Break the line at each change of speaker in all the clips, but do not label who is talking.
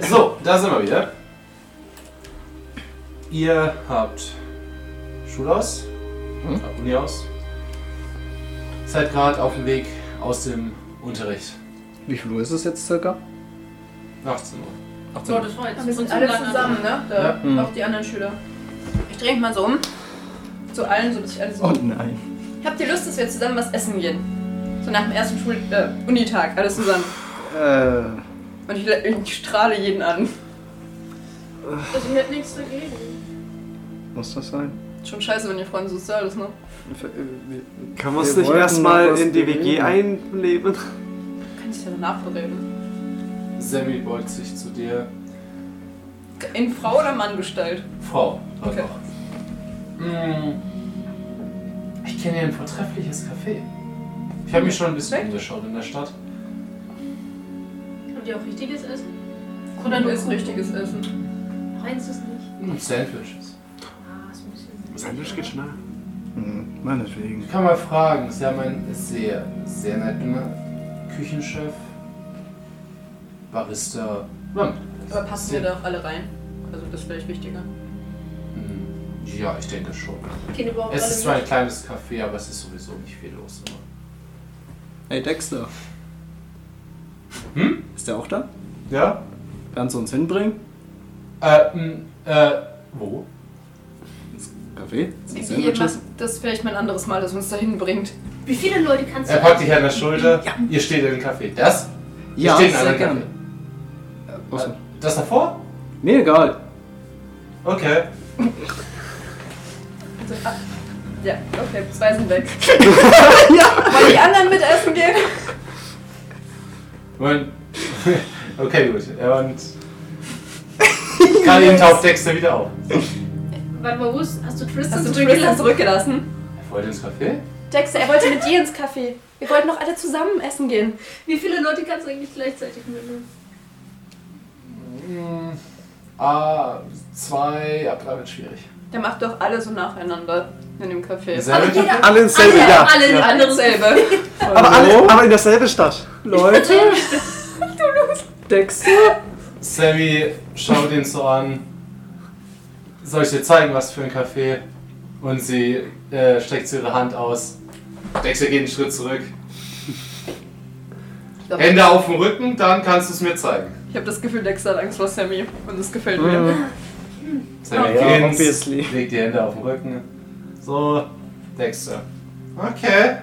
So, da sind wir wieder. Ihr habt Schule aus,
Mhm.
habt Uni aus. Seid gerade auf dem Weg aus dem Unterricht.
Wie viel Uhr ist es jetzt circa?
18 Uhr.
So, das war jetzt
Und wir Also sind
zu
alle
lange.
zusammen, ne? Da,
Ja.
Mhm.
Auch die anderen Schüler. Ich drehe mich mal so um. Zu allen, so dass ich alle so.
Oh nein.
Habt ihr Lust, dass wir zusammen was essen gehen? So nach dem ersten Schul äh, Unitag, alles zusammen.
Äh,
Und ich, ich strahle jeden an. Also
Ich hätte nichts dagegen.
muss das sein?
Schon scheiße, wenn ihr Freunde so alles, ne?
Kann man es
Wir
nicht
wollten noch
erstmal
was
in die WG
bewegen.
einleben?
Kann ich ja danach bereden.
Sammy beugt sich zu dir.
In Frau oder Mann Gestalt?
Frau.
Okay.
Mm, Ich kenne hier ein vortreffliches Café. Ich habe mich schon ein bisschen umgeschaut in der Stadt.
Habt ihr auch richtiges Essen?
Oder nur
nur
ist
Kuchen?
richtiges Essen.
Meins ist nicht.
Mm, Sandwiches.
Ah, ist ein bisschen.
Sandwich geht schnell.
Hm, meinetwegen.
Ich kann mal fragen, ist ja mein sehr, sehr netten Küchenchef, Barista. Hm. Mann.
Aber passen wir da auch alle rein? Also das wäre ich wichtiger.
Mm, Ja, ich denke schon.
Kinder brauchen
Es ist zwar
alle
ein kleines Café, aber es ist sowieso nicht viel los. ne? Immer.
Hey Dexter.
Hm?
Ist der auch da?
Ja?
Kannst du uns hinbringen?
Äh, mm, äh, wo?
Kaffee? Sind
Wie
Sandwiches?
macht das vielleicht mein anderes Mal, das uns dahin bringt?
Wie viele Leute kannst du.
Er packt dich an der Schulter. Ihr steht in einem Café. Das?
Ja,
Ihr steht in
sehr
einem
gern.
Café.
Was?
Äh, Das davor?
Mir egal.
Okay.
So, ah, ja, okay, zwei sind weg. ja. Wollen die anderen mitessen gehen?
Und okay, gut. Und kann ihn taucht Dexter wieder auf.
Warte mal, wo ist. Hast du Tristan
Hast du Tristan
zurückgelassen?
zurückgelassen?
Er wollte ins Café?
Dexter, er wollte mit dir ins Café. Wir wollten noch alle zusammen essen gehen.
Wie viele Leute kannst du eigentlich gleichzeitig mitnehmen?
Mm, Ah, zwei, ab drei wird schwierig.
Dann macht doch alle so nacheinander in dem Café.
Sehr gut.
Alle ins selbe, ja.
alle in
Alle
anderes
dasselbe.
Aber, alle, aber in derselben Stadt.
Leute! Dexter!
Sammy schaut ihn so an. Soll ich dir zeigen, was für ein Café? Und sie äh, streckt so ihre Hand aus. Dexter geht einen Schritt zurück. Hände auf dem Rücken, dann kannst du es mir zeigen.
Ich habe das Gefühl, Dexter hat Angst vor Sammy. Und das gefällt mir.
Mhm.
Sammy
Ja,
grinst,
obviously.
legt die Hände auf den Rücken. So, Dexter. Okay.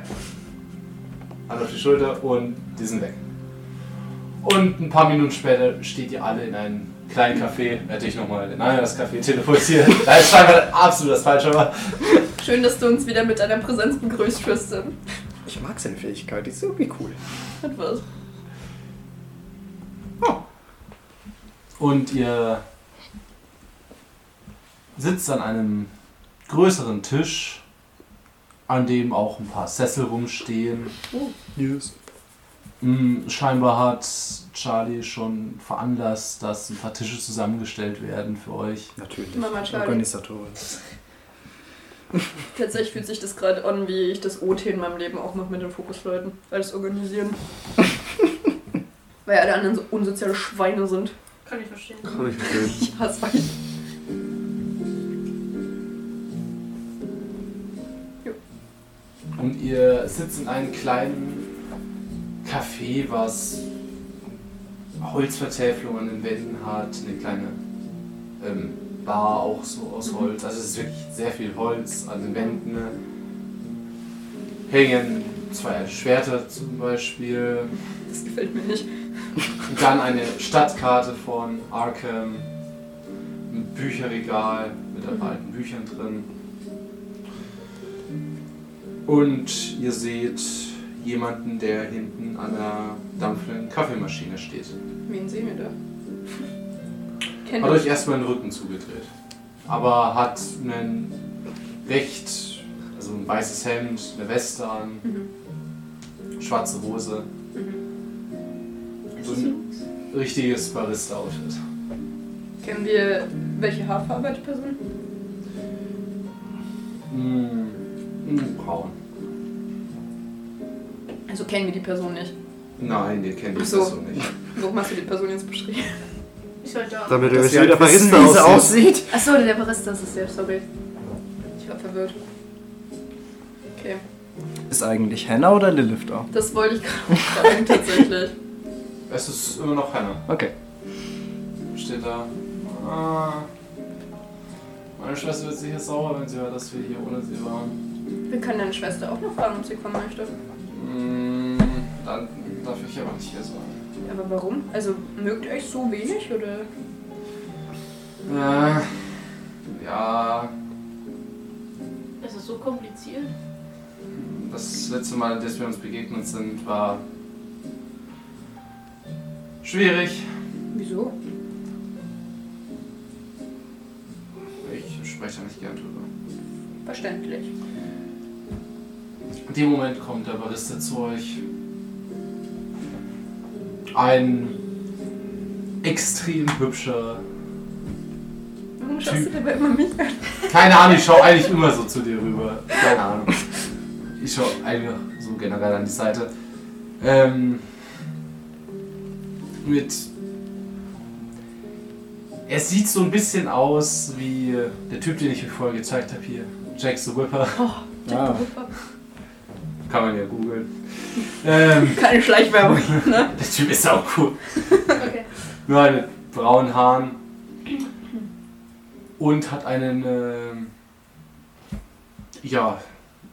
Hand auf die Schulter und die sind weg. Und ein paar Minuten später steht ihr alle in einem kleinen Café. Hätte ich nochmal in ein anderes Café teleportiert. da ist scheinbar absolut das Falsche. Aber
Schön, dass du uns wieder mit deiner Präsenz begrüßt, Tristan.
Ich mag seine Fähigkeit, die ist irgendwie cool.
Hat was.
Und ihr sitzt an einem größeren Tisch, an dem auch ein paar Sessel rumstehen.
Yes.
Hm, Scheinbar hat Charlie schon veranlasst, dass ein paar Tische zusammengestellt werden für euch.
Natürlich.
Mama Charlie.
Organisatorin.
Tatsächlich fühlt sich das gerade an, wie ich das OT in meinem Leben auch mache mit den Fokusleuten. Alles organisieren. Weil alle anderen so unsoziale Schweine sind.
Kann ich verstehen.
Kann ich verstehen.
Ich hasse euch.
Und ihr sitzt in einem kleinen Café, was Holzvertäfelung an den Wänden hat, eine kleine ähm, Bar auch so aus Holz. Also es ist wirklich sehr viel Holz an den Wänden. Hängen zwei Schwerter zum Beispiel.
Das gefällt mir nicht.
Und dann eine Stadtkarte von Arkham. Ein Bücherregal mit ein paar alten Büchern drin. Und ihr seht jemanden, der hinten an einer dampfenden Kaffeemaschine steht.
Wen sehen wir da? Kennt
Hat euch
ihr?
erstmal den Rücken zugedreht. Aber hat einen recht, also ein weißes Hemd, eine Weste an, schwarze Hose. So ein richtiges Barista-Outfit.
Kennen wir, welche Haarfarbe hat die Person?
Mm, mm, braun.
Also kennen wir die Person nicht.
Nein, den kennt
Ach
ich
so.
so nicht.
Warum hast du die Person jetzt beschrieben?
Ich sollte auch.
Damit wir
Dass
wissen,
wir
wie der
halt wissen,
Barista
wie sie
aussieht.
aussieht.
Achso, der Barista ist es ja, sorry. Ich war verwirrt. Okay,
Ist eigentlich Hannah oder Lilith da?
das wollte ich gerade auch fragen, tatsächlich.
Es ist immer noch Hannah.
Okay.
Steht da. Ah, meine Schwester wird sicher sauer, wenn sie hört, dass wir hier ohne sie waren.
Wir können deine Schwester auch noch fragen, ob sie kommen möchte.
Mm, dann darf ich aber nicht hier sein.
Aber warum? Also, mögt ihr euch so wenig oder?
Äh, ja,
Es ist so kompliziert.
das letzte Mal, dass wir uns begegnet sind, war schwierig.
Wieso?
Ich spreche da nicht gern drüber.
Verständlich.
In dem Moment kommt der Barista zu euch. Ein extrem hübscher.
Warum schaust du dabei immer mich an?
Keine Ahnung, ich schaue eigentlich immer so zu dir rüber. Keine Ahnung. Ich schaue einfach so generell an die Seite. Ähm, mit. Er sieht so ein bisschen aus wie der Typ, den ich mir vorher gezeigt habe hier. Jack the Whipper.
Ah.
Kann man ja googeln. Ähm,
Keine Schleichwerbung, ne?
der Typ ist auch cool.
Okay.
Nur halt mit braunen Haaren. Und hat einen, ähm, ja,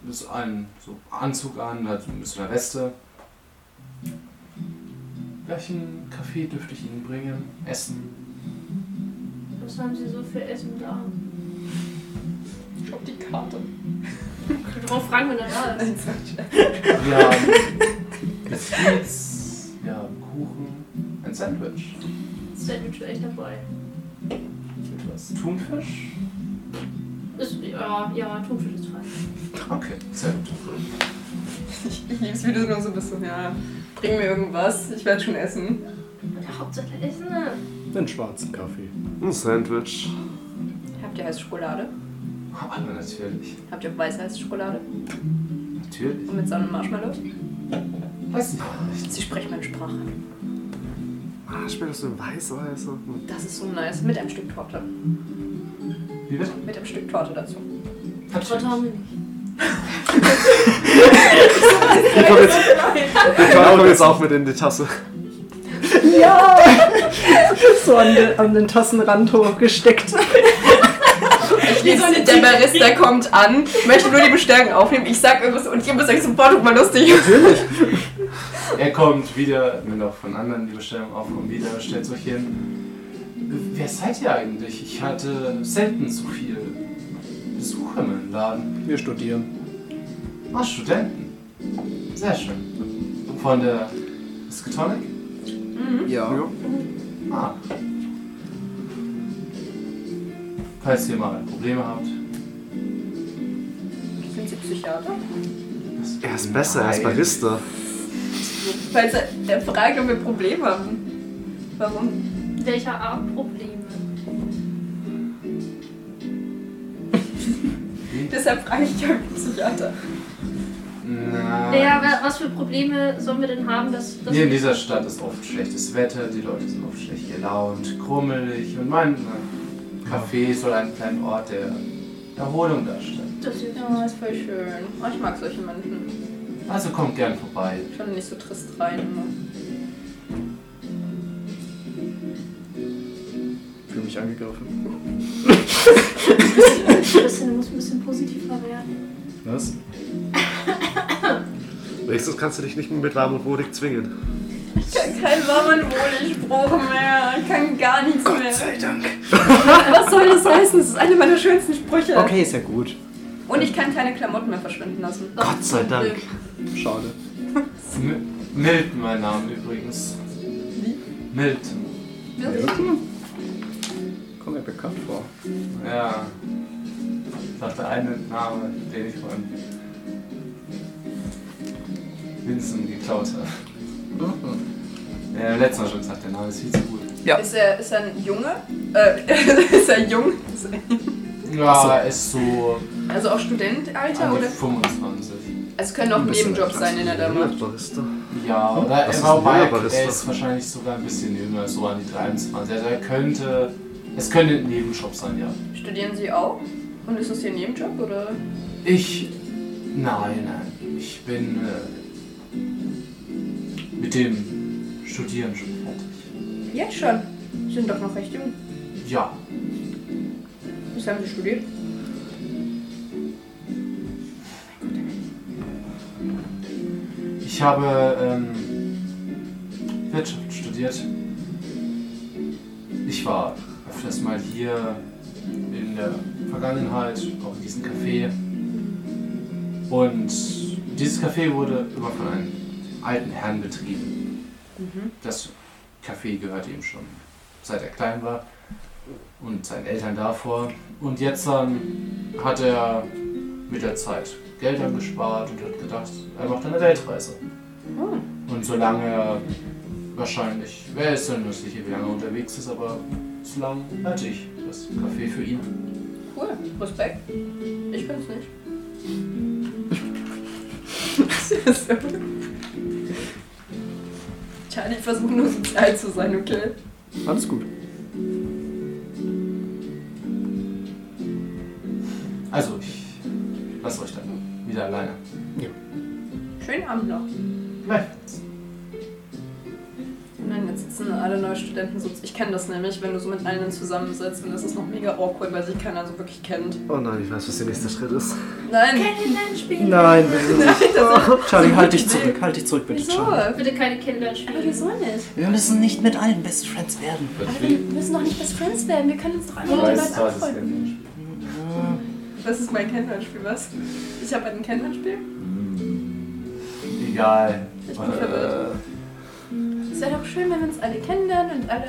ist einen so Anzug an, hat so ein bisschen eine Weste. Welchen Kaffee dürfte ich Ihnen bringen? Essen?
Was haben sie so für Essen da?
Ich hab die Karte.
Ich drauf fragen, wenn er da ist.
Wir haben Biscuits, wir haben Kuchen, ein Sandwich,
Ist der Sandwich echt dabei?
etwas Thunfisch.
Ist, ja, ja, Thunfisch ist fein.
Okay, sehr gut.
Ich, ich lieb's, wie du nur so bist. so, Ja, bring mir irgendwas, ich werde schon essen.
Ja, Hauptsache Essen. ne?
Einen schwarzen Kaffee.
Ein Sandwich.
Habt ihr heiße Schokolade?
Aber Ah, natürlich,
Habt ihr weiße heiße Schokolade?
natürlich.
Und mit Sahne und Marshmallows?
Weiß ich aber nicht.
Sie sprechen meine Sprache.
Ah, schmeckt das so weiß, weiß.
Das ist so nice. Mit einem Stück Torte.
Wie bitte?
Mit einem Stück Torte dazu.
Torte haben wir nicht.
Der kommt jetzt, der Torte kommt jetzt auch mit in die Tasse.
Ja! so an den, an den Tassenrand hochgesteckt.
Der Barista kommt an, möchte nur die Bestärkung aufnehmen. Ich sag irgendwas und ihr müsst euch sofort mal lustig.
Er kommt wieder, wenn auch von anderen die Bestellung aufkommt, wieder, stellt euch hin. Wer seid ihr eigentlich? Ich hatte selten so viel Besucher in meinem Laden.
Wir studieren.
Ah, Studenten. Sehr schön. Von der Skatonic?
Hm? Ja.
Ah. Falls ihr mal Probleme habt.
Sind Sie Psychiater?
Er ist besser, er ist
Nein.
Barista.
Weil sie- er fragt, ob wir Probleme haben. Warum?
Welcher Art Probleme?
Deshalb frage ich ja Psychiater.
Na.
Naja, wa- was für Probleme sollen wir denn haben, dass. dass
Hier in dieser Stadt ist oft schlechtes Wetter, die Leute sind oft schlecht gelaunt, krummelig und mein äh, Café soll ein kleiner Ort der Erholung darstellen.
dass wir-
Ja, ist voll schön. Oh, ich mag solche Menschen.
Also kommt gern vorbei.
Schon nicht so trist rein. ne? Immer.
Fühle mich angegriffen.
Christian, du musst ein bisschen positiver werden.
Was?
Nächstes kannst du dich nicht mit warm und wohlig zwingen.
Ich kann keinen warmen Wohlspruch mehr. Ich kann gar nichts mehr.
Dank.
Was soll das heißen? Das ist eine meiner schönsten Sprüche.
Okay, ist ja gut.
Und ich kann keine Klamotten mehr verschwinden lassen.
Gott sei Dank.
Schade.
M Milton, mein Name übrigens. Wie? Milton.
Kommt mir bekannt vor.
Ja. Das der eine Name, den ich von Vincent geklaut habe.
Mhm.
Ja, letztes Mal schon gesagt, der Name ist viel zu gut.
Ja.
Ist er, ist er ein Junge? Äh, ist er jung?
Ja, er ist so
Also auch Studentalter
an die
oder? Also
25.
Es können auch
Ein bisschen
Nebenjobs sein, den er da macht.
Barista.
Ja, oder
Hm? Das
er
ist
war
ein
bei,
Lehrer, das
er
ist
ist wahrscheinlich sogar ein bisschen jünger, so an die 23. Also er könnte, es könnte ein Nebenjob sein, ja.
Studieren Sie auch? Und ist das Ihr Nebenjob oder?
Ich, nein, nein, ich bin äh, mit dem Studieren schon fertig.
Jetzt schon. Sie sind doch noch recht jung.
Ja,
Was haben Sie studiert?
ich habe ähm, Wirtschaft studiert. Ich war öfters mal hier in der Vergangenheit, auch in diesem Café. Und dieses Café wurde immer von einem alten Herrn betrieben. Das Café gehörte ihm schon, seit er klein war und seinen Eltern davor. Und jetzt dann hat er mit der Zeit Geld angespart und hat gedacht, er macht eine Weltreise.
Oh,
Und solange er wahrscheinlich, wer ist denn das sicher, wie lange er unterwegs ist, aber solange hatte ich das Café für ihn.
Cool. Respekt. Ich bin's nicht. Charlie, ich versuche nur sozial zu sein, okay?
Alles gut.
Also ich lasse euch dann wieder alleine.
Schönen Abend noch.
Gleichfalls.
Nein, jetzt sitzen alle neue Studenten so. Ich kenne das nämlich, wenn du so mit einem zusammensitzt und das ist noch mega awkward, weil sich keiner so wirklich kennt.
Oh nein, ich weiß, was der nächste Schritt ist.
Nein!
Kennenlernspiele.
Nein, bitte nicht.
das
Charlie, halt dich zurück, halt dich zurück, bitte,
Wieso?
Charlie.
Bitte keine Kennenlernspiele.
Wir sollen nicht.
Wir müssen nicht mit allen Best Friends werden.
Aber wir müssen doch nicht Best Friends werden. Wir können uns doch einfach
Ich
mit den
weiß,
Leuten
das ist kein
anfreunden.
Mensch.
Das ist mein Kennenlernspiel, was? Ich habe ein Kennenlernspiel?
Egal. äh,
Ich
Äh.
bin verwirrt.
Es wäre doch schön, wenn wir uns alle kennenlernen und alle,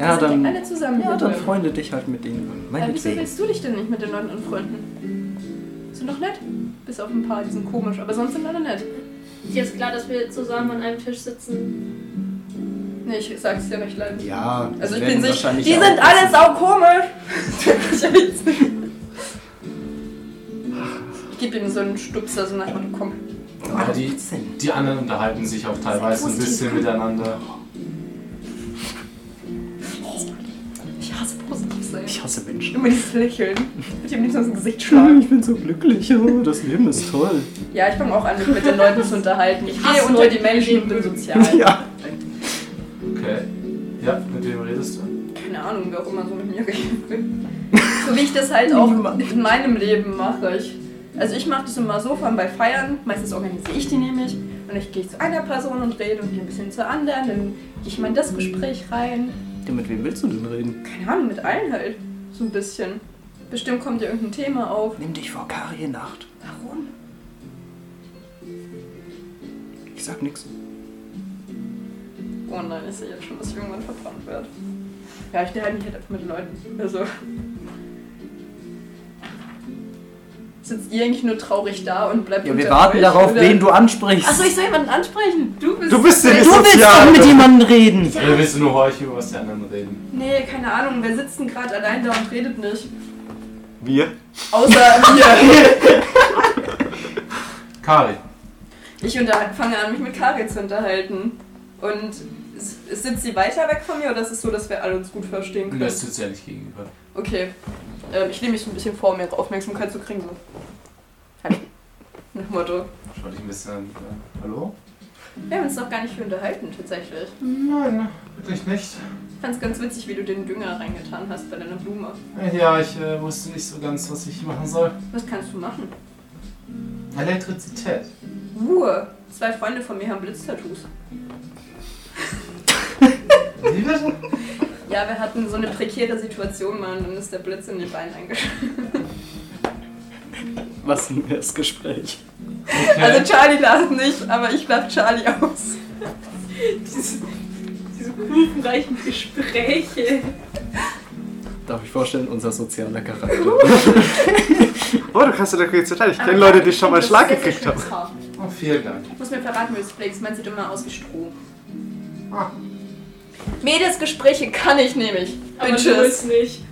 Ja,
dass die
dann,
alle zusammen
ja, dann
sind.
freunde dich halt mit denen an.
Aber wieso
Meinetwegen.
willst du dich denn nicht mit den Leuten anfreunden? Sind doch nett.
Bis auf ein paar, die sind komisch, aber sonst sind alle nett.
Ist dir jetzt klar, dass wir zusammen an einem Tisch sitzen?
Nee, ich sag's dir recht leid.
Ja,
Also ich
werden
bin sicher,
wahrscheinlich
die
auch
sind alle
wissen.
sau komisch. ich gebe ihm so einen Stupser, so nach dem Komm.
Aber die, die anderen unterhalten sich auch teilweise ein bisschen miteinander.
Ich hasse positiv sein.
Ich hasse Menschen.
Immer dieses Lächeln. Ich würde ihm nicht so ins Gesicht schlagen.
Ich bin so glücklich. Oh, das Leben ist toll.
Ja, ich fange auch an, mich mit den Leuten zu unterhalten. Ich gehe
hasse
unter
Leute,
die
die
Menschen und bin sozial.
Ja.
Okay. Ja, mit wem redest du?
Keine Ahnung, wer auch immer so mit mir reden will. So wie ich das halt auch in meinem Leben mache. Ich, also ich mache das immer so von bei Feiern. Meistens organisiere ich die nämlich. Und ich gehe zu einer Person und rede und gehe ein bisschen zur anderen. Dann gehe ich mal in das Gespräch rein.
ja. Mit wem willst du denn reden?
Keine Ahnung, mit allen halt. So ein bisschen. Bestimmt kommt ja irgendein Thema auf.
Nimm dich vor Karienacht.
Warum?
Ich sag nix.
Oh nein, ich sehe jetzt schon, dass ich irgendwann verbrannt werde. Ja, ich unterhalte mich halt einfach mit Leuten. Also. Sitzt ihr eigentlich nur traurig da und bleibt
Ja, wir
unter
warten
euch,
darauf,
oder?
wen du ansprichst.
Achso, ich soll jemanden ansprechen. Du bist.
Du bist ja nicht
du willst
sozial.
doch mit jemandem reden.
Oder willst du nur horchen, über was die anderen reden?
Nee, keine Ahnung, wer sitzt denn gerade allein da und redet nicht?
Wir?
Außer mir.
Kari.
Ich unter- fange an, mich mit Kari zu unterhalten. Und s- sitzt sie weiter weg von mir oder ist es so, dass wir alle uns gut verstehen
Und
können?
das sitzt ja nicht gegenüber.
Okay. Ähm, ich nehme mich so ein bisschen vor, um ihre Aufmerksamkeit zu kriegen. So. Hallo. Nach Motto.
Schau dich ein bisschen an. Ja. Hallo?
Wir haben uns noch gar nicht viel unterhalten, tatsächlich.
Nein, wirklich nicht.
Ich fand's ganz witzig, wie du den Dünger reingetan hast bei deiner Blume.
Ja, ich äh, wusste nicht so ganz, was ich machen soll.
Was kannst du machen?
Elektrizität.
Ruhe. Zwei Freunde von mir haben Blitztattoos.
Wie bitte?
Ja, wir hatten so eine prekäre Situation mal und dann ist der Blitz in den Bein eingeschlagen.
Was ein das Gespräch.
Okay.
Also Charlie lacht nicht, aber ich lach Charlie aus. diese, diese kulpenreichen Gespräche.
Darf ich vorstellen, unser sozialer Charakter.
Oh, du kannst dir doch jetzt verteilen. Ich kenne Leute, die schon mal
Ah, Das
Schlag
ist sehr, sehr
gekriegt haben.
schönes Haar.
oh, vielen Dank.
Ich muss mir verraten, wie du es pflegst. Man sieht immer aus wie Stroh.
Ah.
Mädelsgespräche kann ich nämlich.
Aber du
Bitches.
willst nicht.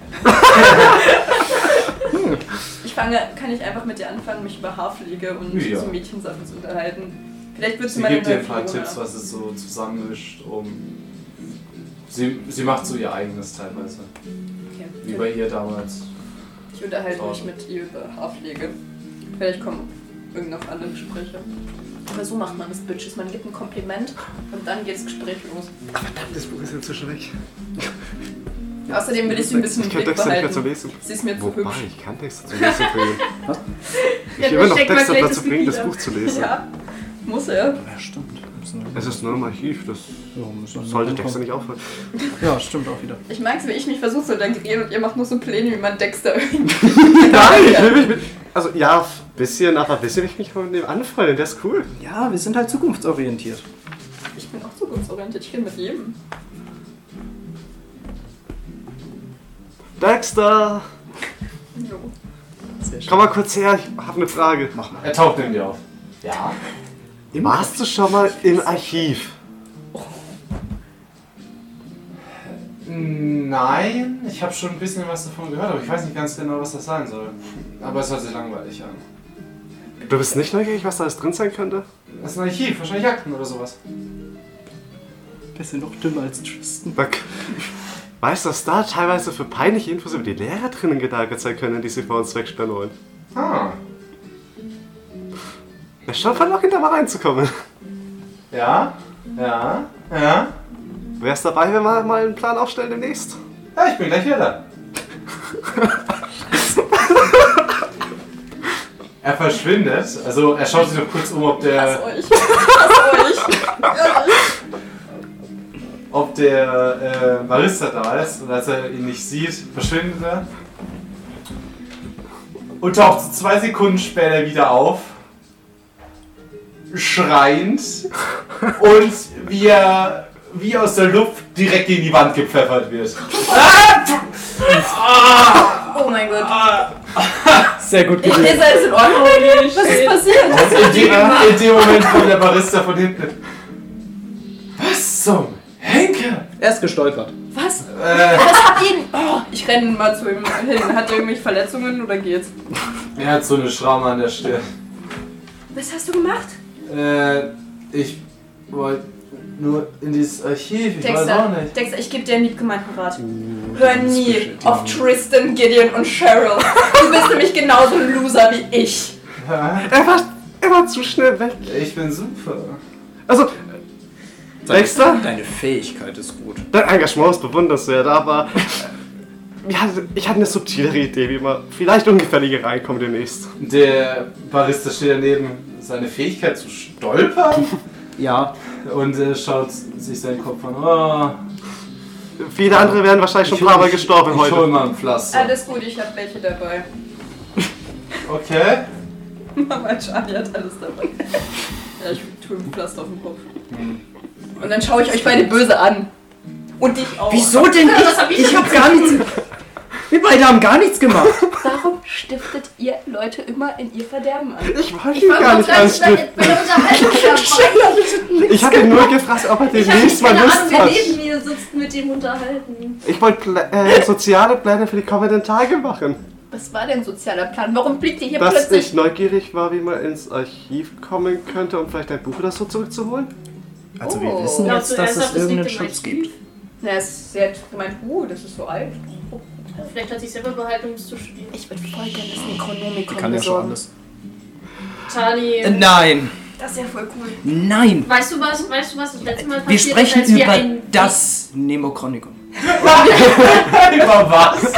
Ich fange, kann ich einfach mit dir anfangen, mich über Haarpflege und
Ja.
so Mädchensachen zu unterhalten. Vielleicht würdest du
Sie
meine
gibt dir
neue
ein paar
Figur
Tipps, was es so zusammenmischt, um. Sie, sie macht so ihr eigenes teilweise.
Okay.
Wie bei ihr damals.
Ich unterhalte mich mit ihr über Haarpflege. Vielleicht kommen irgend noch andere Gespräche. Aber so macht man das, Bitches. Man gibt ein Kompliment und dann geht das Gespräch los.
Das Buch ist inzwischen weg.
Außerdem will ich sie ein bisschen
Ich
im
kann
Blick
Dexter nicht mehr
behalten.
zu lesen.
Sie ist mir zu
Wobei,
hübsch.
ich kann Dexter zu lesen bringen.
Was?
Ich
Ja,
will noch
steckt man
Dexter
vielleicht
dazu
das
bringen, das
Gefühl
Buch zu lesen.
Ja, muss er.
Ja, stimmt.
Es ist nur im Archiv, das sollte Dexter nicht aufhören.
Ja, stimmt auch wieder.
Ich mag es, wie ich mich versuche zu integrieren und ihr macht nur so Pläne, wie man Dexter irgendwie.
Nein, ich will mich mit. Also, ja, ein bisschen, aber ein bisschen will ich mich mit dem anfreunden, der ist cool.
Ja, wir sind halt zukunftsorientiert.
Ich bin auch zukunftsorientiert, ich rede mit jedem.
Dexter,
Jo.
Sehr schön.
komm mal kurz her, ich habe eine Frage. Mach mal.
Er taucht neben dir auf. Ja.
Warst du schon mal im Archiv?
Nein, ich habe schon ein bisschen was davon gehört, aber ich weiß nicht ganz genau, was das sein soll. Aber es hört sich langweilig an.
Du bist nicht neugierig, was da alles drin sein könnte?
Das ist ein Archiv, wahrscheinlich Akten oder sowas.
Wir sind noch dümmer als Tristan.
Back. Weißt du, dass da teilweise für peinliche Infos über die Lehrer drinnen gelagert sein können, die sie vor uns wegsperren wollen?
Ah.
Na, schon verlockend, da mal reinzukommen.
Ja. Ja. Ja.
Wär's dabei, wenn wir mal einen Plan aufstellen demnächst?
Ja, ich bin gleich wieder da. er verschwindet, also er schaut sich noch kurz um, ob
Hass
der,
euch. Hass euch.
ob der äh, Barista da ist und als er ihn nicht sieht, verschwindet er. Und taucht so zwei Sekunden später wieder auf, schreiend und wie er wie aus der Luft direkt in die Wand gepfeffert wird.
Oh mein Gott.
Ah.
Sehr gut
Ich lese alles in Ordnung. Was ist passiert?
Und Also in dem, in dem Moment kommt der Barista von hinten. Was zum Henker?
Er ist gestolpert.
Was?
Äh,
Was hat ihn? Oh, ich renne mal zu ihm hin. Hat er irgendwelche Verletzungen oder geht's?
er hat so eine Schramme an der Stirn.
Was hast du gemacht?
Äh, ich wollte nur in dieses Archiv, ich weiß auch
Dexter,
nicht. Uh,
Dexter, ich gebe dir einen liebgemeinten Rat. Hör nie auf Tristan, Gideon und Cheryl. Du bist nämlich genauso ein Loser wie ich.
Hä?
Er war, er war zu schnell weg.
Ich bin super.
Also, Dexter?
Deine Fähigkeit ist gut.
dein Engagement ist bewundernswert, aber wir hatten- Äh, ich hatte eine subtilere Idee, wie wir vielleicht ungefälliger reinkommen demnächst.
Der Barista steht daneben, seine Fähigkeit zu stolpern
Ja,
und äh, schaut sich seinen Kopf an. Oh,
Viele andere wären wahrscheinlich schon ein paar Mal gestorben
ich hol
heute.
mal ein Pflaster.
Alles gut, ich habe welche dabei.
Okay.
Mama Charlie hat alles dabei. Ja, ich tue ihm Pflaster auf den Kopf. Und dann schaue ich euch beide böse an. Und dich auch.
Wieso denn ich? Ich hab gar nichts. Wir beide haben gar nichts
Oh.
gemacht.
Warum stiftet ihr Leute immer in ihr Verderben an?
Ich wollte ihn gar nicht anstiften.
Jetzt bin ich unterhalten.
Ich habe ihn nur gefragt, ob er demnächst mal Lust
wer
hat.
neben mir sitzt mit dem unterhalten.
Ich wollte Plä- äh, soziale Pläne für die kommenden Tage machen.
Was war denn sozialer Plan? Warum blickt ihr hier
Dass
plötzlich?
ich neugierig war, wie man ins Archiv kommen könnte, um vielleicht ein Buch oder so zurückzuholen.
also
Oh.
wir wissen
Glaubst
jetzt, dass
du
es
ernsthaft, das liegt
irgendeinen
im
Schutz
Archiv?
gibt.
Na, es- sie hat gemeint, uh, das ist so alt.
Vielleicht hat sich selber behalten, um es zu studieren.
Ich würde voll gerne das Necronomicon
Kann ja schon
besorgen.
alles.
Charlie.
Äh, Nein!
Das ist ja voll cool.
Nein!
Weißt du was? Weißt du was das letzte Mal
Wir
passiert
sprechen
ist, als wir
über
ein
das Nemocronicon.
Über was?
Das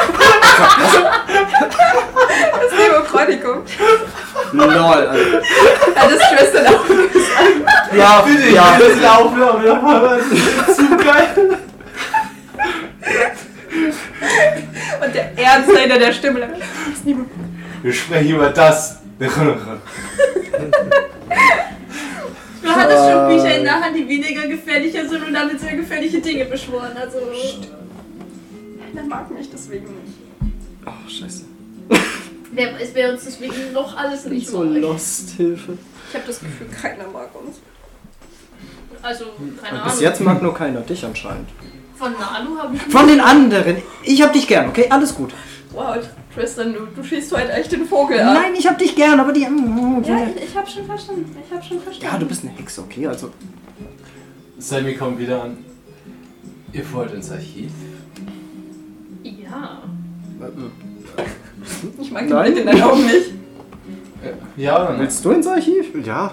ist Nemo Chronikum.
Lol, Alter.
Hat
Also
das Schwestern auch.
Ja,
Bitte, ich
ja.
will das laufen, aber wieder mal was. Das ist zu geil.
Und der Ernst hinter der Stimme. der-
Wir sprechen über das.
Du hattest schon
äh,
Bücher in der Hand, die weniger gefährlicher sind und damit sehr gefährliche Dinge beschworen. Also.
Der mag mich deswegen nicht.
Oh, scheiße.
Wer, es wäre uns deswegen noch alles nicht
So
mag.
lost, Hilfe.
Ich habe das Gefühl, keiner mag uns.
Also, keine
Hm. Bis
Ahnung.
jetzt mag nur keiner dich anscheinend.
Von Nalu habe ich.
Von den anderen. Ich hab dich gern, okay? Alles gut.
Wow, Tristan, du, du schießt heute echt den Vogel ab.
Nein, ich hab dich gern, aber die.
Ja, ich, ich hab schon verstanden. Ich hab schon verstanden.
Ja, du bist eine Hexe, okay? Also,
Sammy kommt wieder an. Ihr wollt ins Archiv?
Ja.
Ich mag den Blick in deinen Augen nicht.
Äh, Ja oder nein?
willst du ins Archiv?
Ja,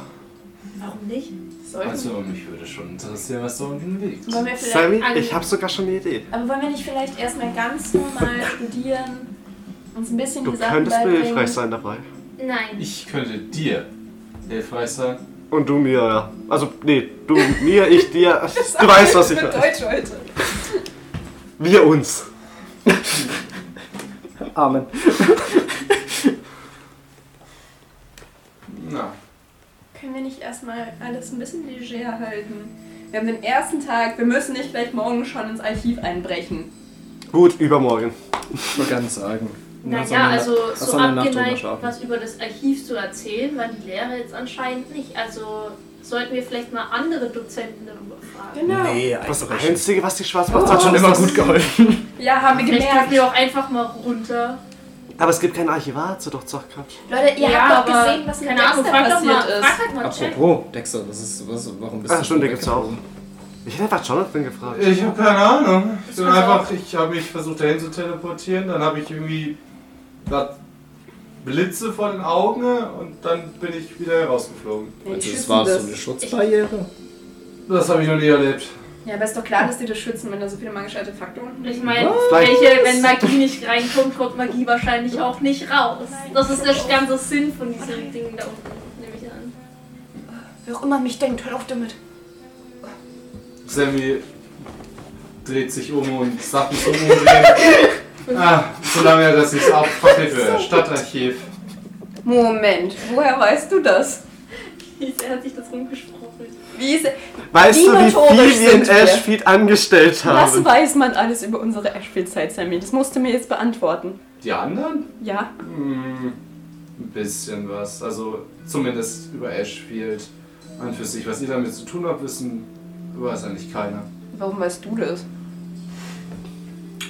Warum nicht?
Sollten
Also, mich würde schon interessieren, was um da unten liegt.
Wollen wir vielleicht
Sammy,
an-
ich habe sogar schon eine Idee.
Aber wollen wir nicht vielleicht erstmal ganz normal studieren? Uns ein bisschen
Du
die Sachen
könntest mir
beibringen?
hilfreich sein dabei.
Nein.
Ich könnte dir hilfreich sein.
Und du mir, ja. Also, nee, du mir, ich dir. Du weißt, was ich
mit
meine.
Deutsch heute.
Wir uns.
Amen.
Na,
Können wir nicht erstmal alles ein bisschen leger halten? Wir haben den ersten Tag, wir müssen nicht gleich morgen schon ins Archiv einbrechen.
Gut, übermorgen.
Ich wollte ganz sagen. Lass
Naja,
eine-
also
lass
so
eine Nacht drüber
abgeneigt,
schlafen.
was über das Archiv zu erzählen, war die Lehre jetzt anscheinend nicht. Also sollten wir vielleicht mal andere Dozenten darüber fragen.
Genau.
Nee,
Das
Einbrechen.
Einzige, was die
Oh,
Schwarzmacht
Ah. Das hat schon immer gut geholfen.
Ja, haben wir
Vielleicht
gemerkt.
packen wir auch einfach mal runter.
Aber es gibt keinen Archivar zu doch Zockkraft.
Leute, ihr
Ja,
habt doch
aber
gesehen, was mit
Keine Ahnung,
Dexter
frag doch mal,
passiert ist.
frag halt mal Jack.
Apropos, Dexter, was ist, was, warum bist
Ah,
du.
stimmt,
so
den gibt's auch.
weggekommen?
Ich hätte einfach Jonathan gefragt.
Ich habe keine Ahnung. Ich bin
Das kann's
einfach, ich habe mich versucht dahin zu teleportieren, dann habe ich irgendwie grad Blitze vor den Augen und dann bin ich wieder herausgeflogen.
Also,
schützen
es war so
das.
eine Schutzbarriere.
Das habe ich noch nie erlebt.
Ja, aber ist doch klar, dass die das schützen, wenn da so viele magische Artefakte unten
Ich
liegen.
meine,
Vielleicht-
welche, wenn Magie nicht reinkommt, kommt Magie wahrscheinlich auch nicht raus. Das ist der ganze Sinn von diesen Dingen da unten, nehme ich an.
Wer auch immer mich denkt, hört auf damit.
Sammy dreht sich um und sagt mich zum Umdrehen. ah, solange er das nicht abfackelt wird. Stadtarchiv.
Moment, woher weißt du das?
Er hat sich das rumgesprochen.
Wie ist
Weißt du, wie
Dinotaurisch
viel wir in
sind wir.
Ashfield
Was
angestellt haben?
weiß man alles über unsere Ashfield-Zeit, Sammy? Das musst du mir jetzt beantworten.
Die anderen?
Ja.
Hm, ein bisschen was. Also zumindest über Ashfield. An für sich, was ihr damit zu tun habt, wissen weiß eigentlich keiner.
Warum weißt du das?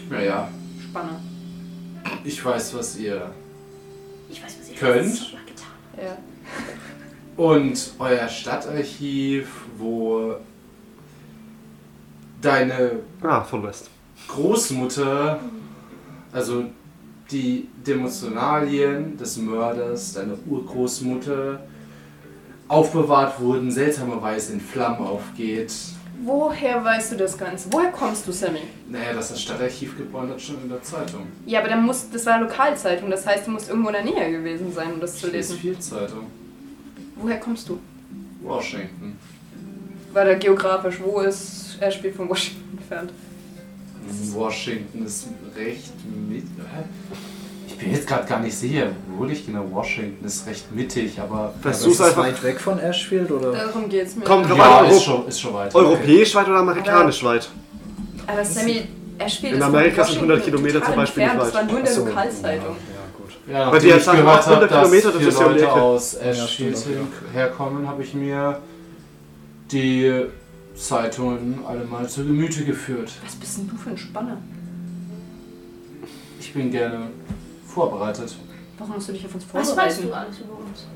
Naja,
Spannend.
ich weiß, was ihr
Ich weiß, was ihr
Könnt.
letztes Mal getan habt.
Ja.
Und euer Stadtarchiv, wo deine
Ah, von West.
Großmutter, also die Demotionalien des Mörders, deine Urgroßmutter, aufbewahrt wurden, seltsamerweise in Flammen aufgeht.
Woher weißt du das Ganze? Woher kommst du, Sammy?
Naja, dass das Stadtarchiv gebrannt hat, schon in der Zeitung.
Ja, aber dann muss, das war Lokalzeitung, das heißt, du musst irgendwo in der Nähe gewesen sein, um das zu
Lesen
lesen.
viel Zeitung.
Woher kommst du?
Washington.
War da geografisch, wo ist Ashby von Washington entfernt?
Washington ist recht mit. Hä? Ich bin jetzt gerade gar nicht sicher, wo ich genau. Washington ist recht mittig, aber.
Versuch's
Aber ist es
einfach.
weit weg von Ashfield oder?
Darum geht's mir.
Komm,
Ja,
Europa-
ist schon, ist schon weit.
Europäisch weit oder amerikanisch weit?
Aber Sammy, Ashby
In
ist von
Amerika sind
Washington
100 Kilometer
total
zum Beispiel
entfernt, Das
nicht
war nur in der
Ach so.
Lokalzeitung.
Ja, gut.
Ja,
Weil die
nachdem ich
jetzt sagen,
gehört habe,
800
dass
Kilometer, das
vier
ist ja um die
Leute
Ecke.
aus
Ja,
Ashfield
stimmt auch, ja.
herkommen, habe ich mir die Zeitungen alle mal zu Gemüte geführt.
Was bist denn du für ein Spanner?
Ich bin gerne vorbereitet.
Warum musst du dich auf uns
Was
vorbereiten?
weißt du alles über uns?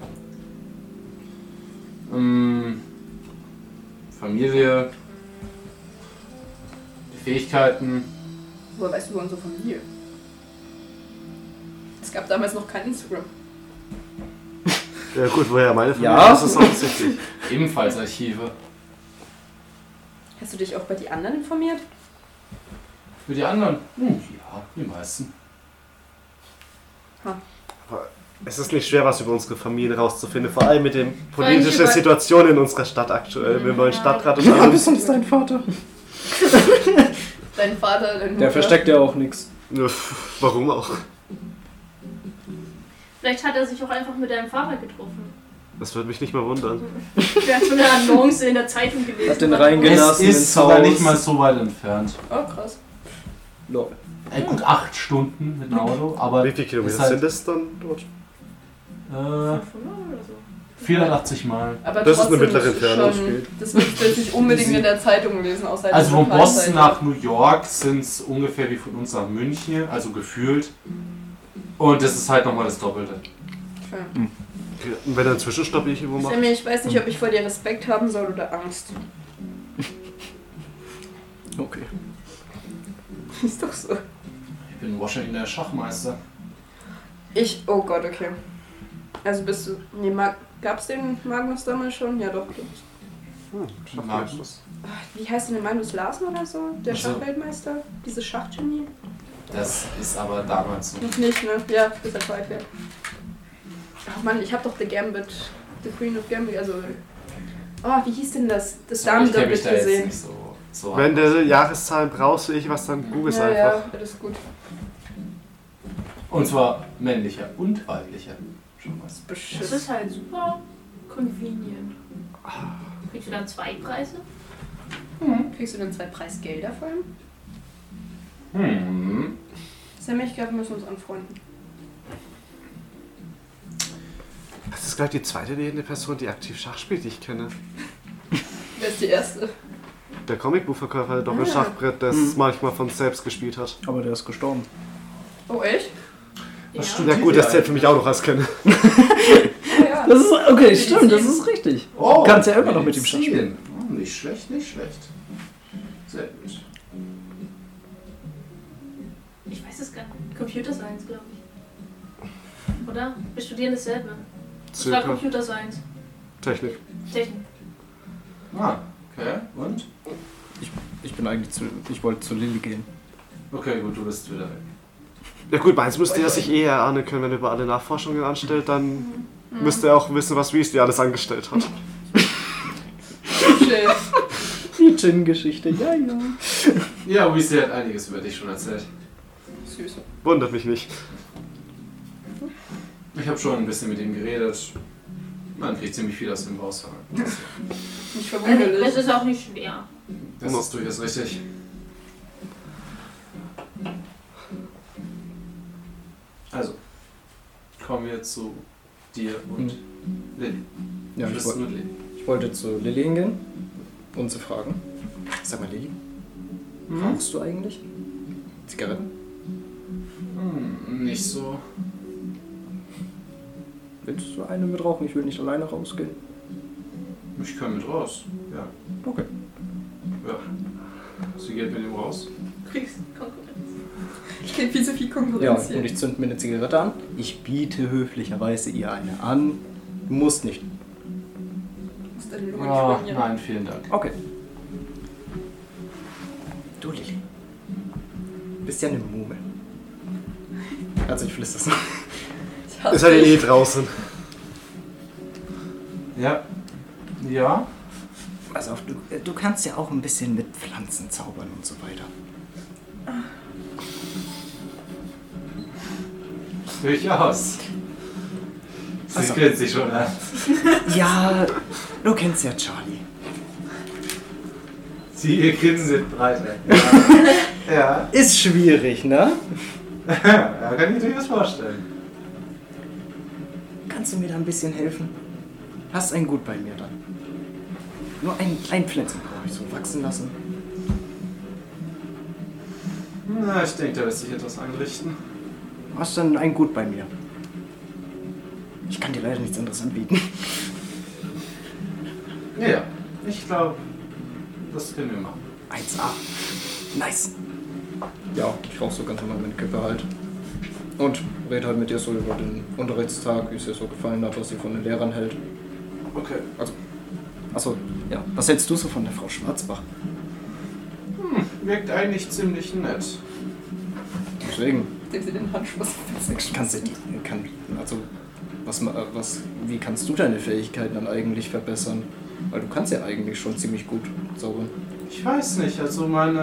Ähm, Familie, die Fähigkeiten.
Woher weißt du über unsere Familie? Es gab damals noch kein Instagram.
Ja gut, woher meine Familie?
Ja.
Das ist offensichtlich.
Ebenfalls Archive.
Hast du dich auch bei die anderen informiert?
Für die anderen? Hm, ja, die meisten.
Es ist nicht schwer, was über unsere Familien rauszufinden, vor allem mit der politischen
über-
Situation in unserer Stadt aktuell, mit dem neuen Stadtrat und
Ja,
allem.
bist du nicht dein Vater?
Dein Vater, dein Mutter?
Der versteckt ja auch nichts.
Nö, pff, Warum auch?
Vielleicht hat er sich auch einfach mit deinem Fahrrad getroffen.
Das würde mich nicht mehr wundern.
Wir haben so eine Annonce in der Zeitung gelesen.
Hat den
was-
reingelegt.
Es
Genau,
Gelassen
ist
ins
sogar
Haus.
nicht mal so weit entfernt.
Oh, krass.
Lol.
Äh, gut acht Stunden mit dem Auto, aber
Wie viele Kilometer
ist halt-
sind das dann dort?
äh,
500 oder so.
480 Mal.
Aber
Das ist eine
trotzdem
mittlere Entfernung.
Schon, das willst du jetzt nicht unbedingt in der Zeitung lesen, außer
Also
der
von Boston
Lokalzeitung.
nach New York sind es ungefähr wie von uns nach München, also gefühlt Und das ist halt nochmal das Doppelte.
Okay.
Wenn er einen Zwischenstopp irgendwo macht.
Sammy, ich weiß nicht, ob ich vor dir Respekt haben soll oder Angst.
Okay.
Ist doch so.
Ich bin in Washington der Schachmeister.
Ich. Oh Gott, okay. Also bist du. Nee, Mag, gab's den Magnus damals schon? Ja, doch.
Hm, Schach-
Magnus.
Wie heißt denn der Magnus Larsen oder so? Der
Ach so.
Schachweltmeister? Diese Schachgenie?
Das ist aber damals so.
Noch nicht, ne? Ja, ist halt weit her. Ach Mann, ich hab doch The Gambit. The Queen of Gambit, also. Oh, wie hieß denn das? Das
ich kenn mich
Damen-Doppelt
da jetzt
gesehen.
nicht so. so
Wenn du Jahreszahlen brauchst, ich was dann googelst
Ja,
einfach.
ja, das ist gut.
Und zwar männlicher und weiblicher. Schon mal.
Beschiss.
Das ist halt super convenient. Kriegst du dann zwei Preise?
Kriegst du denn zwei Preisgelder vor allem?
Hm.
Sammy, ich glaube, wir müssen uns anfreunden.
Das ist gleich die zweite lebende Person, die aktiv Schach spielt, die ich kenne.
Wer ist die Erste?
Der Comicbuchverkäufer, der Doppelschachbrett, das manchmal von selbst gespielt hat.
Aber der ist gestorben.
Oh, echt?
Was
Ja
studiert
gut,
ihr
das zählt für mich auch noch als kennen.
Ja, ja.
Das ist okay, stimmt, das ist richtig.
Oh,
Kannst ja immer noch mit dem Schach
Medizin. Oh, nicht schlecht, nicht schlecht. Sehr gut.
Ich weiß es gar nicht. Computer Science, glaube ich. Oder? Wir studieren dasselbe. Das war
Circa.
Computer Science.
Technik.
Technik.
Ah, okay. Und?
Ich bin eigentlich zu. Ich wollte zu Lilly gehen.
Okay, gut, du bist wieder weg.
Ja gut, meins müsste er sich eh erahnen können, wenn er über alle Nachforschungen anstellt, dann
Mhm.
müsste er auch wissen, was Weasley alles angestellt hat.
Oh, Shit.
Die Gin-Geschichte, ja, ja.
Ja, Weasley hat einiges über dich schon erzählt.
Süß.
Wundert mich nicht.
Ich habe schon ein bisschen mit ihm geredet. Man kriegt ziemlich viel aus dem Raushauen.
Nicht
Es
verwunderlich.
ist auch nicht schwer.
Das ist durchaus richtig. Also, kommen wir zu dir und Lilly.
Hm. Ja, ich,
Tristan
woll,
und Lilly.
ich wollte zu Lilly hingehen und sie fragen. Sag mal, Lilly, rauchst du eigentlich? Zigaretten?
Hm, nicht so.
Willst du eine mit rauchen? Ich will nicht alleine rausgehen.
Ich kann mit raus. Ja.
Okay.
Ja. Sie geht mit ihm raus.
Kriegst Konkurrenz.
Ich kenne viel zu viel
Ja,
Konkurrenz
und
hier.
ich zünd mir eine Zigarette an. Ich biete höflicherweise ihr eine an. Du musst nicht.
Ich muss deine Lunge
Ah,
springen.
nein, vielen Dank.
Okay. Du, Lilly. Bist ja eine Mumel. Also, ich flüster so.
Ich hasse
Ist halt
dich.
eh draußen.
Ja. Ja.
Pass auf, du, äh, du kannst ja auch ein bisschen mit Pflanzen zaubern und so weiter.
Durchaus. Sie
Also.
grinst sich schon an.
Ja, du kennst ja Charlie.
Sie, ihr Grinsen sind breit. Ja. ja.
Ist schwierig, ne?
ja, kann ich mir durchaus vorstellen.
Kannst du mir da ein bisschen helfen? Hast ein Gut bei mir dann. Nur einen kleinen Pflänzchen brauche ich so wachsen lassen.
Na, ich denke, da lässt sich etwas anrichten.
Hast dann ein Gut bei mir. Ich kann dir leider nichts anderes anbieten.
Ja, ich glaube, das können wir machen.
1A. Nice. Ja, ich rauche so ganz normal meine Kippe halt. Und rede halt mit dir so über den Unterrichtstag, wie es dir so gefallen hat, was sie von den Lehrern hält.
Okay.
Achso, ja. Was hältst du so von der Frau Schwarzbach?
Wirkt eigentlich ziemlich nett.
Deswegen,
Dem sie den Handschluss
ich kannst du die, kann, also, was, ma- äh, was, wie kannst du deine Fähigkeiten dann eigentlich verbessern? Weil du kannst ja eigentlich schon ziemlich gut zaubern.
Ich weiß nicht, also meine.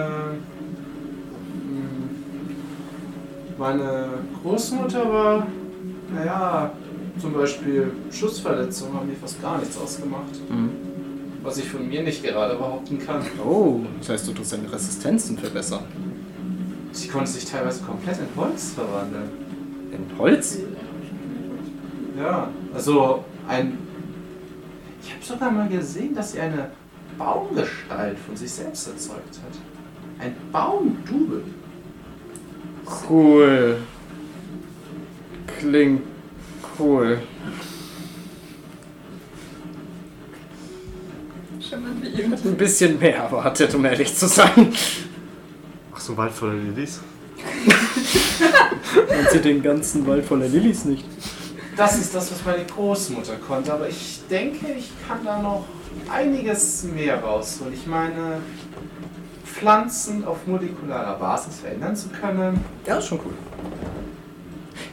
mh, Meine Großmutter war, naja, zum Beispiel Schussverletzungen haben mir fast gar nichts ausgemacht.
Mhm.
Was ich von mir nicht gerade behaupten kann.
Oh, das heißt, du tust deine Resistenzen verbessern.
Sie konnte sich teilweise komplett in Holz verwandeln.
In Holz?
Ja, also ein. Ich habe sogar mal gesehen, dass sie eine Baumgestalt von sich selbst erzeugt hat. Ein Baumdubel.
Cool. klingt cool.
Schimmern wie ihm.
Ein bisschen mehr erwartet, um ehrlich zu sein.
Ach, so ein Wald voller Lilies.
Man sieht den ganzen Wald voller Lillis nicht.
Das ist das, was meine Großmutter konnte, aber ich denke, ich kann da noch einiges mehr rausholen. Ich meine, Pflanzen auf molekularer Basis verändern zu können.
Ja, ist schon cool.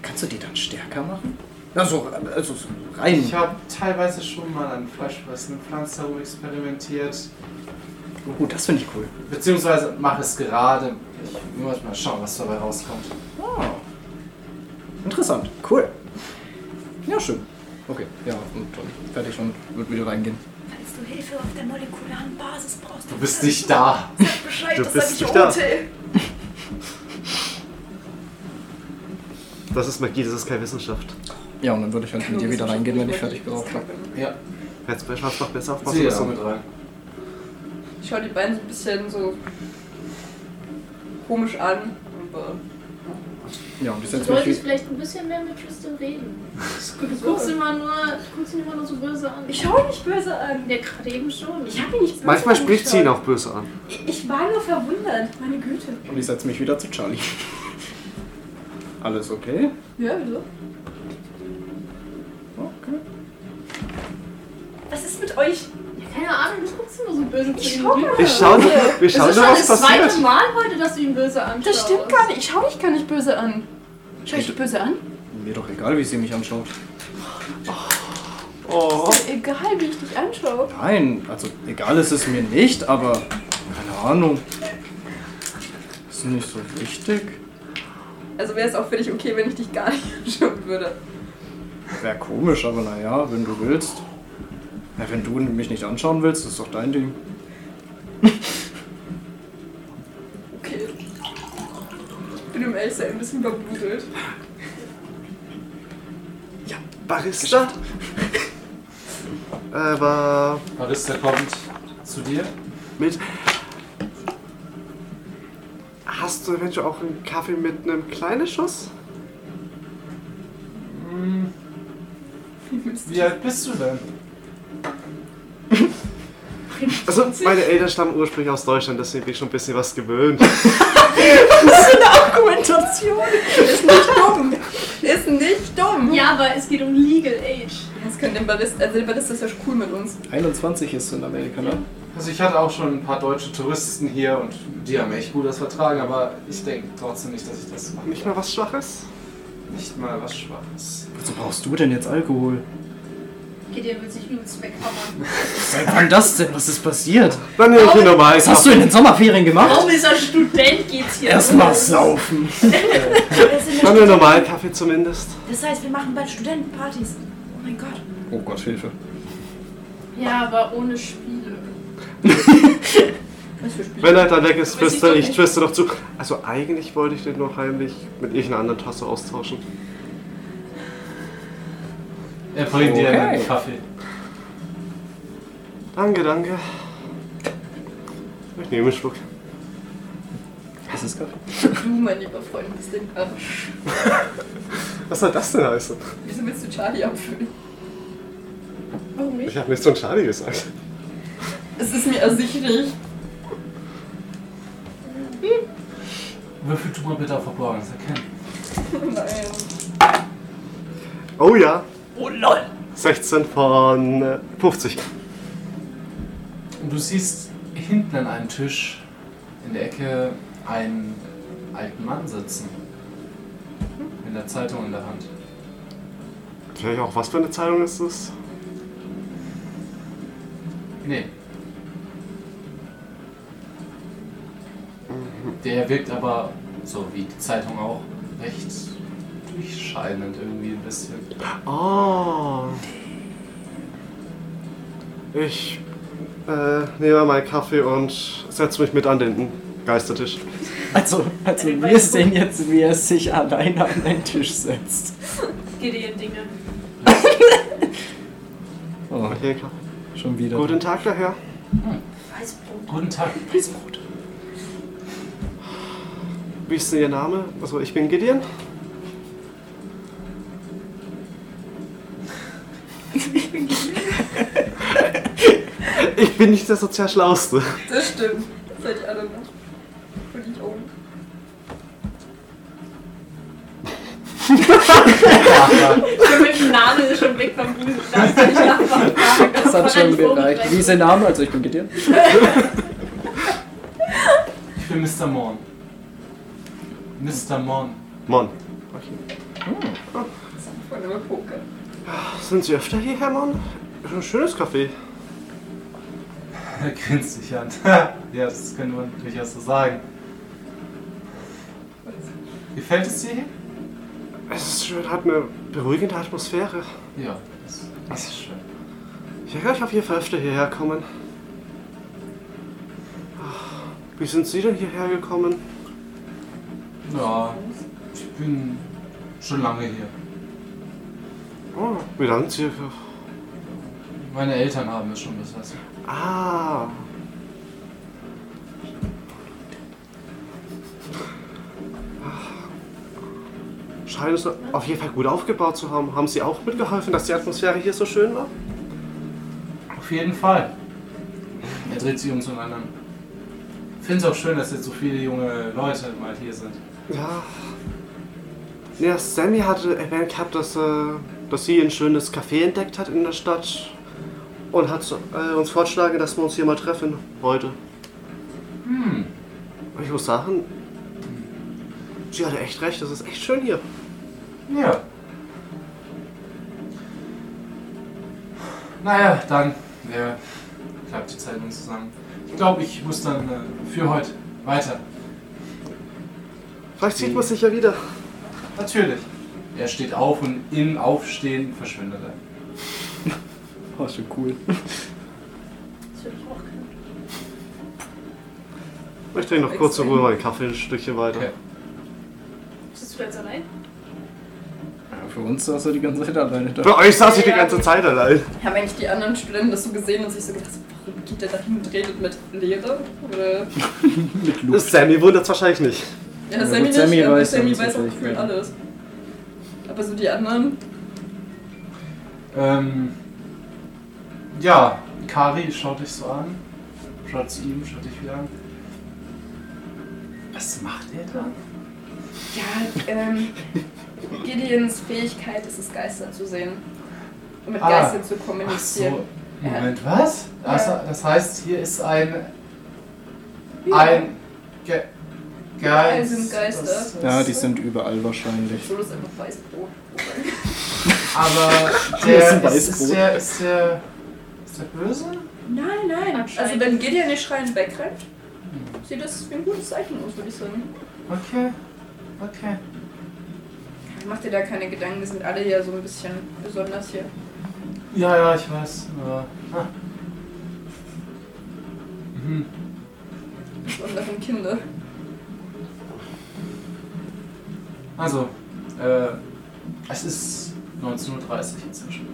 Kannst du die dann stärker machen? Also, also so rein.
Ich habe teilweise schon mal an fleischfressenden Pflanzen herum experimentiert,
Oh, das finde ich cool.
beziehungsweise mache es gerade. Ich muss mal schauen, was dabei rauskommt.
Ah. Interessant. Cool. Ja, schön. Okay, ja, und dann fertig und wird wieder reingehen.
Falls du Hilfe auf der molekularen Basis brauchst,
Du bist nicht da.
sag Bescheid,
Du
das
bist
sag ich
nicht da.
Ote.
Das ist Magie, das ist keine Wissenschaft.
Ja, und dann würde ich halt mit dir wieder reingehen, wenn ich fertig geraucht habe.
Ja,
Jetzt bei Schwarz noch besser aufpassen
zieh das so
müssen.
mit rein.
Ich schau die beiden so ein bisschen so komisch an. Aber
Ja, und ich setze
Du
mich
solltest
wie.
vielleicht ein bisschen mehr mit Tristan reden. Du guckst immer nur, du guckst ihn immer nur so böse an.
Ich schau ihn nicht böse an.
ja, gerade eben schon.
Ich habe ihn nicht böse
Manchmal spricht sie ihn
angeschaut.
auch böse an.
Ich- Ich war nur verwundert. Meine Güte.
Und ich setze mich wieder zu Charlie. Alles okay?
ja, wieso?
Okay.
Was ist mit euch?
Ja, keine Ahnung, du guckst immer so böse zu
Ich
ihm.
schau mal.
Wir schauen, wir
Das
schauen
ist
nur,
schon
was
das zweite
passiert.
Mal heute, dass du ihn böse anschaust.
Das stimmt gar nicht. Ich schau dich gar nicht böse an. Schau ich dich
Bitte.
böse an?
Mir doch egal, wie sie mich anschaut.
Oh.
Ist mir egal, wie ich dich anschaue.
Nein, also egal ist es mir nicht, aber keine Ahnung. Ist nicht so wichtig.
Also wäre es auch für dich okay, wenn ich dich gar nicht anschauen würde.
Wäre komisch, aber naja, wenn du willst. Ja, wenn du mich nicht anschauen willst, ist doch dein Ding.
Okay. Ich bin im ehrlich sein ein bisschen überblutelt.
Ja, Barista. äh, war
Barista kommt zu dir.
mit. Hast du eventuell auch einen Kaffee mit einem kleinen Schuss?
Wie alt bist du denn?
Also, meine Eltern stammen ursprünglich aus Deutschland, deswegen bin ich schon ein bisschen was gewöhnt.
Argumentation ist nicht dumm. Ist nicht dumm.
Ja, aber es geht um Legal Age.
Das könnte den Ballist, also der Ballist ist ja cool mit uns.
21 ist in Amerika, ne?
Also ich hatte auch schon ein paar deutsche Touristen hier und die haben echt gut das vertragen, aber ich denke trotzdem nicht, dass ich das mache.
Nicht mal was Schwaches?
Nicht mal was Schwaches.
Wozu brauchst du denn jetzt Alkohol?
Geht dir will sich übelst weghammern.
Seit wann das denn? Was ist passiert?
Dann nehme ich ihn normal.
Was hast du in den Sommerferien
Warum
gemacht?
ist er Student? Geht's hier?
Erstmal saufen.
Wir sind
Dann einen
ja
normalen Kaffee zumindest.
Das heißt, wir machen bald Studentenpartys. Oh mein Gott.
Oh Gott, Hilfe.
Ja, aber ohne Spiele.
Wenn er dann weg ist,
Weiß ich
Twister,
doch
ich
nicht.
twiste noch zu. Also eigentlich wollte ich den noch heimlich mit irgendeiner anderen Tasse austauschen.
Er bringt dir einen
Okay.
Kaffee.
Danke, danke. Ich nehme einen Schluck.
Das ist Kaffee.
Du, mein lieber Freund, bist den Arsch.
Was soll das denn heißen?
Wieso willst du Charlie abfüllen?
Warum nicht?
Ich habe nichts von Charlie gesagt.
Es ist mir ersichtlich.
Würfel du mal bitte auf Verborgenes erkennen.
Nein.
Oh ja. Oh lol. 16 von äh, 50.
Und du siehst hinten an einem Tisch in der Ecke einen alten Mann sitzen. Mit einer Zeitung in der Hand.
Vielleicht auch, was für eine Zeitung ist das?
Nee. Der wirkt aber, so wie die Zeitung auch, recht durchscheinend irgendwie ein bisschen.
Oh. Ich äh, nehme meinen Kaffee und setze mich mit an den Geistertisch.
Also, also wie ist denn jetzt, wie er sich alleine an einen Tisch setzt?
Geht dir in Dinge.
Oh,
Okay, Kaffee.
schon wieder.
Guten Tag daher.
Weißbrot.
Guten Tag.
Wie ist denn Ihr Name? Also ich bin Gideon. Ich bin nicht der sozial Schlauste.
Das stimmt. Das hätte ich alle noch. Und ich oben.
Schon mit dem Namen ist schon weg vom Busen. Das ist nicht nachvollziehbar.
Das hat schon gereicht. Wie ist der Name? Also ich bin Gideon.
Ich bin Mr. Morn. Mr. Morn.
Mon,
Von über Poker.
sind Sie öfter hierher, Mon? Ist ein schönes Café.
Er grinst dich an. ja, das könnte man durchaus so sagen. Gefällt es dir hier?
Es ist schön, hat eine beruhigende Atmosphäre.
Ja, das, das ist schön.
Ich werde auf jeden Fall öfter hierher kommen. Ach, Wie sind Sie denn hierher gekommen?
Ja, ich bin schon lange hier.
Oh, wie lange circa?
Meine Eltern haben es schon besessen.
Ah. Scheint es auf jeden Fall gut aufgebaut zu haben. Haben Sie auch mitgeholfen, dass die Atmosphäre hier so schön war?
Auf jeden Fall. Er dreht sich um zum anderen. Ich finde es auch schön, dass jetzt so viele junge Leute mal hier sind.
Ja. Ja, Sammy hatte erwähnt gehabt, dass, äh, dass sie ein schönes Café entdeckt hat in der Stadt und hat äh, uns vorgeschlagen, dass wir uns hier mal treffen heute.
Hm,
Und ich muss sagen, sie hatte echt recht, das ist echt schön hier.
ja. Naja, dann ja, klappt die Zeit uns zusammen. Ich glaube, ich muss dann äh, für heute weiter.
Vielleicht sieht man sich ja wieder.
Natürlich. Er steht auf und im Aufstehen verschwindet er.
Oh, schon cool.
Das würde ich auch können.
Ich trinke noch kurz zur Ruhe meinen Kaffee ein Stückchen weiter.
Okay.
Bist du jetzt allein?
Ja, für uns saß er die ganze Zeit alleine da.
Bei euch saß ich die ganze Zeit allein.
Haben eigentlich die anderen Studenten das so gesehen und sich so gedacht, so, warum geht der da hin und redet mit Lehre? Oder.
Mit Luke.
Sammy wundert's wahrscheinlich nicht.
Ja,
Ja,
das Sammy,
gut,
nicht,
Sammy
aber
weiß
Sammy
dann
weiß auch
zufällig,
gefühlt
ja.
alles. Aber so die anderen.
Ähm, ja, Kari schaut dich so an. Schaut zu ihm, schaut dich wieder an. Was macht er da?
Ja, ähm. Gideons Fähigkeit ist es, Geister zu sehen. Und mit
Ah.
Geistern zu
Ach
kommunizieren.
so. Moment, was? Das,
Ja.
das heißt, hier ist ein. Ein. Ge
Überall
Geist.
sind Geister.
das- das-
Ja, die sind überall wahrscheinlich.
So, das ist einfach Weißbrot.
Aber
Das ist ein
der ist,
Weißbrot.
ist der. Ist der. Ist der böse?
Nein, nein. Also,
Anscheinend.
wenn Gideon nicht schreiend wegrennt, sieht das wie ein gutes Zeichen aus, würde ich sagen.
Okay. Okay.
Mach dir da keine Gedanken, wir sind alle hier so ein bisschen besonders hier.
Ja, ja, ich weiß. Aber, ah. mhm.
Besonderen Kinder.
Also, äh, es ist 19.30 Uhr inzwischen.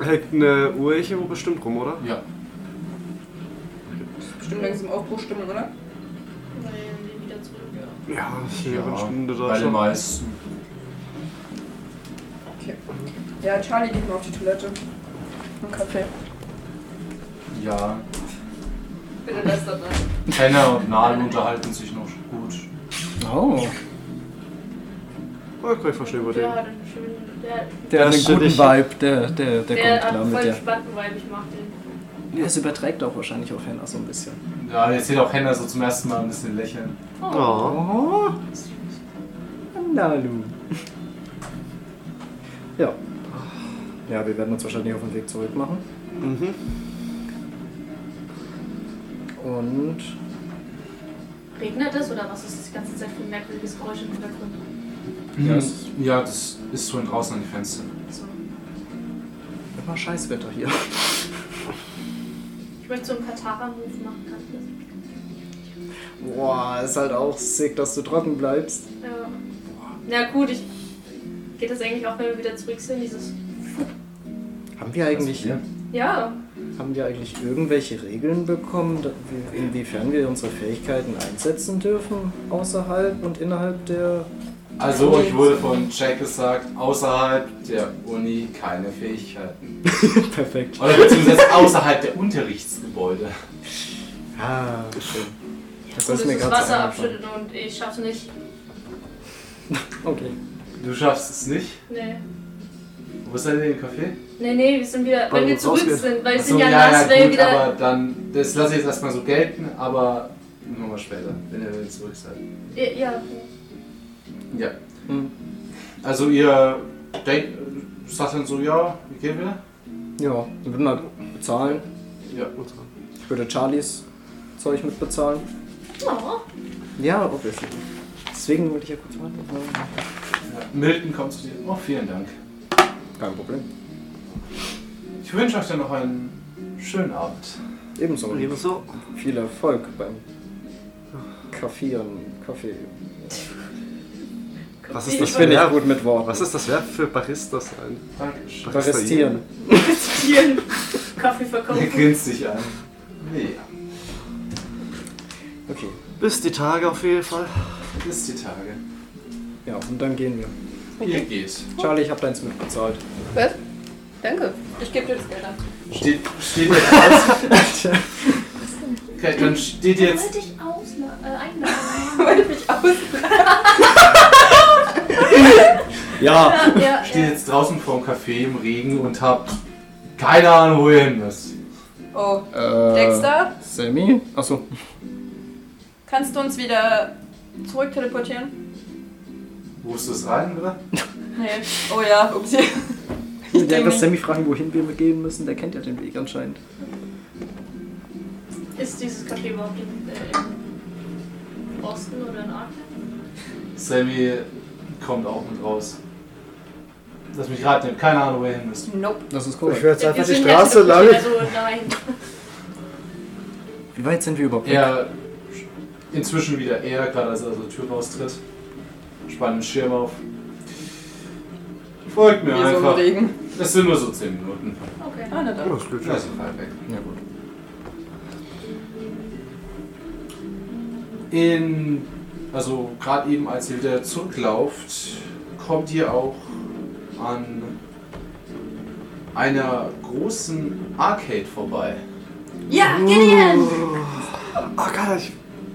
Hängt eine Uhr hier wo bestimmt rum, oder?
Ja.
Bestimmt langsam Aufbruchstimmung, oder?
Weil wir wieder zurück. Ja.
Ja, ich ja, eine Stunde da
bei den
schon.
meisten.
Ja, Charlie geht mal auf die Toilette. Einen Kaffee.
Ja.
Bitte lass das rein.
Kenner und Nahen unterhalten sich noch gut.
Oh,
Oh, ich kann ich verstehen bei dem.
Ja, dann schön. Der,
Der hat
Das
einen
stimmt,
guten
ich-
Vibe, der,
der
der, der, kommt
hat
klar
voll
mit
der.
der.
spannenden Vibe, ich mag den.
Das überträgt auch wahrscheinlich auf Henna so ein bisschen.
Ja, jetzt sieht auch Henner so zum ersten Mal ein bisschen lächeln.
Oh.
Oh. Na, Lu. Ja.
ja, wir werden uns wahrscheinlich auf den Weg zurück machen.
Mhm.
Und
Regnet es oder was ist das die ganze Zeit für ein merkwürdiges Geräusch im Hintergrund?
Ja, es- ja, das ist schon draußen an die Fenster.
So.
immer Scheißwetter hier.
Ich möchte so einen Katara-Move machen, kann ich
Boah, ist halt auch sick, dass du trocken bleibst.
das? Ja. Na gut, ich. Geht das eigentlich auch, wenn wir wieder zurück sind? Dieses.
Haben wir eigentlich, haben
Ja,
wir eigentlich irgendwelche Regeln bekommen, da- wie- inwiefern wir unsere Fähigkeiten einsetzen dürfen, außerhalb und innerhalb der
Also, ich wurde von Jack gesagt, außerhalb der Uni keine Fähigkeiten.
Perfekt.
Oder beziehungsweise außerhalb der Unterrichtsgebäude.
Ah, schön. Das
Das
ist mir
ist
gerade so
Wasser
eingefallen.
abschütten und ich schaff's nicht.
Okay.
Du schaffst es nicht.
Nee.
Wo ist denn den Kaffee?
Nee, nee, wir sind wieder,
Weil
wenn wir
uns
zurück
rausgeht.
sind, weil wir
Achso,
sind ja, Lars Well
gut,
wieder.
aber dann, das lasse ich jetzt erstmal so gelten, aber nochmal später, wenn ihr zurück seid.
Ja, ja.
Ja.
Hm.
Also ihr denkt, du sagst dann so, ja, wie gehen wir?
Ja, wir würden halt bezahlen.
Ja.
Ich würde Charlies Zeug mitbezahlen.
Oh,
Ja, obviously. Deswegen wollte ich ja kurz warten.
ja. Milton kommt zu dir. Oh, vielen Dank.
Kein Problem.
Ich wünsche euch dann noch einen schönen Abend.
Ebenso.
Ebenso.
Viel Erfolg beim Kaffieren. Kaffee.
Was ist
Ich
das
bin
für
nicht
Verb?
gut mit Worten.
Was ist das Verb für Barista sein?
Dankeschön.
Barristieren.
Tieren. Kaffee
Er
verkaufen.
grinst dich an. Nee,
Okay.
Bis die Tage auf jeden Fall.
ist die Tage.
Ja, und dann gehen wir.
Ihr geht.
Charlie, ich hab deins mitbezahlt.
Danke.
Ich gebe dir das Geld an.
Steht, steht jetzt aus. Okay, dann steht jetzt
Wollte ich ausla- äh, einladen.
Wollte mich aus.
Ja!
Ah,
ja,
steht jetzt draußen vorm Café im Regen und habt keine Ahnung, wo ihr hin müsst.
Oh.
Äh,
Dexter,
Sammy? Achso.
kannst du uns wieder zurück teleportieren?
Wo ist das rein, oder?
Nee. Oh ja, upsie.
Ich
denke
werde
nicht.
Sammy fragen, wohin wir gehen müssen. Der kennt ja den Weg anscheinend.
Ist dieses Kaffee überhaupt in, äh, in Osten oder in Aachen?
Sammy kommt auch mit raus. Lass mich raten, ihr habt keine Ahnung, wo ihr hin müsst.
Nope.
Das ist
Oh, Ich
korrekt.
höre jetzt
Wir
einfach die
sind ja
Straße
zurück,
lang.
Also nein.
Wie weit sind wir überhaupt?
Er inzwischen wieder eher, gerade als er aus der Tür raustritt. Spannt den Schirm auf. Folgt mir
Wie so im
einfach.
Regen.
Es sind nur so 10 Minuten.
Okay.
Ah, na dann.
Oh, das geht
Ja,
schon.
ist ja weit weg.
Ja, gut.
In, also gerade eben, als ihr wieder zurücklauft, kommt ihr auch an einer großen Arcade vorbei.
ja,
Uh.
Gideon!
Oh Gott, ich,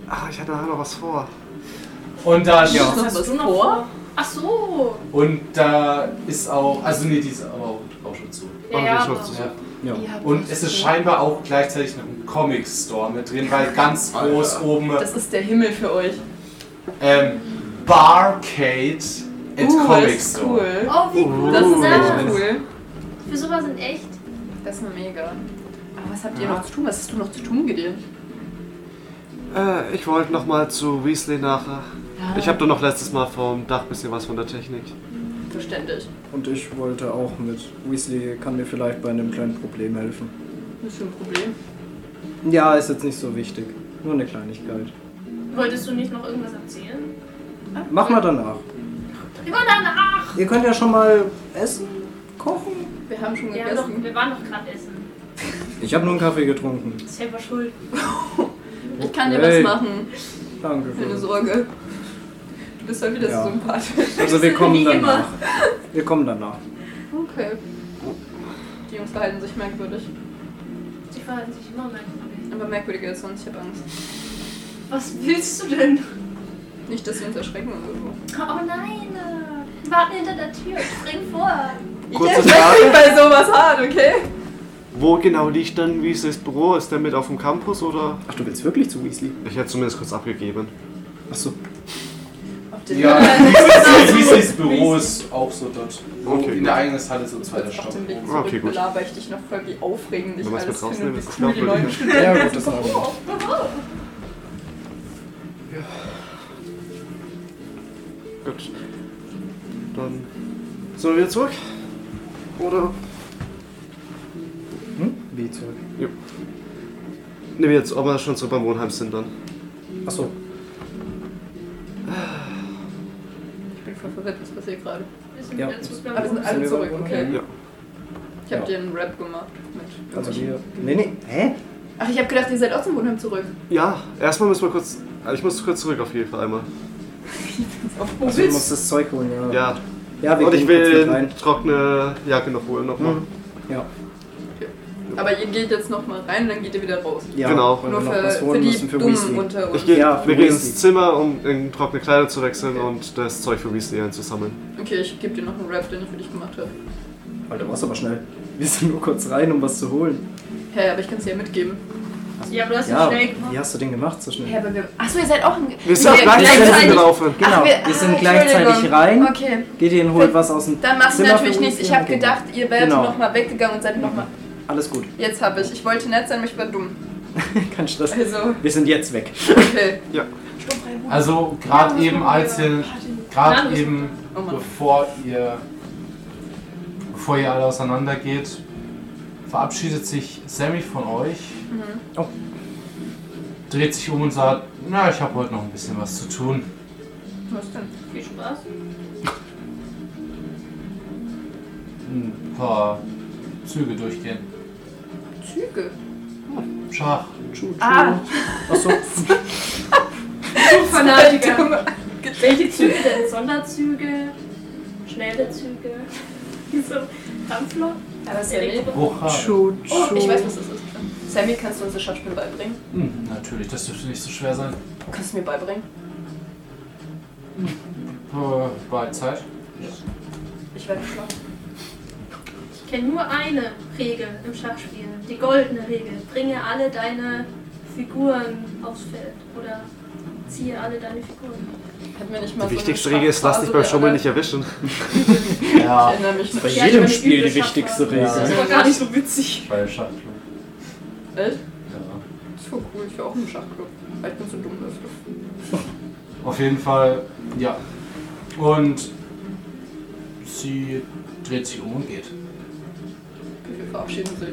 ah, ich hatte nachher noch was vor.
Und da
Ja.
Was
Noch
hast
was
du noch
vor?
vor? Ach so.
Und da ist auch, also nee, die ist aber auch, auch schon zu.
Ja,
Oh,
ja,
ich
aber-
hab's-
Ja.
Ja.
Und es ist scheinbar auch gleichzeitig noch ein Comic Store mit drin, weil ganz groß oben
Das ist der Himmel für euch.
ähm, Barcade and
Uh, das
Comic
ist
Store.
cool.
Oh, wie cool.
Uh, Das ist
das.
echt cool.
Für sowas in echt.
Das ist mega. Aber was habt ihr noch zu tun? Was hast du noch zu tun, Gideon?
Äh, ich wollte nochmal zu Weasley nachher. Ich habe doch noch letztes Mal vom Dach bisschen was von der Technik.
Verständlich.
Und ich wollte auch mit. Weasley kann mir vielleicht bei einem kleinen Problem helfen.
Das ist schon ein Problem.
Ja, ist jetzt nicht so wichtig. Nur eine Kleinigkeit.
Wolltest du nicht noch irgendwas erzählen?
Mach mal danach.
Immer danach.
Ihr könnt ja schon mal essen, kochen.
Wir haben schon
Wir, haben doch,
gegessen.
wir waren doch gerade essen.
Ich habe nur einen Kaffee getrunken.
Selber schuld.
Ich kann dir
Hey.
was machen.
Danke.
Keine Sorge. Du bist halt wieder
Ja.
so sympathisch.
Also wir kommen
Wie
danach. Wir kommen danach.
Okay. Die Jungs verhalten sich merkwürdig.
Die verhalten sich immer merkwürdig.
Aber merkwürdiger als sonst. Ich habe Angst.
Was willst du denn?
Nicht, dass wir uns erschrecken oder so.
Oh nein! äh, Wir warten hinter der Tür. Spring vor.
Kurze
ich erschrecke mich
Frage.
bei sowas hart, okay?
Wo genau liegt denn Weasleys Büro? Ist der mit auf dem Campus oder?
Ach, du willst wirklich zu Weasley?
Ich hätte zumindest kurz abgegeben.
Achso.
Auf den
Ja, Weasleys- Weasleys Büro ist auch so dort. wo
Okay,
in
gut.
der eigenen Halle so zweiter
Auf
Stock.
dem Weg
Ah,
zurück
okay, gut.
belaber ich dich noch voll, wie aufregend ich
Wenn wir's
alles
mit
finde und
rausnehmen,
wie
ist
cool die neuen
glaubwürdig.
Studenten
Ja, gut, das war gut.
Gut. Dann sind wir wieder zurück? Oder?
Hm? Wie zurück?
Ne, wir jetzt, ob wir schon zurück beim Wohnheim sind dann.
Achso.
Ich bin voll verwirrt, was passiert gerade.
Wir sind
Ja.
wieder zu
Aber wir sind
bleiben.
alle
wir
zurück,
bei
okay.
Ja.
Ich habe
Ja.
dir einen Rap gemacht. Mit
Also wir. Nee, nee. Hä?
Ach, ich habe gedacht, ihr seid auch zum Wohnheim zurück.
äh, Ja, erstmal müssen wir kurz. Also ich muss kurz zurück auf jeden Fall einmal.
Also du musst das Zeug holen, ja.
Ja.
Ja, wir
Und ich
gehen kurz
will
mit rein.
eine trockene Jacke noch holen. Nochmal.
Mhm. Ja.
Aber ihr geht jetzt nochmal rein und dann geht ihr wieder raus.
ja.
Genau.
Weil
Nur
wir noch
für,
was
für
holen
die
müssen für
Dummen
Weasley.
unter uns.
Ich gehe,
Ja, für
wir gehen
Weasley.
ins Zimmer, um in trockene Kleider zu wechseln
Okay.
und das Zeug für Weasley einzusammeln.
Okay, ich gebe dir noch einen Rap, den ich für dich gemacht habe.
Alter, war's aber schnell. Wir sind nur kurz rein, um was zu holen.
Hä, aber ich kann es dir ja mitgeben.
Ja, aber du hast ihn
Ja,
schnell gemacht.
wie hast du den gemacht so schnell?
Ja, aber wir, achso, ihr seid auch ein.
Wir sind
Nee,
gleichzeitig
gleichzeitig.
gelaufen.
Ach,
Genau,
wir-
wir,
ah,
sind gleichzeitig
Entschuldigung.
rein.
Okay,
Geht ihr und holt was aus dem
dann machst du
Zimmer
natürlich
für
nichts. Ich
Weasley
habe
und
gedacht, ihr werdet
Genau.
nochmal weggegangen und seid nochmal.
Alles gut,
Jetzt habe ich. Ich wollte nett sein, aber ich war dumm.
kein Stress.
Also,
Wir sind jetzt weg.
okay.
Also gerade eben, als ihr, gerade eben,
Oh Mann.
bevor ihr, bevor ihr alle auseinander geht, verabschiedet sich Sammy von euch.
Oh.
Dreht sich um und sagt, na, ich habe heute noch ein bisschen was zu tun.
Was denn?
Viel Spaß.
Ein paar Züge durchgehen.
Züge.
Schach.
Ah,
Achso,
Oh,
Fanatiker. Welche Züge denn? Sonderzüge? Schnelle Züge? Diese Dampflok?
Aber Sammy.
Hochra.
Chu,
Oh,
chu.
ich weiß, was das ist. Sammy, kannst du uns das Schachspiel beibringen?
Hm, natürlich, das dürfte nicht so schwer sein.
Kannst du mir beibringen?
Äh, bei Zeit.
Ich werde geschlagen.
Ich kenne nur eine Regel im Schachspiel. Die goldene Regel. Bringe alle deine Figuren aufs Feld. Oder ziehe alle deine Figuren.
Hat mir nicht mal so
Die
eine
wichtigste Regel ist, lass dich
Schachphase
beim Schummeln
geärgert.
nicht erwischen.
Ja,
Ich erinnere mich noch.
Bei Ja, jedem ich meine, Spiel die üble wichtigste Schachtel.
Regel.
Das war gar nicht so witzig.
bei Schach.
Echt?
Ja.
Das war cool, ich war auch im Schachclub. Weil ich bin so dumm dafür.
Auf jeden Fall, ja. Und sie dreht sich um und geht.
Wir verabschieden sie.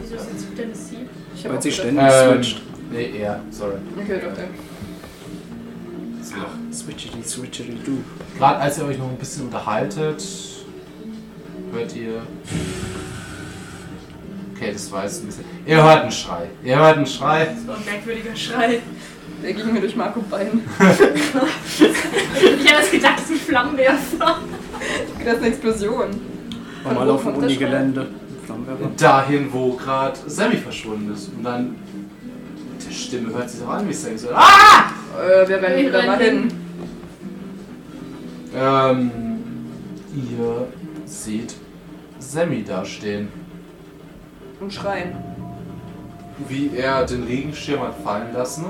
Wieso ist jetzt wieder eine Sie?
Ich hab
Weil
auch
sie
gedacht-
ständig switcht.
Ähm, nee, eher, sorry.
Okay, doch, danke.
Ist noch.
Switchery, switchery, du.
Gerade als ihr euch noch ein bisschen unterhaltet, hört ihr. Okay, das war jetzt ein bisschen. Ihr hört einen Schrei. Ihr hört einen Schrei.
Das war ein merkwürdiger Schrei.
Der ging mir durch Marco Bein.
Ich habe das gedacht, das ist ein Flammenwerfer.
Das ist eine Explosion. Von
Normal
wo
auf dem
kommt das
Unigelände. Flammenwerfer.
Dahin, wo gerade Sammy verschwunden ist. Und dann. Die Stimme hört sich doch an, wie Sammy so. Ah!
Äh, wir werden
Wir
wieder mal
rennen.
hin.
Ähm. Ihr seht Sammy dastehen.
Und schreien.
wie er den Regenschirm hat fallen lassen.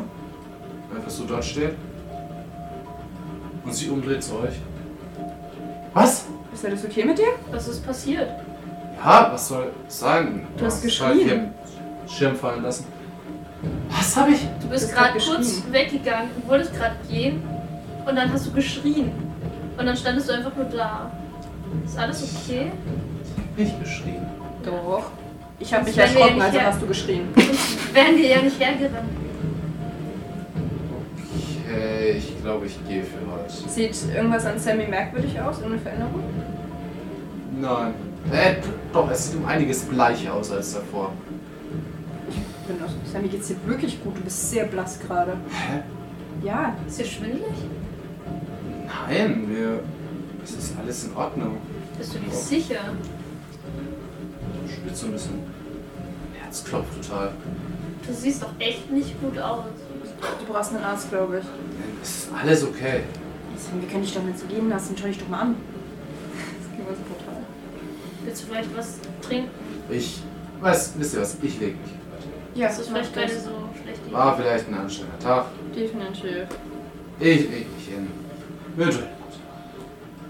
Einfach so dort steht. Und sich umdreht zu euch. Was?
Ist ja das okay mit dir?
Was ist passiert?
Ja, was soll ich sagen?
Du hast
Ich hab
geschrien.
hier Schirm fallen lassen. Was habe ich?
Du
Das
bist
hat
gerade kurz
geschrien.
weggegangen und wolltest gerade gehen und dann hast du geschrien. Und dann standest du einfach nur da. Ist alles okay?
Nicht geschrien.
Doch. Ich hab mich
Das werden wir
erschrocken,
ja nicht
also
her-
hast du geschrien.
Sonst wären wir ja nicht hergerannt.
Okay, ich glaube, ich gehe für heute.
Sieht irgendwas an Sammy merkwürdig aus? Irgendeine Veränderung?
Nein. Äh, doch, es sieht um einiges bleicher aus als davor.
Bin das- Sammy geht's dir wirklich gut. Du bist sehr blass gerade.
Hä?
Ja.
Ist dir schwindelig?
Nein, wir. Es ist alles in Ordnung.
Bist du nicht sicher?
Spürt so ein bisschen. Herzklopft total.
Du siehst doch echt nicht gut aus.
Du brauchst einen Arzt, glaube ich.
Es ist alles okay.
Sammy, wir können dich damit so gehen lassen. Schau dich doch mal an. Das ging mir so brutal.
Willst du vielleicht was trinken?
Ich, was, wisst ihr was, ich leg mich.
Ja,
Das ist vielleicht
mach das.
keine so schlechte Idee.
War vielleicht ein anstrengender Tag.
Definitiv.
Ich leg mich hin. Wünsche.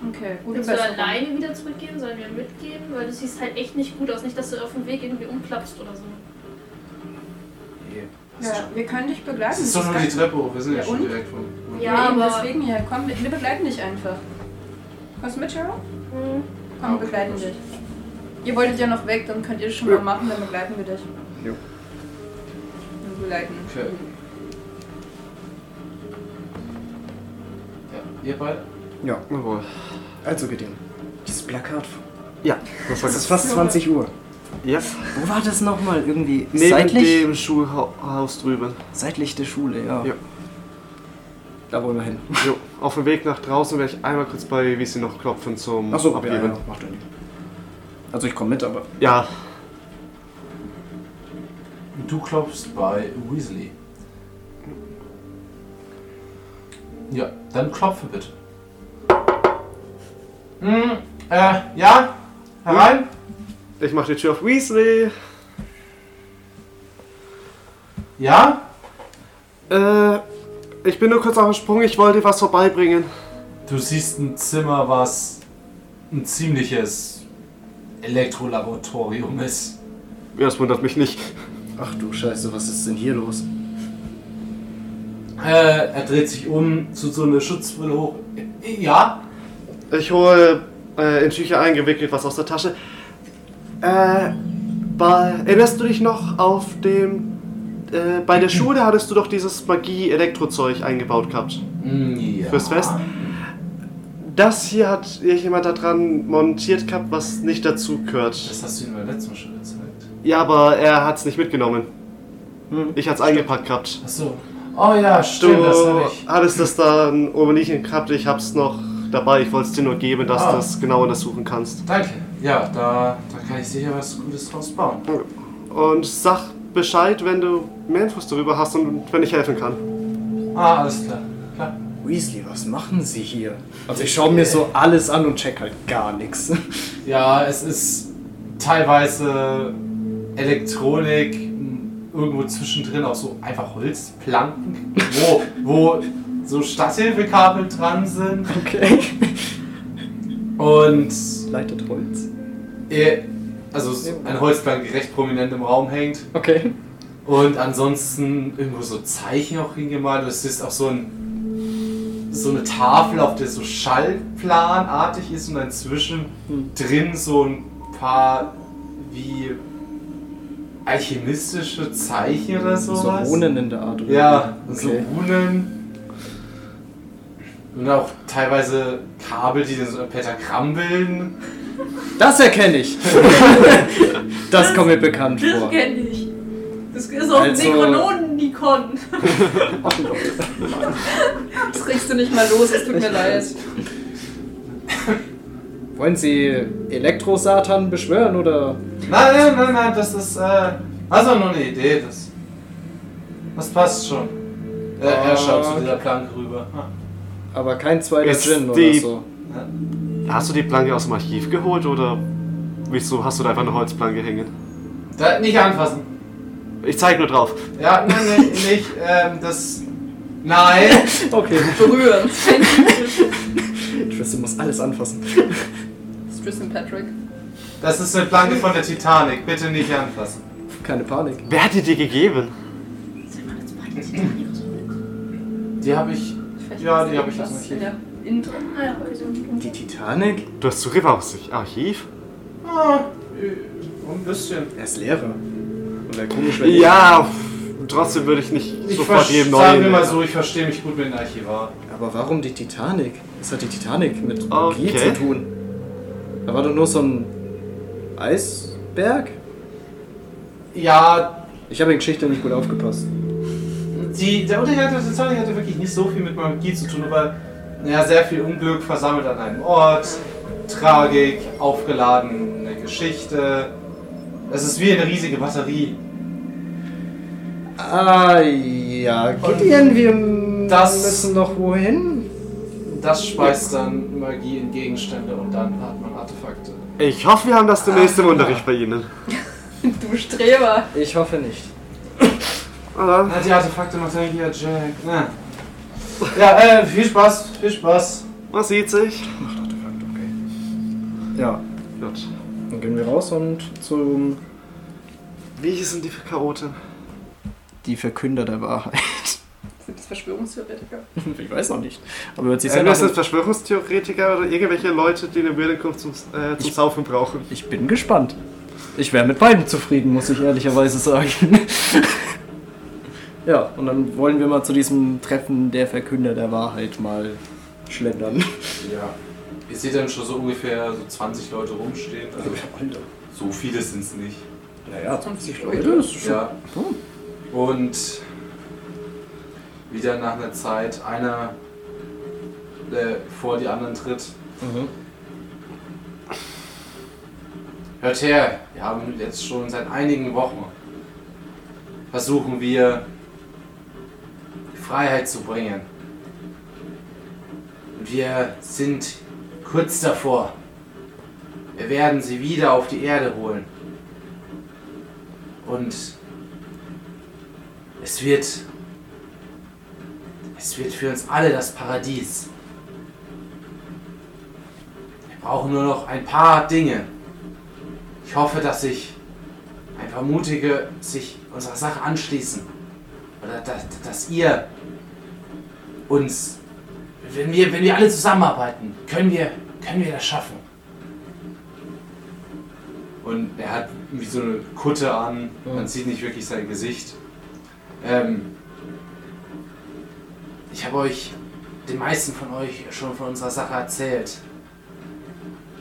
Okay, gute
Willst du
Besserung.
alleine wieder zurückgehen? Sollen wir mitgehen? Weil du siehst halt echt nicht gut aus. Nicht, dass du auf dem Weg irgendwie umklappst oder so.
Nee, passt
Ja,
schon.
wir können dich
Es
begleiten.
ist doch nur die
ganz-
Treppe hoch, wir sind ja,
Ja,
schon
und?
direkt von.
Ja.
Ja, Eben,
aber-
deswegen ja. Komm, wir wir begleiten dich einfach. Kommst du mit, Cheryl? Komm, wir
Okay.
begleiten dich. Ihr wolltet ja noch weg, dann könnt ihr das schon mal machen, dann begleiten wir dich.
Jo.
Wir begleiten.
Okay. Ja, ihr beide?
Ja,
Jawohl.
also Gideon. Dieses Plakat.
Ja, das war
Es ist
das.
fast 20 Uhr.
Ja.
wo war das nochmal? Irgendwie
Neben
seitlich?
dem Schulhaus drüben.
Seitlich der Schule, ja.
Ja.
Da wollen wir hin.
Jo, auf dem Weg nach draußen werde ich einmal kurz bei Wiesi noch klopfen zum
Achso, abgeben. Ja, macht ja nichts. Also ich komme mit, aber
Ja,
Du klopfst bei Weasley. Ja, dann klopfe bitte. Hm, äh, ja? Herein?
ich mache die Tür auf Weasley.
Ja?
Äh, ich bin nur kurz auf dem Sprung, ich wollte dir was vorbeibringen.
Du siehst ein Zimmer, was ein ziemliches Elektrolaboratorium ist.
Ja, das wundert mich nicht.
Ach du Scheiße, was ist denn hier los?
Äh, er dreht sich um, zieht so eine Schutzbrille hoch. Äh, Ja?
Ich hole äh, in Tücher eingewickelt was aus der Tasche. Äh, bei, erinnerst du dich noch auf dem. Äh, bei der Schule hattest du doch dieses Magie-Elektrozeug eingebaut gehabt.
Hm, ja.
Fürs Fest? Das hier hat jemand da dran montiert gehabt, was nicht dazu gehört.
Das hast du ihm beim letzten Mal schon gezeigt.
Ja, aber er hat's nicht mitgenommen. Ich hat's eingepackt gehabt.
Achso. Oh ja, stimmt,
Du
das hab ich.
hattest das dann oben nicht gehabt, ich hab's noch dabei. Ich wollte es dir nur geben, dass
Ah.
du es genau untersuchen kannst.
Danke. Ja, da, da kann ich sicher was Gutes draus bauen.
Und sag Bescheid, wenn du mehr Infos darüber hast und wenn ich helfen kann.
Ah, alles klar. Klar.
Weasley, was machen Sie hier? Also ich schaue mir so alles an und check halt gar nichts.
Ja, es ist teilweise Elektronik, m, irgendwo zwischendrin auch so einfach Holzplanken, wo, wo so Stadthilfekabel dran sind.
Okay.
Und
Leitet Holz.
äh, also so eine Holzplanke die recht prominent im Raum hängt.
Okay.
Und ansonsten irgendwo so Zeichen auch hingemalt. Und es ist auch so, ein, so eine Tafel, auf der so Schallplanartig ist und dazwischen
Hm.
drin so ein paar wie alchemistische Zeichen oder
So
sowas.
Runen in der Art. Oder?
Ja, so
Okay.
Runen. Und auch teilweise Kabel, die dann so ein Pentagramm bilden.
Das erkenne ich. das kommt mir bekannt
Das
vor.
kenne ich. Das ist auch
Also-
also, Necronoden-Nikon.
Das kriegst du nicht mal los, es tut mir leid.
Wollen Sie Elektro-Satan beschwören oder?
Nein, nein, nein, nein, das ist. Äh, also nur eine Idee, das. Das passt schon. Äh, Ah. Er, er schaut zu dieser Planke rüber.
Aber kein zweiter
Ist
Gin oder
die-
so.
Hast du die Planke aus dem Archiv geholt oder wieso hast du da einfach eine Holzplanke hängen?
Da, nicht anfassen.
Ich zeig nur drauf.
Ja, nein, nein, nicht. Ähm, das. Nein!
Okay.
Berühren.
Tristan muss alles anfassen.
Tristan Patrick.
Das ist eine Planke von der Titanic. Bitte nicht anfassen.
Keine Panik.
Wer hat die dir gegeben?
Die habe ich. Ja, die habe ich jetzt nicht.
In der Intro.
Ah, ja, also,
Die Titanic?
Du hast Zugriff aufs Archiv?
Ah, äh, ein bisschen.
Er ist Lehrer. Und wäre komisch, wenn
Ja, trotzdem würde ich nicht
Ich
sofort jedem
verstehe. Sagen wir
neuen.
mal so, ich verstehe mich gut mit den Archivar.
Aber warum die Titanic? Was hat die Titanic mit Magie
Okay.
zu tun? Da war doch nur so ein Eisberg.
Ja,
Ich habe in Geschichte nicht gut aufgepasst.
Die, der Untergang der Titanic hatte wirklich nicht so viel mit Magie zu tun, aber naja, sehr viel Unglück versammelt an einem Ort, Tragik, aufgeladene Geschichte. Es ist wie eine riesige Batterie.
Ah ja, Gideon, wir
das-
müssen noch wohin?
Das speist dann Magie in Gegenstände und dann hat man Artefakte.
Ich hoffe, wir haben das demnächst im Unterricht bei Ihnen.
Du Streber.
Ich hoffe nicht.
Ah,
Na, die Artefakte macht dann hier Jack. Na. Ja, äh, viel Spaß, viel Spaß.
man sieht sich.
Ja,
Gut.
dann gehen wir raus und zum
Wie hießen die Chaoten?
Die Verkünder der Wahrheit.
Sind das Verschwörungstheoretiker?
Ich weiß noch nicht. Aber hört sich
Äh,
selber
das sind
an.
Verschwörungstheoretiker oder irgendwelche Leute, die eine Wiederkunft zum, äh, zum Saufen brauchen.
Ich bin gespannt. Ich wäre mit beiden zufrieden, muss ich ehrlicherweise sagen. ja, und dann wollen wir mal zu diesem Treffen der Verkünder der Wahrheit mal schlendern.
Ja. Ihr seht dann schon so ungefähr so 20 Leute rumstehen. Also so viele sind es nicht.
Naja,
20
Leute. Das ist schon
Ja. Und wieder nach einer Zeit, einer äh, vor die anderen tritt.
Mhm.
Hört her, wir haben jetzt schon seit einigen Wochen versuchen wir die Freiheit zu bringen. Und wir sind kurz davor. Wir werden sie wieder auf die Erde holen. Und es wird es wird für uns alle das Paradies. Wir brauchen nur noch ein paar Dinge. Ich hoffe, dass sich ein paar Mutige sich unserer Sache anschließen. Oder dass, dass ihr uns, wenn wir, wenn wir alle zusammenarbeiten, können wir, können wir das schaffen. Und er hat wie so eine Kutte an, man sieht nicht wirklich sein Gesicht. Ähm, ich habe euch, den meisten von euch, schon von unserer Sache erzählt.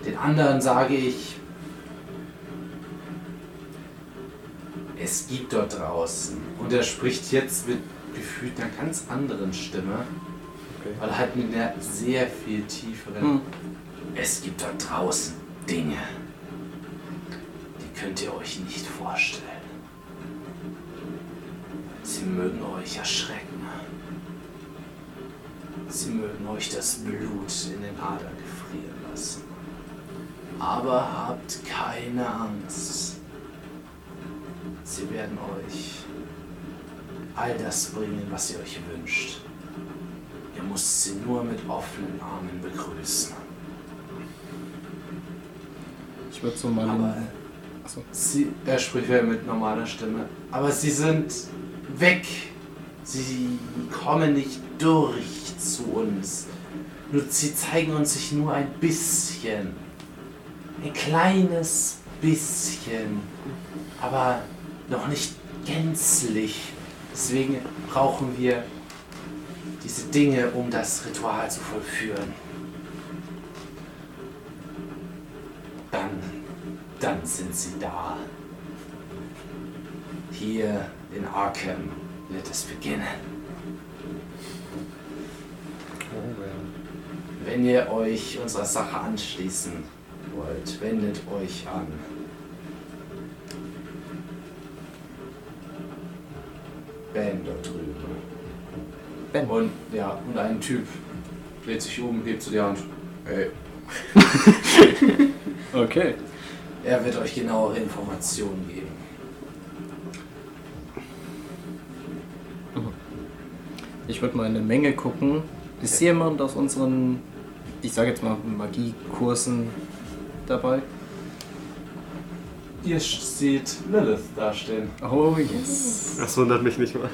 Den anderen sage ich, es gibt dort draußen. Und er spricht jetzt mit gefühlt einer ganz anderen Stimme,
Okay.
weil er halt mit einer sehr viel tieferen. Es gibt dort draußen Dinge, die könnt ihr euch nicht vorstellen. Sie mögen euch erschrecken. Sie mögen euch das Blut in den Adern gefrieren lassen. Aber habt keine Angst. Sie werden euch all das bringen, was ihr euch wünscht. Ihr müsst sie nur mit offenen Armen begrüßen.
Ich würde so meinen.
Aber äh,
Achso.
sie, er spricht ja mit normaler Stimme. Aber sie sind weg. Sie kommen nicht durch zu uns. Nur, sie zeigen uns sich nur ein bisschen. Ein kleines bisschen. Aber noch nicht gänzlich. Deswegen brauchen wir diese Dinge, um das Ritual zu vollführen. Dann dann sind sie da. Hier in Arkham wird es beginnen. Wenn ihr euch unserer Sache anschließen wollt, wendet euch an. Ben dort drüben.
Ben.
Und ja, und ein Typ dreht sich um, hebt zu dir Hand. Hey,
Okay.
Er wird euch genauere Informationen geben.
Ich würde mal in eine Menge gucken. Ist jemand aus unseren, ich sage jetzt mal, Magiekursen dabei?
Ihr seht Lilith dastehen.
Oh yes.
Das wundert mich nicht mal.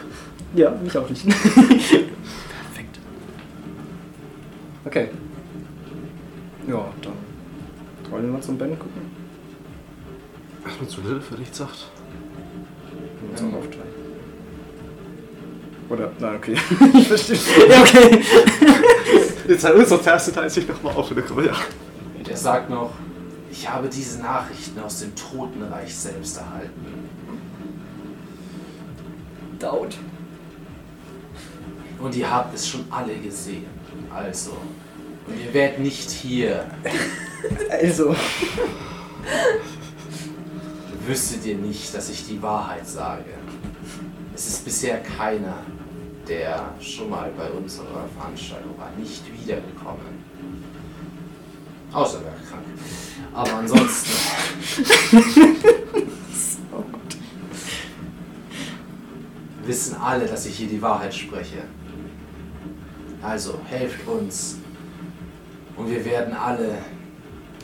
Ja, mich auch nicht. Perfekt. Okay. Ja, dann wollen wir zum Ben gucken.
Was man zu Hilfe nicht sagt.
Und zum Aufteilen. Oder, nein, okay. ich verstehe. Ja, okay.
Jetzt hat unser erste Teil sich nochmal auf. Ja.
Und er sagt noch, ich habe diese Nachrichten aus dem Totenreich selbst erhalten.
Daut.
Und ihr habt es schon alle gesehen. Also. Und ihr werdet nicht hier.
Also.
Wüsstet ihr nicht, dass ich die Wahrheit sage. Es ist bisher keiner, der schon mal bei unserer Veranstaltung war, nicht wiedergekommen. Außer er war krank. Aber ansonsten. wissen alle, dass ich hier die Wahrheit spreche. Also helft uns und wir werden alle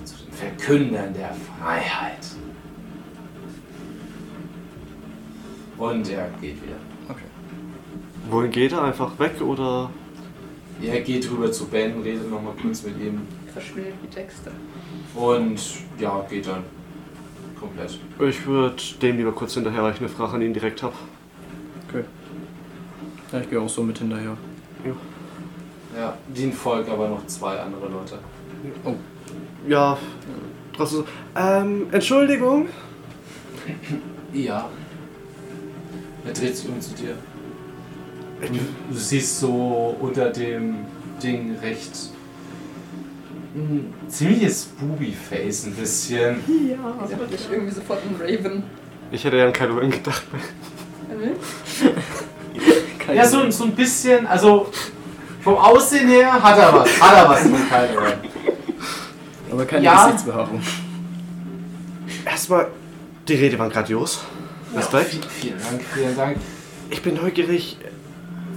zu den Verkündern der Freiheit. Und er geht wieder.
Wohin geht er? Einfach weg oder?
Er geht rüber zu Ben, redet nochmal kurz mit ihm
Verschwindet wie Dexter.
und ja, geht dann komplett.
Ich würde dem lieber kurz hinterher, weil ich eine Frage an ihn direkt habe.
Ja, ich gehe auch so mit hinterher.
Ja, den folgen aber noch zwei andere Leute.
Ja, trotzdem so. Ähm, Entschuldigung.
Ja. Er dreht sich um zu dir. Du, du siehst so unter dem Ding recht ein ziemliches Booby-Face ein bisschen.
Ja.
Ich hatte ich irgendwie sofort einen Raven.
Ich hätte ja an Kylo Ren gedacht.
Keine
Ja, so, so ein bisschen, also vom Aussehen her hat er was, hat er was mit Kylo Ren.
Aber keine
Ja.
Gesichtsbehaarung.
Erstmal, die Rede waren grandios. Respekt.
Vielen- Vielen Dank, vielen Dank.
Ich bin neugierig.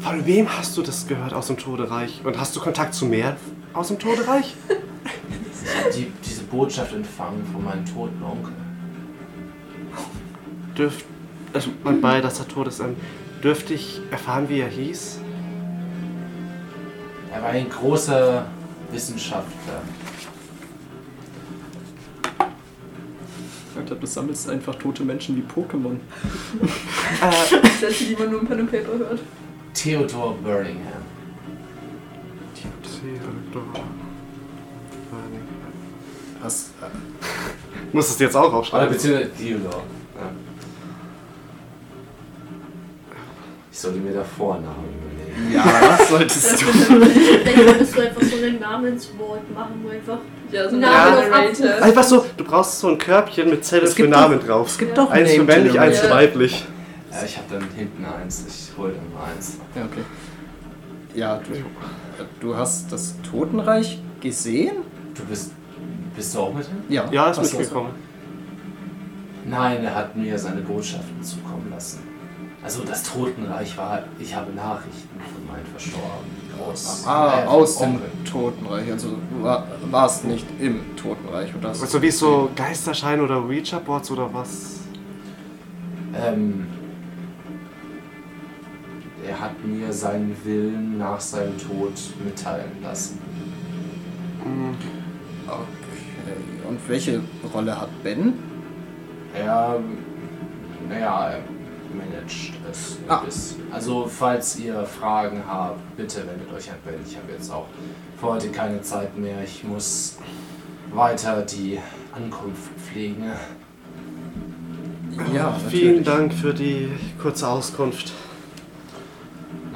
Von wem hast du das gehört aus dem Todereich? Und hast du Kontakt zu mehr aus dem Todereich?
Ich habe die, diese Botschaft empfangen von meinem toten Onkel.
Dürft. Also, mein Beider, dass er tot ist. Ähm, dürfte ich erfahren, wie er hieß?
Er war ein großer Wissenschaftler.
Alter, du sammelst einfach tote Menschen wie Pokémon.
Ich setze die man nur im Pen and Paper hört.
Theodore Birmingham.
Was?
Muss es jetzt auch
Oder
aufschreiben?
beziehungsweise Theodore. Ja. Ich sollte mir da Vornamen überlegen.
Ja, das solltest du.
Ich denke, da musst du einfach so einen Namenswort machen, wo einfach.
Ja, so
Name
eine
auf
Rated.
Einfach so, du brauchst so ein Körbchen mit Zetteln
Es
für
gibt
Namen drauf.
Es gibt doch
Eins für männlich, eins für
Ja.
weiblich.
Ja, ich habe dann hinten eins. Ich hole dann mal eins.
Ja, okay. Ja, du, du hast das Totenreich gesehen?
Du bist. Bist du auch mit hin?
Ja.
Ja, ist
Hast du
mitgekommen.
Nein, er hat mir seine Botschaften zukommen lassen. Also das Totenreich war. Ich habe Nachrichten von meinen Verstorbenen.
das-
Aus,
Äh,
Äh,
Ah, aus dem
um-
Onkel.
Totenreich. Also du war, warst nicht im Totenreich. Und das
Also wie so Geisterschein oder Ouija Boards oder was?
Ähm, er hat mir seinen Willen nach seinem Tod mitteilen lassen.
Okay. Und welche Rolle hat Ben?
Er, naja, er managt es ein
Ah.
bisschen. Also, falls ihr Fragen habt, bitte wendet euch an Ben. Ich habe jetzt auch für heute keine Zeit mehr. Ich muss weiter die Ankunft pflegen.
Ja,
Vielen Dank für die kurze Auskunft.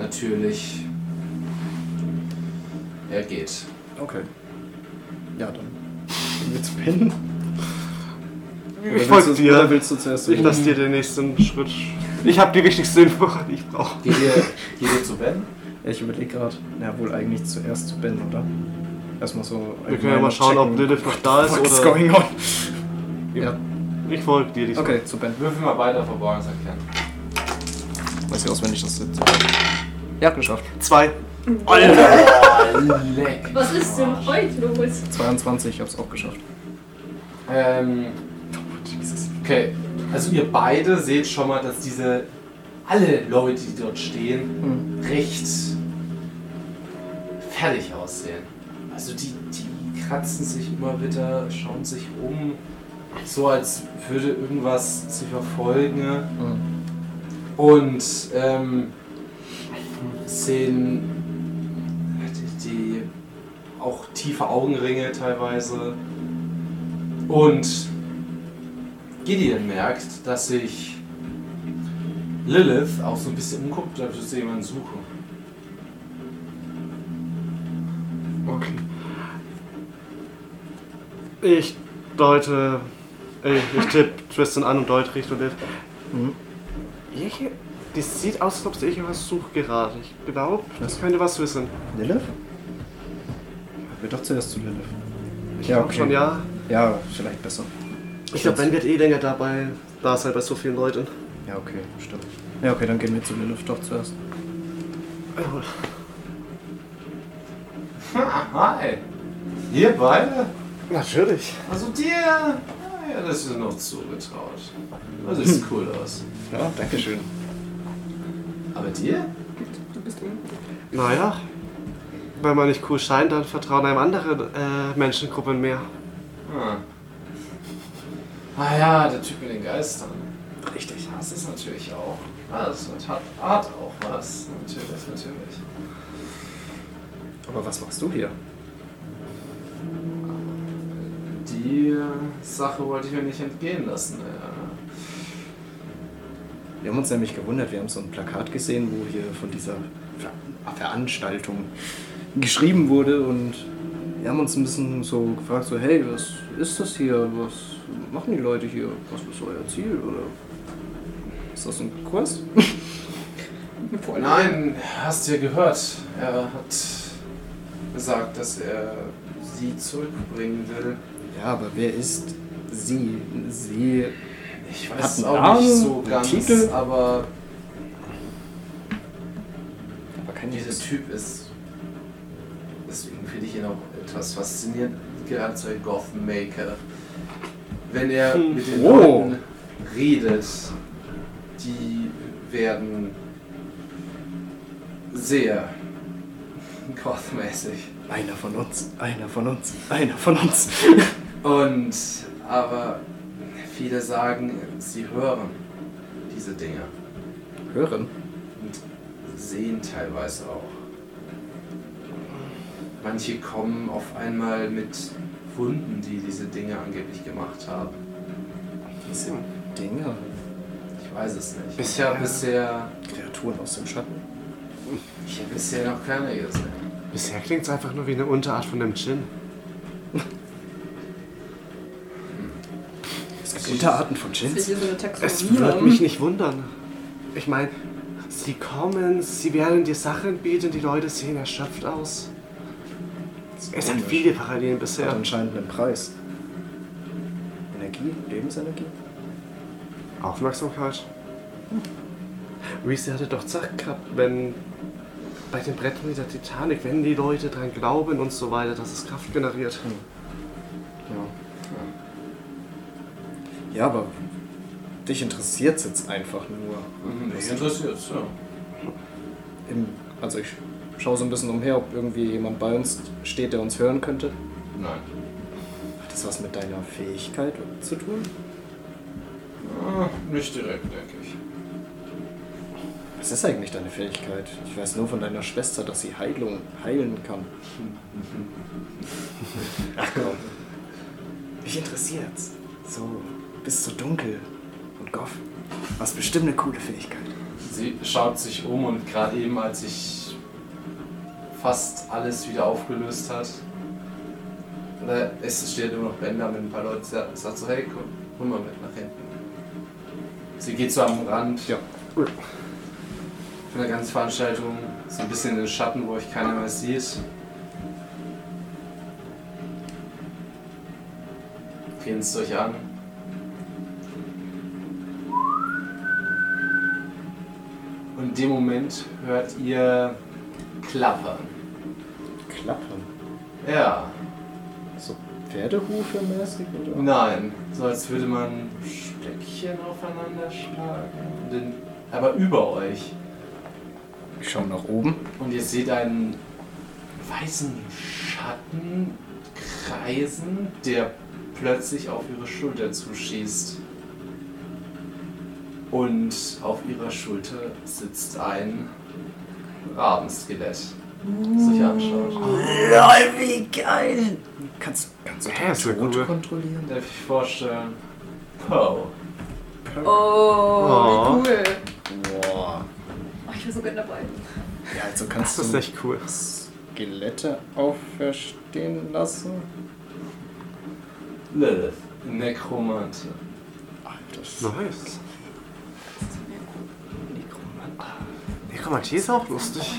Natürlich. Er geht.
Okay. Ja, dann. Gehen wir zu Ben. Oder
Ich
willst
folge
du-
dir.
Oder willst du zuerst
Ich lasse dir den nächsten Schritt. Ich habe die wichtigste Info, die ich brauche.
Geht ihr, geht ihr zu Ben?
Ja, ich überlege gerade. Na wohl eigentlich zuerst zu Ben, oder? Erstmal so.
Wir können ja mal schauen, ob Lilith noch da ist
What's
oder.
going on?
Ja. Ich folge dir diesmal.
Okay, zu Ben.
Würfel mal beide auf Verborgenes erkennen.
Weiß ich auswendig, dass du. Ja, geschafft.
Zwei.
Leck.
Was ist denn heute los?
22, ich hab's auch geschafft.
Ähm, okay, also ihr beide seht schon mal, dass diese alle Leute, die dort stehen, recht fertig aussehen. Also die, die kratzen sich immer wieder, schauen sich um, so als würde irgendwas sie verfolgen
Mhm.
und ähm, sehen die, die auch tiefe Augenringe teilweise. Und Gideon merkt, dass sich Lilith auch so ein bisschen umguckt, ob ich jemanden suche.
Okay. Ich deute. Ey, ich tippe Tristan an und deute Richtung Liv.
Mhm.
Jeche- Das sieht aus, als ob sie irgendwas sucht gerade. Ich glaube, das
Was?
könnte was wissen.
Lilith? Wir doch zuerst zu Lilith.
Ich
Ja,
glaube
okay.
schon, ja.
Ja, vielleicht besser.
Ich glaube, Ben wird eh länger dabei. Da ist halt bei so vielen Leuten.
Ja, okay, stimmt. Ja, okay, dann gehen wir zu Lilith doch zuerst.
Hi! Ihr beide?
Natürlich.
Also dir? Ja, das ist noch zugetraut. Also sieht cool aus.
Ja, danke schön.
Aber dir?
Du bist un
Naja, wenn man nicht cool scheint, dann vertrauen einem anderen äh, Menschengruppen mehr.
Ah. ah ja, der Typ mit den Geistern. Richtig. Das ist natürlich auch. Ah, Das hat, hat auch was. Natürlich, natürlich.
Aber was machst du hier?
Die äh, Sache wollte ich mir nicht entgehen lassen. Äh,
Wir haben uns nämlich gewundert, wir haben so ein Plakat gesehen, wo hier von dieser Ver Veranstaltung geschrieben wurde und Wir haben uns ein bisschen so gefragt, so hey, was ist das hier? Was machen die Leute hier? Was ist euer Ziel? Oder ist das ein Quest?
Oh Nein, hast du ja gehört. Er hat gesagt, dass er sie zurückbringen will.
Ja, aber wer ist sie? Sie
Ich
Hat
weiß es
einen
auch
Namen,
nicht so
einen
ganz,
Titel?
aber
aber kann
dieser Typ ist. Deswegen finde ich ihn auch etwas faszinierend, geradezu ein Goth-Maker. Wenn er mit den
Oh.
Leuten redet, die werden sehr Goth-mäßig.
Einer von uns, einer von uns, einer von uns.
Und aber viele sagen, sie hören diese Dinge
Hören.
und sehen teilweise auch. Manche kommen auf einmal mit Wunden, die diese Dinge angeblich gemacht haben.
Diese Dinger.
Ich weiß es nicht. Ich habe bisher,
Kreaturen aus dem Schatten.
ich habe bisher noch keine gesehen.
Bisher klingt es einfach nur wie eine Unterart von einem Gin.
Es gibt Unterarten von
Dass
Gins.
wir hier so eine
Es
Taxonomie
würde
haben.
mich nicht wundern. Ich meine, sie kommen, sie werden dir Sachen bieten, die Leute sehen erschöpft aus. Es sind viele Parallelen
Hat
bisher.
anscheinend einen Preis. Energie, Lebensenergie.
Aufmerksamkeit. Reese hatte doch gesagt gehabt, wenn bei den Brettern mit der Titanic, wenn die Leute dran glauben und so weiter, dass es Kraft generiert.
Ja. Ja, aber dich interessiert es jetzt einfach nur.
Mich interessiert es, Mhm. ja.
Im, also ich schaue so ein bisschen umher, ob irgendwie jemand bei uns steht, der uns hören könnte.
Nein.
Hat das was mit deiner Fähigkeit zu tun?
Ah, Nicht direkt, denke ich.
Was ist eigentlich deine Fähigkeit? Ich weiß nur von deiner Schwester, dass sie Heilung heilen kann. Ach komm. Mich interessiert's. So, bist so dunkel und goff. Was bestimmt eine coole Fähigkeit.
Sie schaut sich um und gerade eben, als sich fast alles wieder aufgelöst hat, oder es steht immer noch Bänder mit ein paar Leuten, sie sagt so, hey, komm, hol mal mit nach hinten. Sie geht so am Rand
Ja.
von der ganzen Veranstaltung, so ein bisschen in den Schatten, wo euch keiner mehr sieht. Grinst euch an. Und in dem Moment hört ihr Klappern.
Klappern.
Ja,
So Pferdehufe mäßig oder?
nein. So als würde man Stöckchen aufeinander schlagen. Den, aber über euch.
Ich schaue nach oben.
Und ihr seht einen weißen Schatten kreisen, der plötzlich auf ihre Schulter zuschießt. Und auf ihrer Schulter sitzt ein Rabenskelett, das euch anschaut.
Oh. Kannst, kannst
Hä, ist ja cool.
kontrollieren?
Darf ich vorstellen? Poe.
Oh,
Oh.
wie cool.
Boah.
Oh, ich wäre so gern dabei.
Ja, also
Das
kannst
ist
du
echt cool.
Skelette auferstehen lassen.
Lilith. Nekromante.
Alter.
Nice. Nekromantie ist auch lustig.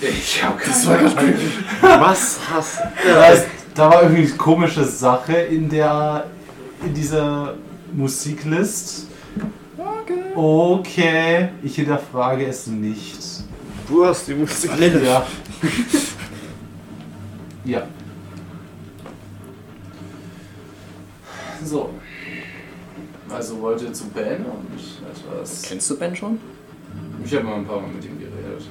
Ich hab keine Ahnung.
Was hast
Da ist- Da war irgendwie eine komische Sache in der in dieser Musiklist. Okay, ich hinterfrage es nicht.
du? hast die Musik.
Ja. ja. So. Also wollt ihr zu Ben und etwas.
Kennst du Ben schon?
Ich habe mal ein paar Mal mit ihm geredet.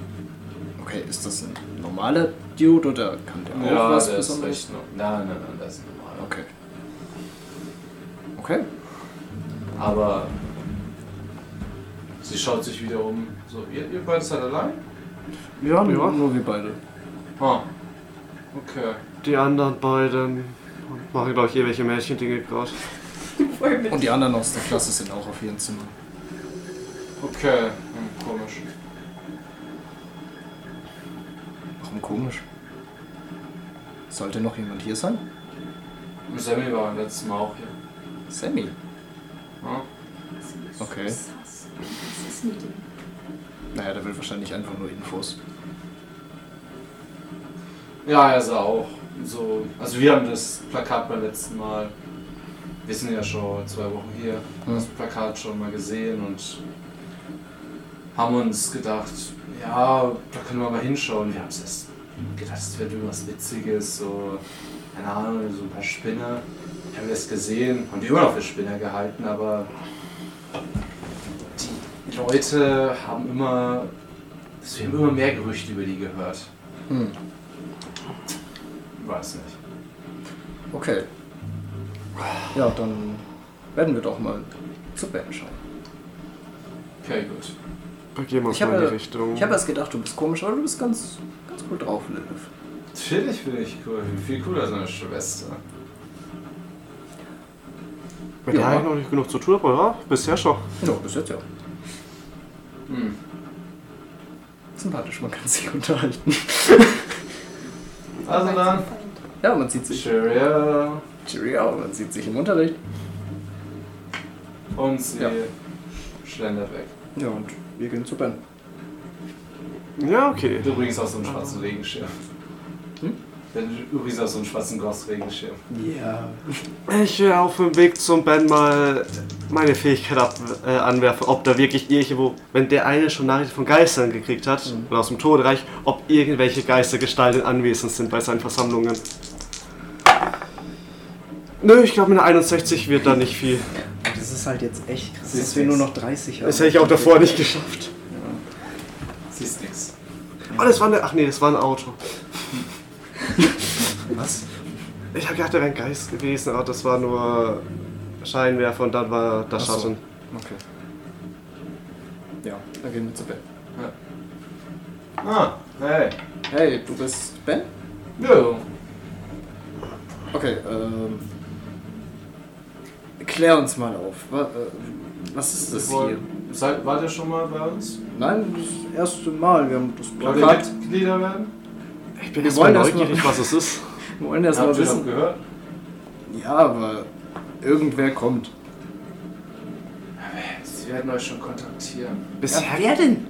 Okay, ist das ein normaler Dude oder kann der auch was
der ist
Besonderes?
recht no- Nein, nein, nein, das ist normal.
Okay. Okay.
Aber sie schaut sich wieder um. So, ihr, ihr beide seid allein?
Ja,
Ja.
nur wir beide.
Ah. Okay.
Die anderen beiden machen, glaube ich, irgendwelche Mädchendinge gerade.
Voll mit.
Und die anderen aus der Klasse sind auch auf ihren Zimmern.
Okay. Hm, komisch.
Warum komisch? Sollte noch jemand hier sein?
Sammy war letztes Mal auch hier.
Sammy.
Ja?
Okay. Naja, der will wahrscheinlich einfach nur Infos.
Ja, er sah auch so. Also wir haben das Plakat beim letzten Mal. Wir sind ja schon zwei Wochen hier. Haben das Plakat schon mal gesehen und haben uns gedacht, ja, da können wir mal hinschauen. Wir haben es erst gedacht, es wird irgendwas Witziges, so, keine Ahnung, so ein paar Spinner. Wir haben das gesehen, haben die immer noch für Spinner gehalten, aber die Leute haben immer, also wir haben immer mehr Gerüchte über die gehört.
Hm.
Weiß nicht.
Okay. Ja, dann werden wir doch mal zur Band schauen.
Okay, gut.
Da gehen wir uns
Ich habe- äh,
mal in die Richtung.
Ich habe erst gedacht, du bist komisch, aber du bist ganz, ganz cool drauf, Lilith.
Natürlich bin ich cool. Ich bin Viel cooler als meine Schwester.
Mit der
Ja.
habe ich noch nicht genug zu tun, aber ja, bisher schon.
Ja, bis jetzt ja.
Hm.
Sympathisch, man kann sich unterhalten.
Also dann.
Ja, man sieht sich.
Cheerio.
Cheerio, man sieht sich im Unterricht.
Und sie
Ja.
schlendert weg.
Ja, und wir gehen zur Band.
Ja, okay.
Übrigens aus so einem schwarzen Regenschirm.
Hm?
Der hat Übrigens aus so einem schwarzen Ghost-Regenschirm.
Ja.
Ich will auf dem Weg zum Ben mal meine Fähigkeit ab, äh, anwerfen, ob da wirklich irgendwo, wenn der eine schon Nachrichten von Geistern gekriegt hat,
Mhm.
oder aus dem Totenreich, ob irgendwelche Geistergestalten anwesend sind bei seinen Versammlungen. Nö, ich glaube, mit einer 61 wird da nicht viel.
Das ist halt jetzt echt krass,
Siehst
dass wir
du's?
nur noch 30 haben.
Das hätte ich auch davor nicht geschafft.
Siehst nix.
Oh, das war eine, ach nee, das war ein Auto.
Was?
Ich habe gedacht, da wäre ein Geist gewesen, aber das war nur Scheinwerfer und dann war das
Ach so.
Schatten.
Okay. Ja, dann gehen wir zur Band.
Ah, hey.
Hey, du bist Ben?
Jo.
Okay, ähm. Klär uns mal auf. Wa- äh, Was ist das hier?
Seid, wart ihr schon mal bei uns?
Nein, das erste Mal. Wir haben das
Wollt ihr
Plakat.
Mitglieder werden?
Ich bin
Wir
erst mal
wollen erst mal-
neugierig, was es ist.
Wir wollen erst mal
Habt ihr schon
wissen.
gehört?
Ja, aber irgendwer kommt.
Sie werden euch schon kontaktieren.
Bisher, wer denn?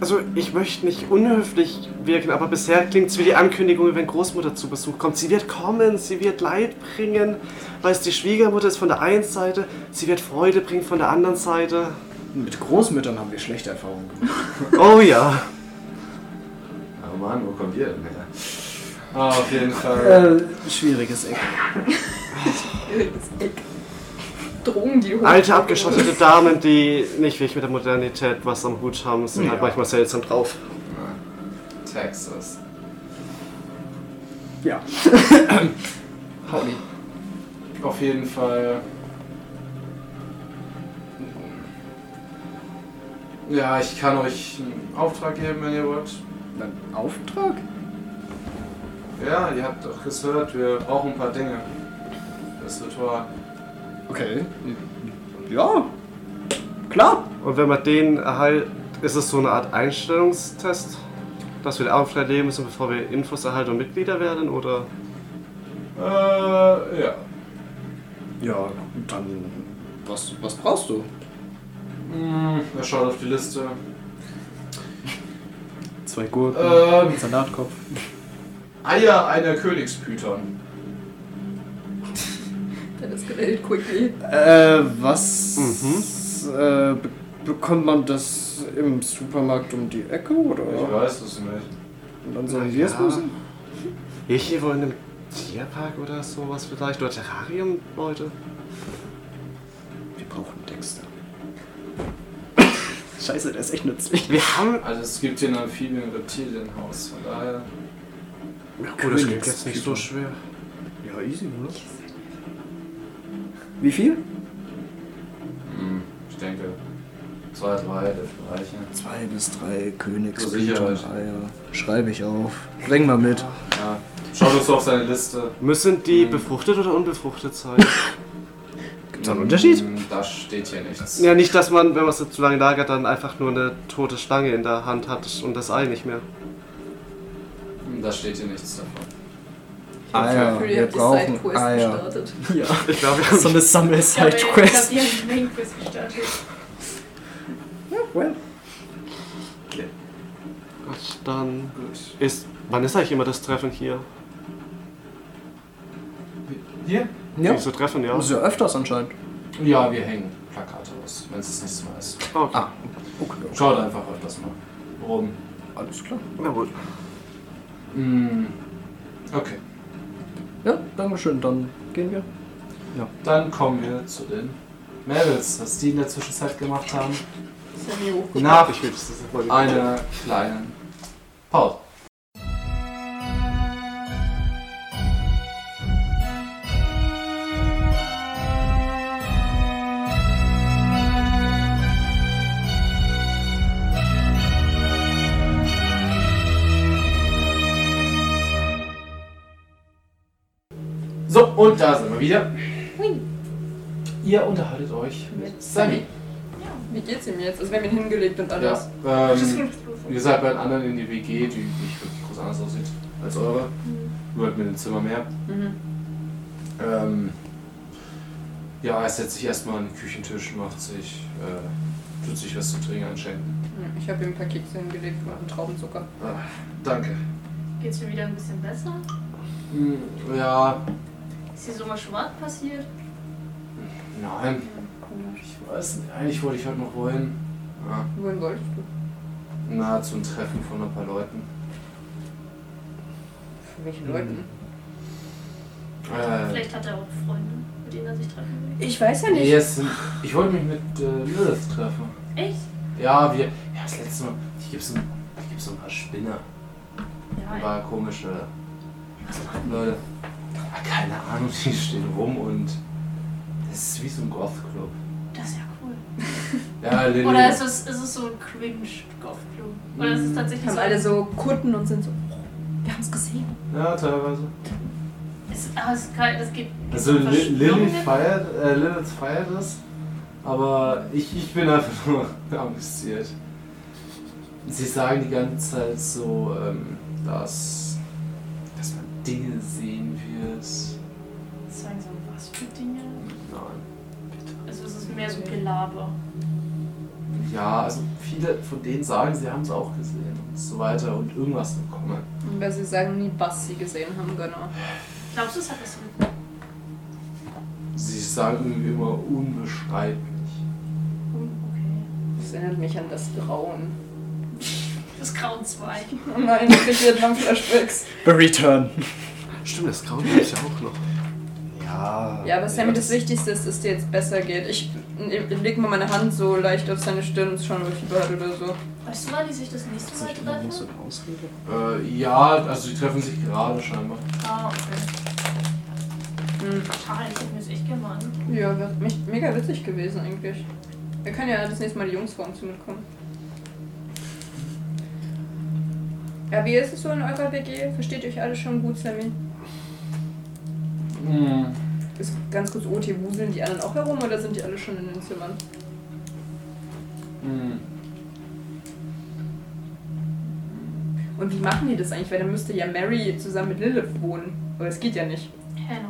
Also, ich möchte nicht unhöflich wirken, aber bisher klingt es wie die Ankündigung, wenn Großmutter zu Besuch kommt. Sie wird kommen, sie wird Leid bringen, weil es die Schwiegermutter ist von der einen Seite, sie wird Freude bringen von der anderen Seite.
Mit Großmüttern haben wir schlechte Erfahrungen gemacht.
Oh ja.
Oh Mann, wo kommt ihr denn her? Ah, auf jeden Fall.
Äh, schwieriges Eck.
Drogen, die du
Alte, abgeschottete Damen, die nicht wirklich mit der Modernität was am Hut haben, sind halt manchmal seltsam drauf.
Texas.
Ja. Howdy.
Auf jeden Fall. Ja, ich kann euch einen Auftrag geben, wenn ihr wollt.
Ein Auftrag?
Ja, ihr habt doch gehört, wir brauchen ein paar Dinge. Das Ritual.
Okay. Ja. Klar.
Und wenn man den erhält, ist es so eine Art Einstellungstest, dass wir den Auftrag leben müssen, bevor wir Infos erhalten und Mitglieder werden, oder?
Äh, ja.
Ja, dann. Was, was brauchst du?
Hm, er schaut auf die Liste.
Zwei Gurken,
Ähm.
Äh.
Salatkopf.
Eier einer Königspython.
Das ist gewählt, quickly.
Äh, was
Mhm.
äh, be bekommt man das im Supermarkt um die Ecke oder?
Ich weiß es nicht.
Und dann sollen wir es
Ja.
wissen?
Irgendwo in einem Tierpark oder sowas vielleicht? Oder Terrarium, Leute?
Wir brauchen Dexter.
Scheiße, der ist echt nützlich.
Wir haben.
Also es gibt hier ein Amphibien- und Reptilienhaus, von daher.
Ja, gut, das klingt jetzt nicht so schwer.
Ja, easy, oder? Wie viel?
Hm, ich denke, zwei, drei, der Bereiche.
Zwei bis drei Königs
Zur Sicherheit.
Schreibe ich auf. Bring mal mit.
Ja, Schau doch so auf seine Liste.
Müssen die befruchtet oder unbefruchtet sein? Gibt es einen Unterschied?
Hm, Da steht hier nichts.
Ja, nicht, dass man, wenn man es zu lange lagert, dann einfach nur eine tote Schlange in der Hand hat und das Ei nicht mehr.
Hm, Da steht hier nichts davon.
Ah,
Eier,
Gefühl,
wir
ihr habt die
brauchen
Sidequest
Eier.
gestartet.
Ja.
Ich glaube, wir haben
So eine Sammel-Side-Quest.
Ich habe die Main-Quest gestartet.
Gut, dann ist. Wann ist eigentlich immer das Treffen hier?
Hier?
Ja.
Diese Treffen, ja.
Das ist ja öfters anscheinend.
Ja, wir hängen Plakate aus, wenn es das nächste Mal ist.
Okay.
Ah. Okay.
Schaut einfach öfters mal rum.
Alles klar.
Na gut.
Hm. Okay,
Ja, Dankeschön. Dann gehen wir.
dann kommen wir zu den Mädels, was die in der Zwischenzeit gemacht haben.
Das ist ja nie hoch.
Nach
Ich will das jetzt mal
einer kleinen Pause. So, und da sind wir wieder. Ihr unterhaltet euch mit Sammy.
Wie geht's ihm jetzt? Also wir haben ihn hingelegt und
Ja,
alles.
ähm, wie gesagt, bei den anderen in die WG, die nicht wirklich groß anders aussieht als eure, nur halt mit dem Zimmer mehr.
Mhm.
Ähm, ja, er setzt sich erstmal an den Küchentisch, macht sich, äh, tut sich was zu trinken einschenken.
Mhm. Ich habe ihm ein paar Kekse hingelegt und einen Traubenzucker.
Ah, danke.
Geht's mir wieder ein bisschen besser?
Hm, ja,
Ist hier so was schwarz passiert?
nein, ich weiß nicht, eigentlich wollte ich heute noch wohin. Ja,
Wohin wolltest du?
na, zum Treffen von ein paar Leuten.
Von welchen Leuten?
Äh,
Vielleicht hat er auch Freunde, mit denen er sich treffen
Ich weiß ja
nee, es sind, ich wollte mich mit äh, Lilith treffen.
will. Echt?
Ja, wir. Ja, das letzte Mal. Ich gebe so, ich geb so ein paar Spinner. Ein
Ah, Ja,
paar komische
was machen
Leute. Aber keine Ahnung, die stehen rum und. Das ist wie so ein Goth-Club.
Das ist ja cool.
Ja, Lilly.
Oder ist es, ist es so ein Cringe-Golfclub? Oder ist es tatsächlich
Haben
so.
alle so Kutten und sind so, oh, wir haben's gesehen.
Ja, teilweise.
Es, aber es, kann, es gibt.
Also Li- Lilly
Verschwörungen?
feiert, äh, Lilith feiert es, aber ich, ich bin einfach nur amüsiert. Sie sagen die ganze Zeit so, ähm, dass, dass man Dinge sehen wird.
Sagen so, was für Dinge?
Nein.
Also es ist mehr so Gelaber.
Ja, also viele von denen sagen, sie haben es auch gesehen und so weiter und irgendwas bekommen.
Und weil sie sagen, nie was sie gesehen haben, genau.
Glaubst du, es hat was mit
Sie sagen irgendwie immer unbeschreiblich.
Hm, Okay.
Das erinnert mich an das Grauen.
Das Grauen 2.
Oh nein, ich krieg Vietnam-Flashbacks.
The Return.
Stimmt, das Grauen habe ich ja auch noch.
Ja.
Ja, aber Sammy, das Wichtigste ist, dass es dir jetzt besser geht. Ich leg mal meine Hand so leicht auf seine Stirn und schauen, ob er Fieber hat oder so.
Weißt du, wann die sich das nächste Mal treffen?
Äh, ja, also die treffen sich gerade scheinbar.
Ah, okay.
Hm.
Schade, ich hätte mir das echt gerne mal an.
Ja, wäre mich mega witzig gewesen eigentlich. Wir können ja das nächste Mal die Jungs vor uns mitkommen. Ja, wie ist es so in eurer WG? Versteht ihr euch alle schon gut, Sammy? Ist ganz kurz OT, wuseln die anderen auch herum oder sind die alle schon in den Zimmern?
Mhm.
Und wie machen die das eigentlich? Weil dann müsste ja Mary zusammen mit Lilith wohnen. Aber das geht ja nicht.
Hannah.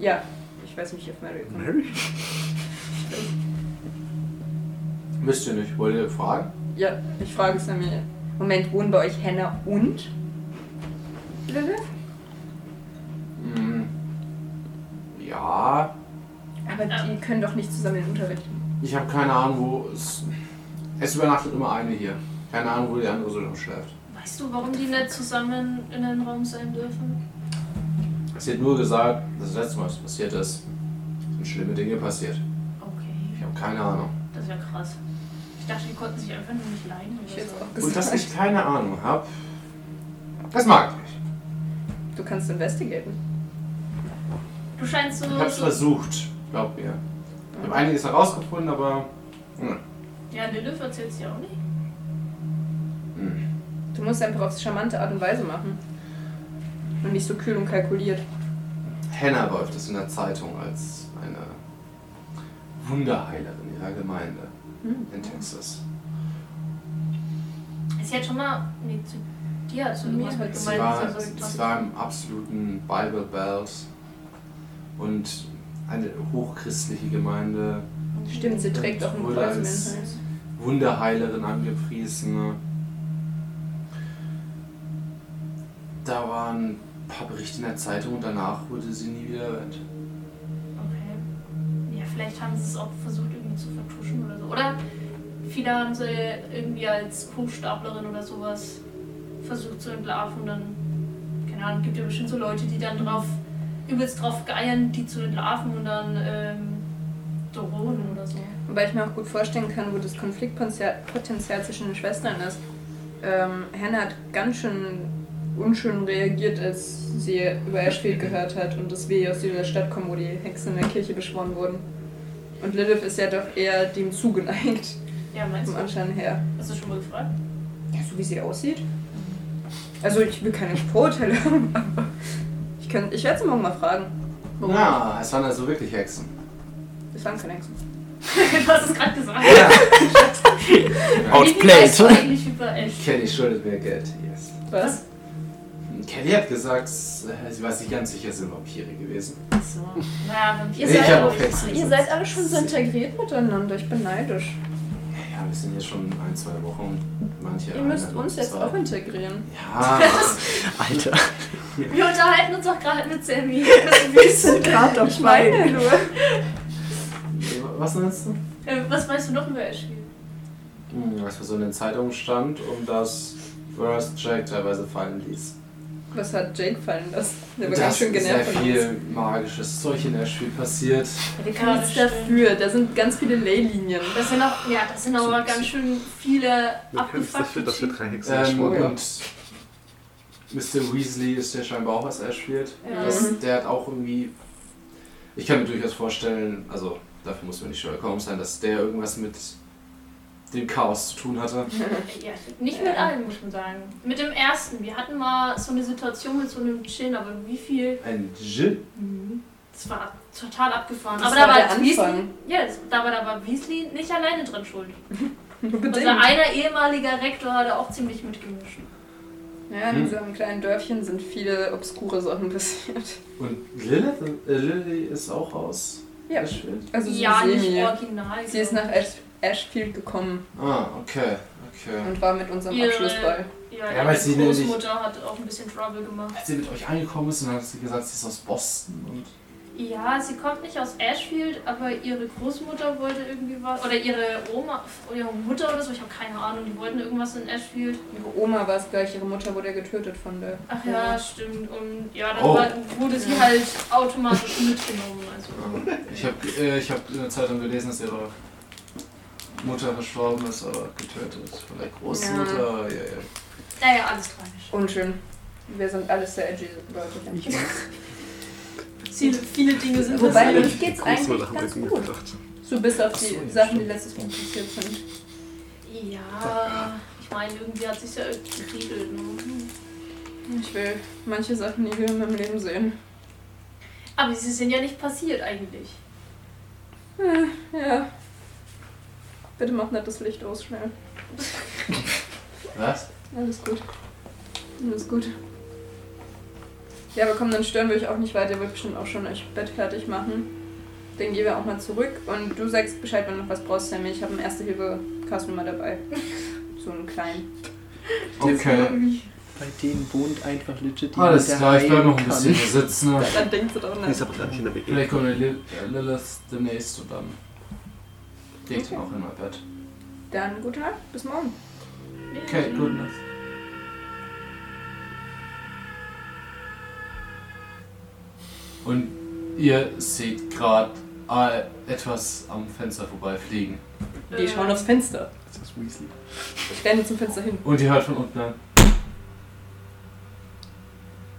Ja, ich weiß nicht, wie ich auf Mary komme. Mary?
Wisst ihr nicht, wollt ihr fragen?
Ja, ich frage es Sammy. Moment, wohnen bei euch Hannah und Lilith?
Mhm. Ja,
Aber die können doch nicht zusammen den Unterricht
ich habe keine Ahnung, wo es. Es übernachtet immer eine hier. Keine Ahnung, wo die andere so lange schläft.
Weißt du, warum die nicht zusammen in einem Raum sein dürfen?
Sie hat nur gesagt, das letzte Mal, was passiert ist, sind schlimme Dinge passiert.
Okay.
Ich habe keine Ahnung.
Das ist ja krass. Ich dachte, die konnten sich einfach nur nicht leiden.
Ich
Oder
jetzt
so.
auch
Und dass
gesagt.
ich keine Ahnung habe, das mag ich nicht.
Du kannst investigaten.
Du scheinst so.
Ich hab's
so
versucht, glaubt mir. Ich habe einiges herausgefunden, aber. Hm.
ja, Lilith erzählt's ja auch nicht.
Hm.
Du musst einfach auf charmante Art und Weise machen. und nicht so kühl und kalkuliert.
Henna läuft es in der Zeitung als eine Wunderheilerin ihrer Gemeinde
Hm?
in Texas.
Ist jetzt schon mal. Nee, zu dir, zu
Mir
mir ist
hat
halt
Sie
gemeint,
war,
dass er
sie
so
war im absoluten Bible Belt und eine hochchristliche Gemeinde,
Stimmt, sie trägt auch ein
Wohl
Kreuz um den
als-
Hals.
Wunderheilerin angepriesene. Da waren ein paar Berichte in der Zeitung und danach wurde sie nie wieder erwähnt.
Okay. Ja, vielleicht haben sie es auch versucht, irgendwie zu vertuschen oder so. Oder viele haben sie irgendwie als Hochstaplerin oder sowas versucht zu entlarven. Und dann, keine Ahnung, gibt ja bestimmt so Leute, die dann drauf, übelst drauf geiern, die zu entlarven und dann ähm, drohen oder so.
Wobei ich mir auch gut vorstellen kann, wo das Konfliktpotenzial zwischen den Schwestern ist. Ähm, Hannah hat ganz schön unschön reagiert, als sie über Ashfield gehört hat und dass wir aus dieser Stadt kommen, wo die Hexen in der Kirche beschworen wurden. Und Lilith ist ja doch eher dem zugeneigt,
Ja, meinst
vom
du?
Anschein her.
Hast du schon mal gefragt?
Ja, so wie sie aussieht. Also ich will keine Vorurteile haben, aber ich, kann- ich werde sie morgen mal fragen.
Na, es waren also wirklich Hexen.
Das waren keine Hexen.
du hast es gerade gesagt. Wie viel weißt du
Outplayed.
eigentlich über Ash?
Kelly schuldet mir Geld, yes.
Was?
Kelly hat gesagt, s- äh, sie war sich ganz sicher, es sind Vampire gewesen.
So. Naja, Vampire.
Ihr
Ich
seid,
hab auch Hexen
ihr
gesagt.
seid alle schon so integriert.
Integriert miteinander, ich bin neidisch.
Ja, wir sind jetzt schon ein, zwei Wochen. Manche
Ihr müsst
eine,
uns jetzt
zwei.
auch integrieren.
Ja,
Alter.
Wir unterhalten uns auch gerade mit Sammy. Wir sind
Gerade auf beiden.
nur.
was nennst du?
Äh, Was weißt du noch über Ashfield?
Hm, Als wir so in den Zeitungen stand und das Worst Jack teilweise fallen ließ.
Was hat Jake fallen lassen? Der war
Das
ganz schön
ist
genervt
sehr
von uns.
viel magisches Zeug in der Spiel passiert.
Wir
können
können
nichts
nichts dafür. Da sind ganz viele Leylinien.
Das sind auch, ja, das sind aber ganz schön viele
Du kannst
abgefuckte
dafür, dass wir
Typen.
drei Hexen
Ähm,
geschworen haben.
und Mr. Weasley ist ja scheinbar auch was erspielt.
Ja.
Das, der hat auch irgendwie. Ich kann mir durchaus vorstellen, also dafür muss man nicht Sherlock Holmes sein, dass der irgendwas mit dem Chaos zu tun hatte.
Ja, nicht mit allen, muss man sagen. Mit dem ersten. Wir hatten mal so eine Situation mit so einem Gin, aber wie viel?
Ein Gin?
Das war total abgefahren.
Mhm. Das
aber
war
da
der
war
Anfang.
Weasley, ja, das- da war, da war Weasley nicht alleine drin schuld.
Nur
Unser einer ehemaliger Rektor hat da auch ziemlich mitgemischt.
Hm?
Ja, in diesem kleinen Dörfchen sind viele obskure Sachen passiert.
Und Lilith, äh, Lily ist auch aus
Ja.
Ashfield?
Also so
ja, nicht
semi.
original.
Sie ist nach Ash Ashfield gekommen
Ah, okay, okay.
und war mit unserem
Ihre-
Abschlussball.
ja,
Ja,
ja,
aber
ihre
sie nämlich-
Großmutter hat auch ein bisschen Trouble gemacht.
Als sie mit euch angekommen ist, dann hat sie gesagt, sie ist aus Boston und.
Ja, sie kommt nicht aus Ashfield, aber ihre Großmutter wollte irgendwie was. Oder ihre Oma, oder ihre Mutter oder so, ich habe keine Ahnung, die wollten irgendwas in Ashfield.
Ihre Oma war es gleich, ihre Mutter wurde ja getötet von der.
Ach ja, stimmt. Und ja, dann
Oh.
war, wurde sie halt automatisch mitgenommen. Also.
Ich habe äh, ich hab in der Zeitung gelesen, dass ihre Mutter verstorben ist, aber getötet. Von der Großmutter. Ja. Ja,
Naja, alles tragisch.
Unschön. Wir sind alles sehr edgy Leute.
Viele, viele Dinge sind
Wobei,
passiert.
uns geht's eigentlich ganz gut. So bis auf die Sachen, die letztes Mal passiert sind.
Ja, ich meine, irgendwie hat sich ja geregelt. Ne?
Ich will manche Sachen nie wieder in meinem Leben sehen.
Aber sie sind ja nicht passiert eigentlich.
Ja. Bitte mach nicht das Licht aus, schnell.
Was?
Alles gut. Alles gut. Ja, aber komm, dann stören wir euch auch nicht weiter. Ihr wollt bestimmt auch schon euch Bett fertig machen. Dann gehen wir auch mal zurück und du sagst Bescheid, wenn du noch was brauchst, Sammy. Ich habe einen Erste-Hilfe-Kasten mal dabei. So einen kleinen.
Okay.
Bei denen wohnt einfach legit jemand,
Alles
der
klar, Ah, ich bleib
heilen
noch ein bisschen hier sitzen.
Dann denkst du doch
Die ist
nicht.
aber gar nicht in der WG.
Vielleicht kommt Lil- Lilith demnächst und dann gehe ich dann auch in mein Bett.
Dann gute Nacht, bis morgen.
Okay, gut. Nacht. Und ihr seht gerade äh, etwas am Fenster vorbeifliegen.
Die
äh,
schauen aufs Fenster.
Das ist Weasley.
Äh, Ich renne zum Fenster hin.
Und ihr hört von unten ein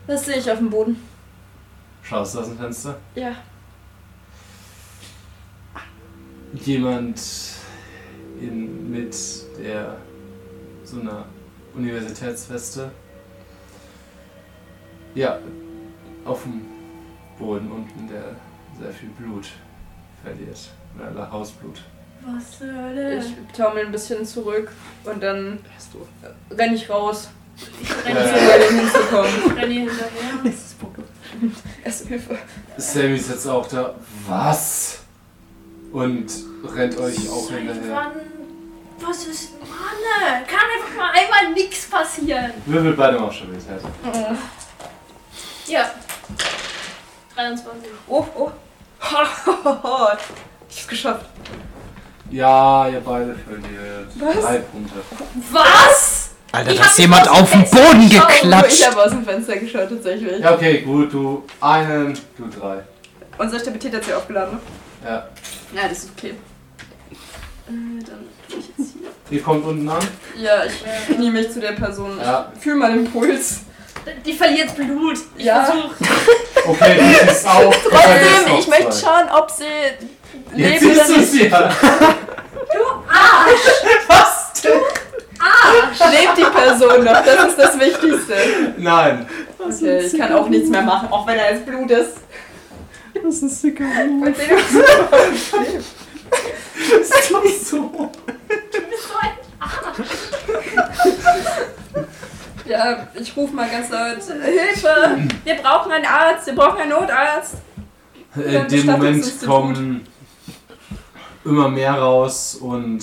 Was sehe ich auf dem Boden?
Schaust du aus dem Fenster?
Ja.
Jemand in, mit der so einer Universitätsweste Ja, auf dem Boden unten, der sehr viel Blut verliert. Oder Hausblut.
Was zur Hölle?
Ich taumel ein bisschen zurück und dann renne ich raus,
Ich
um
renne
Ja.
bei dem hinzukommen.
hier, renn hier hinterher.
Erste Hilfe.
Sammy ist jetzt auch da. Was? Und rennt euch auch hinterher.
Irgendwann. Was ist. Mann, kann einfach mal einmal nichts passieren.
Wirbel beide mal schon wieder.
Oh.
Ja. 23.
Oh, oh. Ha, ha, ha, ha. Ich hab's geschafft.
Ja, ihr beide verliert.
Was?
Drei Punkte.
Was?
Alter,
Ich
da
hab
ist jemand
mich aus
auf
dem
den Boden
Oh,
geklatscht.
Ich habe aus dem Fenster geschaut tatsächlich.
Ja, okay, gut, du einen, du drei.
Unser Stabilität hat sich aufgeladen. ne?
Ja.
Ja, das ist okay. Äh, dann tue ich jetzt hier.
Die kommt unten an.
Ja, ich knie mich zu der Person.
Ja.
Fühl mal den Puls.
Die verliert Blut. Ich
Ja.
versuch.
Okay, du siehst auch.
Trotzdem, ich möchte schauen, ob sie
Jetzt
lebt
siehst
oder
du sie ja.
nicht. Lebt die Person noch? Das ist das Wichtigste.
Nein.
Okay, ich kann auch nichts mehr machen, auch wenn da jetzt Blut ist.
Das ist sicker.
Und sehen, ob sie lebt.
So.
Ja, ich rufe mal ganz laut: Hilfe! Wir brauchen einen Arzt, wir brauchen einen Notarzt.
Äh, In dem
Stadt ist
Moment
uns zu
kommen immer mehr raus und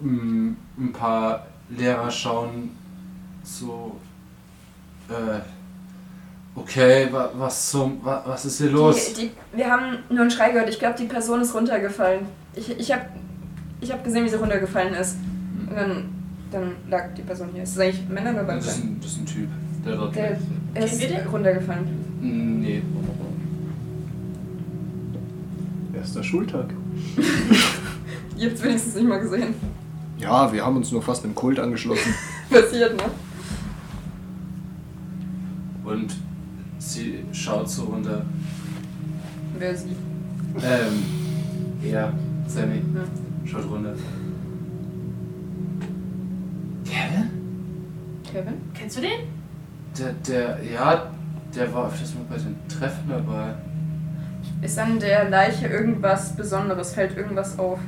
mm, ein paar Lehrer schauen so, äh, okay, wa, was zum, wa, was ist hier los?
Die, die, wir haben nur einen Schrei gehört. Ich glaube, die Person ist runtergefallen. Ich, ich habe ich hab gesehen, wie sie runtergefallen ist. Und dann, dann lag die Person hier. Ist das eigentlich Männer oder
das, ist
Weibchen?
ein, das ist ein Typ, der dort.
Der er ist
Kennen wir den?
runtergefallen.
Nee.
Erster Schultag.
Ihr habt es wenigstens nicht mal gesehen.
Ja, wir haben uns nur fast einem Kult angeschlossen.
Passiert, ne?
Und sie schaut so runter.
Wer sie?
Ähm, ja, Sammy,
Ja.
schaut runter. Kevin?
Kevin?
Kennst du den?
Der, der, ja, der war öfters mal bei den Treffen dabei.
Ist an der Leiche irgendwas Besonderes? Fällt irgendwas auf?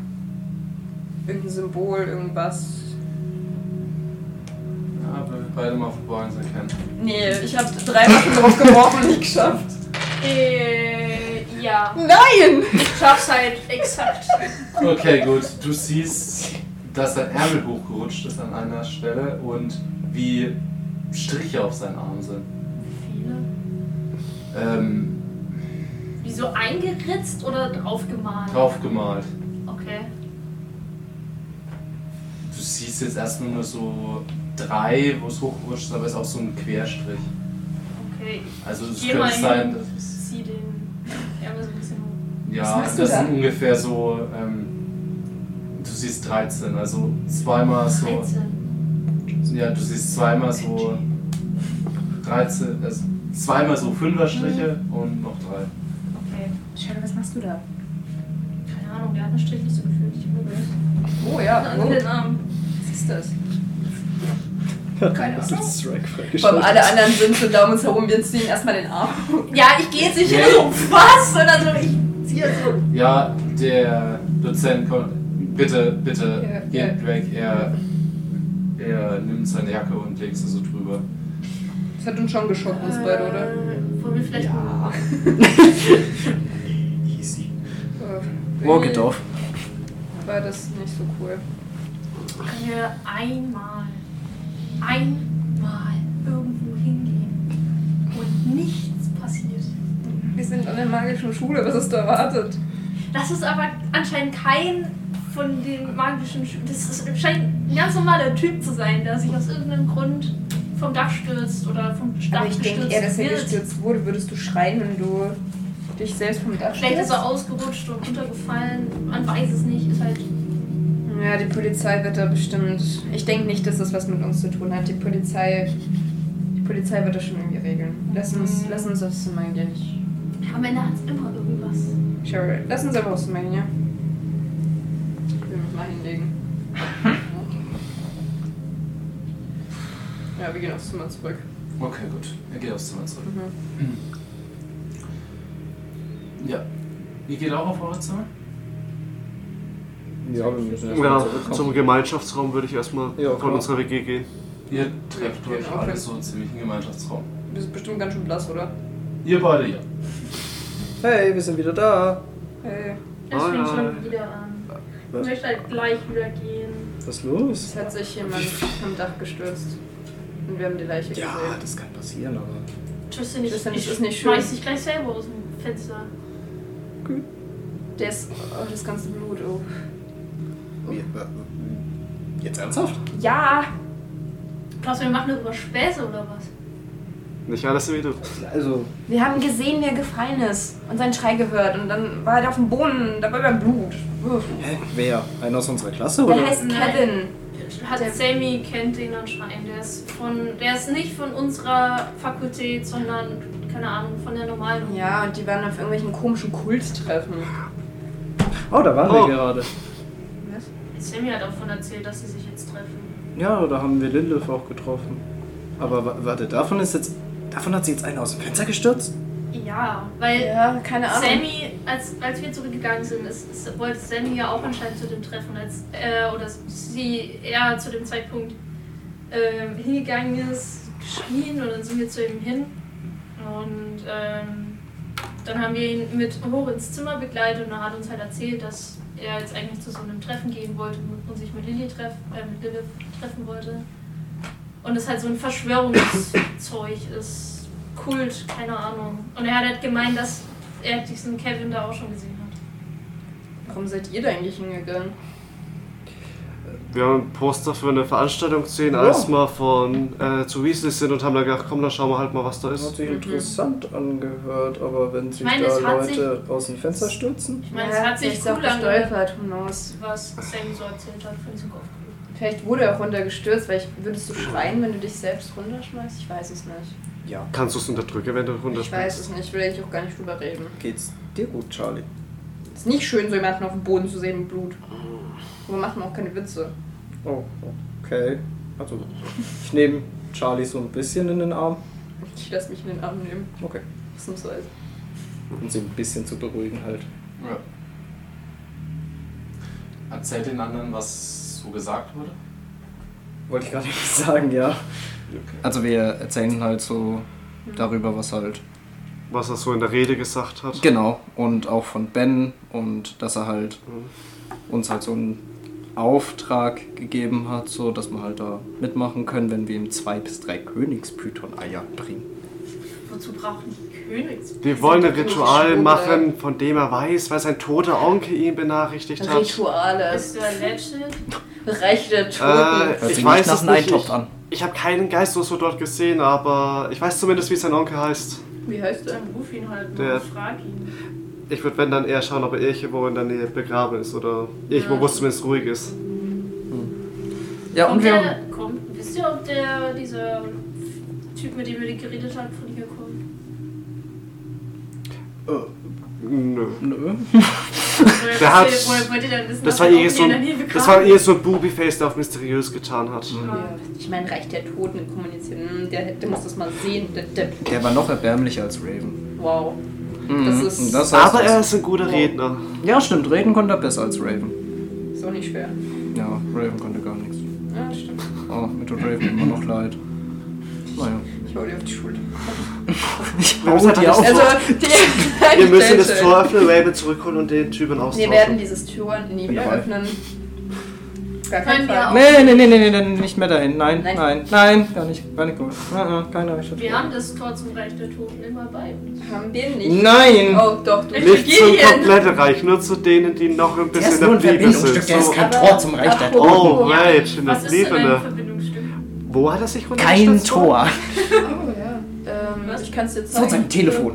Irgendein Symbol, irgendwas?
Ja, aber wir beide mal vorbei uns erkennen.
Nee, ich habe drei Waffen drauf geworfen und nicht geschafft.
Äh, ja.
Nein!
Ich schaff's halt exakt.
Okay, gut. Du siehst, dass sein Ärmel hochgerutscht ist an einer Stelle und wie Striche auf seinen Arm sind.
Viele.
Ähm,
Wieso eingeritzt oder draufgemalt?
draufgemalt.
Okay.
Du siehst jetzt erstmal nur so drei, wo es hochgerutscht ist, aber es ist auch so ein Querstrich.
Okay.
Also es
Geh mal
könnte
hin.
sein, dass es,
Ich zieh den Ärmel so ein bisschen hoch.
Ja,
machst
das
du da?
sind ungefähr so, ähm, du siehst 13, also zweimal so.
13.
Ja, du siehst zweimal so 13, also zweimal so Fünferstriche und noch drei.
Okay.
Shadow, was machst du da?
Keine Ahnung, der hat einen Strich nicht so gefühlt. Ich bin nervös.
Oh ja,
An
oh.
den Arm.
was ist das?
Keine Ahnung.
Vom alle anderen sind so da um uns herum, wir ziehen erstmal den Arm.
Ja, ich gehe jetzt nicht hin
Nee.
und so, was? Oder so, ich ziehe so.
Ja, der Dozent kommt. Bitte, bitte,
Ja,
geht
ja.
weg. Er, er nimmt seine Jacke und legt sie so drüber.
Das hat uns schon geschockt, uns beide, oder?
Äh, Wollen wir vielleicht mal.
Easy.
Äh,
Walk it off.
irgendwie War das nicht so cool.
Können wir einmal, einmal irgendwo hingehen und nichts passiert?
Wir sind an der magischen Schule, was ist da erwartet?
Das ist aber anscheinend kein von den magischen. Sch das ist, scheint ein ganz normaler Typ zu sein, der sich aus irgendeinem Grund vom Dach stürzt oder vom Dach gestürzt wird.
wurde, würdest du schreien, wenn du dich selbst vom Dach
Vielleicht ist er ausgerutscht und runtergefallen. Man weiß es nicht. Ist halt.
Ja, die Polizei wird da bestimmt. Ich denke nicht, dass das was mit uns zu tun hat. Die Polizei. Die Polizei wird das schon irgendwie regeln. Lass uns, lass uns aufs Zimmer gehen. Ich-
Am Ende hat es immer irgendwas.
Cheryl, lass uns einfach aufs Zimmer gehen, ja? Ich will mich mal hinlegen. Ja, wir gehen aufs Zimmer zurück. Mhm.
Okay, gut. Er geht aufs Zimmer zurück. Ja. Ihr geht auch auf euer Zimmer?
Ja, wir müssen erst mal
Ja,
zurückkommen.
Genau, zum Gemeinschaftsraum würde ich erstmal
Ja,
von
klar.
unserer WG gehen.
Ihr trefft
Ja,
euch
okay.
alle so ziemlich im Gemeinschaftsraum.
Du bist bestimmt ganz schön blass, oder?
Ihr beide ja.
Hey, wir sind wieder da.
Hey,
Es
Hi.
fängt schon wieder an. Ich
Was?
möchte halt gleich wieder gehen.
Was ist los?
es hat sich jemand vom Dach gestürzt. Und wir haben die Leiche gesehen.
das kann passieren, aber.
Tristan, ich,
Tristan, das
ich
ist nicht schön.
schmeiß dich gleich selber aus dem Fenster.
Der ist. Oh, das ganze Blut, oh.
Wir-
äh,
Jetzt ernsthaft?
Ja!
Glaubst du, wir machen darüber Späße oder was?
Nicht alles wie du.
Also,
Wir haben gesehen, wie er gefallen ist und seinen Schrei gehört. Und dann war er auf dem Boden, da war beim Blut. Uff.
hä? Wer? Einer aus unserer Klasse
Der
oder?
heißt
Nein.
Kevin.
Hat
Der-
Sammy kennt den anscheinend. Der ist von, der ist nicht von unserer Fakultät, sondern keine Ahnung von der normalen.
Ja, und die waren auf irgendwelchen komischen Kulttreffen.
Oh, da waren
Oh.
wir gerade.
Sammy hat davon erzählt, dass sie sich jetzt treffen.
Ja, da haben wir Lindelf auch getroffen. Aber wa- warte, davon ist jetzt. Davon hat sie jetzt einer aus dem Fenster gestürzt?
Ja, weil
Ja, keine Ahnung.
Sammy, als, als wir zurückgegangen sind, ist, ist, wollte Sammy ja auch anscheinend zu dem Treffen, als äh, oder sie eher zu dem Zeitpunkt ähm, hingegangen ist, geschrien und dann sind wir zu ihm hin. Und ähm, dann haben wir ihn mit hoch ins Zimmer begleitet und er hat uns halt erzählt, dass er jetzt eigentlich zu so einem Treffen gehen wollte und sich mit Lilly treff, äh, mit Lilith treffen wollte. Und es halt so ein Verschwörungszeug ist. Kult, keine Ahnung. Und er hat halt gemeint, dass er diesen Kevin da auch schon gesehen hat.
Warum seid ihr da eigentlich hingegangen?
Wir haben ein Poster für eine Veranstaltung gesehen, als wir von äh, zu Weasley sind und haben dann gedacht, komm, dann schauen wir halt mal, was da
Das hat
ist.
sich
Mhm.
interessant angehört, aber wenn sich
meine,
da
es hat
Leute aus dem Fenster stürzen?
Ich meine, es hat sich cool angehört,
gestolpert, who knows.
was Sammy so erzählt hat von diesem Kopf.
Vielleicht wurde er auch runtergestürzt, weil ich, würdest du schreien, wenn du dich selbst runterschmeißt? Ich weiß es nicht.
Ja.
Kannst du es unterdrücken, wenn du
Ich weiß
runterspringst?
es nicht, will ich auch gar nicht drüber reden.
Geht's dir gut, Charlie?
Ist nicht schön, so jemanden auf dem Boden zu sehen mit Blut.
Oh.
Aber machen auch keine Witze.
Oh, okay. Also, ich nehme Charlie so ein bisschen in den Arm.
Ich lasse mich in den Arm nehmen.
Okay.
Ausnahmsweise.
Um sie ein bisschen zu beruhigen halt.
Ja. Erzählt den anderen, was so gesagt wurde.
Wollte ich gerade sagen, ja. Also wir erzählen halt so darüber, was halt.
Was er so in der Rede gesagt hat.
Genau. Und auch von Ben und dass er halt uns halt so einen Auftrag gegeben hat, so dass wir halt da mitmachen können, wenn wir ihm zwei bis drei Königspython-Eier bringen.
Wozu brauchen die Königs?
Wir wollen ein
sind doch
Ritual
komische
machen, von dem er weiß, weil sein toter Onkel ihn
Also
benachrichtigt hat.
Rituale.
Bist du ein Legend?
Reich der
Äh,
Toten.
Hört
ich
sich
weiß
nicht nach
es
einem
nicht.
Eintopf
Ich,
an.
ich habe keinen Geist oder so dort gesehen, aber ich weiß zumindest, wie sein Onkel heißt.
Wie heißt der?
Dann ruf ihn halt mal
Der-
und frag ihn.
Ich würde, wenn, dann eher schauen, ob er irgendwo in der Nähe begraben ist oder irgendwo, wo es zumindest ruhig ist.
Ja, und
kommt
wir.
der, kommt, wisst ihr, ob der, dieser Typ, mit dem wir geredet haben, von hier kommt?
Nö.
Nö.
Woher
Der hat-
wisst ihr- woher wollt ihr denn wissen,
Das
dass
war
er
eh
auch
so
hier in der Nähe
ein, das war
begraben
eh so ein Booby-Face, der auf mysteriös getan hat.
Mhm.
Ja. Ich meine, Reich der Toten kommunizieren. Hm, Der, der muss das mal sehen. Der, der,
Der war noch erbärmlicher als Raven.
wow. Das
Mhm.
ist-
Und das heißt,
Aber er ist ein guter Redner.
Ja, stimmt. Reden konnte er besser als Raven.
Ist auch nicht schwer.
Ja, Raven konnte gar nichts.
Ja, stimmt.
Oh, mir tut Raven immer noch leid. Naja.
Ich hau dir auf die Schulter.
Wir müssen halt das
Also,
Tor-
die,
wir müssen das Tor öffnen, Raven zurückholen und den Typen austauschen.
Wir werden dieses Tor nie wieder
dabei.
öffnen. Gar
Können
keinen
wir
Fall.
Nee, nee, nee, nee, nee, nee, nicht mehr dahin. Nein,
Nein.
nein, nein, nein gar nicht. Gar nicht gut. Ah, ah, keine Eichhörnchen.
Wir haben das Tor zum Reich der Toten immer bei uns.
Haben wir nicht.
Nein!
Oh, doch, du.
Nicht zum kompletten Reich, nur zu denen, die noch ein bisschen in der Bibel sind. So.
kein
Aber-
Tor zum Reich der Toten.
Oh, Rage, in
Was
das ne?
ist denn ein
Lebende.
Verbindungsstück?
Wo hat er sich
Kein
runtergestürzt?
Tor.
Ähm, ich kann es dir
Zu
zeigen.
seinem Telefon.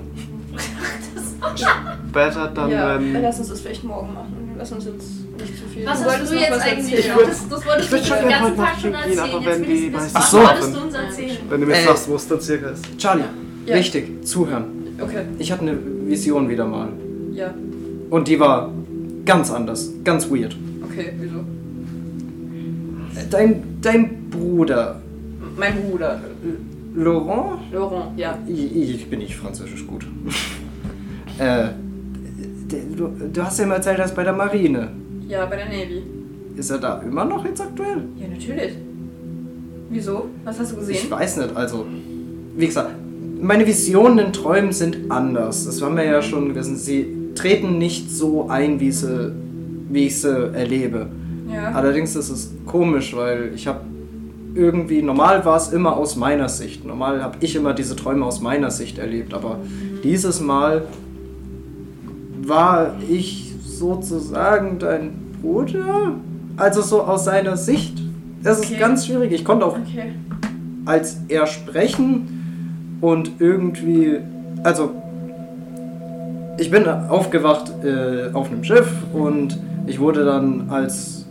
Besser dann, ähm,
ja,
wenn...
lass uns das vielleicht morgen machen. Lass uns jetzt nicht zu viel.
Was
Du
hast
wolltest
du
noch
jetzt
was
eigentlich?
erzählen.
Das, das wolltest
Ich würd
du
schon
den
gerne
ganzen
heute
Tag schon
Nacht gehen,
erzählen.
aber
Jetzt
wenn
will ich
die
wissen,
weiß-
was
Ach so.
wolltest du uns erzählen?
Wenn du mir
Äh.
sagst, wo es dann circa ist.
Charlie,
Ja.
richtig, zuhören.
Okay,
Ich hatte eine Vision wieder mal.
ja.
Und die war ganz anders, ganz weird.
Okay, wieso?
Dein, dein Bruder,
Mein Bruder.
Laurent?
Laurent, ja.
Ich, ich bin nicht französisch gut. äh, d- du, du hast ja mal erzählt, er ist bei der Marine.
Ja, bei der Navy.
Ist er da immer noch jetzt aktuell?
Ja, natürlich. Wieso? Was hast du
Ich
gesehen?
weiß nicht, also. Wie gesagt, meine Visionen und Träumen sind anders. Das haben wir ja schon gewissen. Sie treten nicht so ein, wie, sie, wie ich sie erlebe.
Ja.
Allerdings ist es komisch, weil ich habe irgendwie, normal war es immer aus meiner Sicht. Normal habe ich immer diese Träume aus meiner Sicht erlebt, aber dieses Mal war ich sozusagen dein Bruder? Also so aus seiner Sicht. Es
Okay.
ist ganz schwierig. Ich konnte auch
Okay.
als er sprechen und irgendwie, also ich bin aufgewacht äh, auf einem Schiff und ich wurde dann als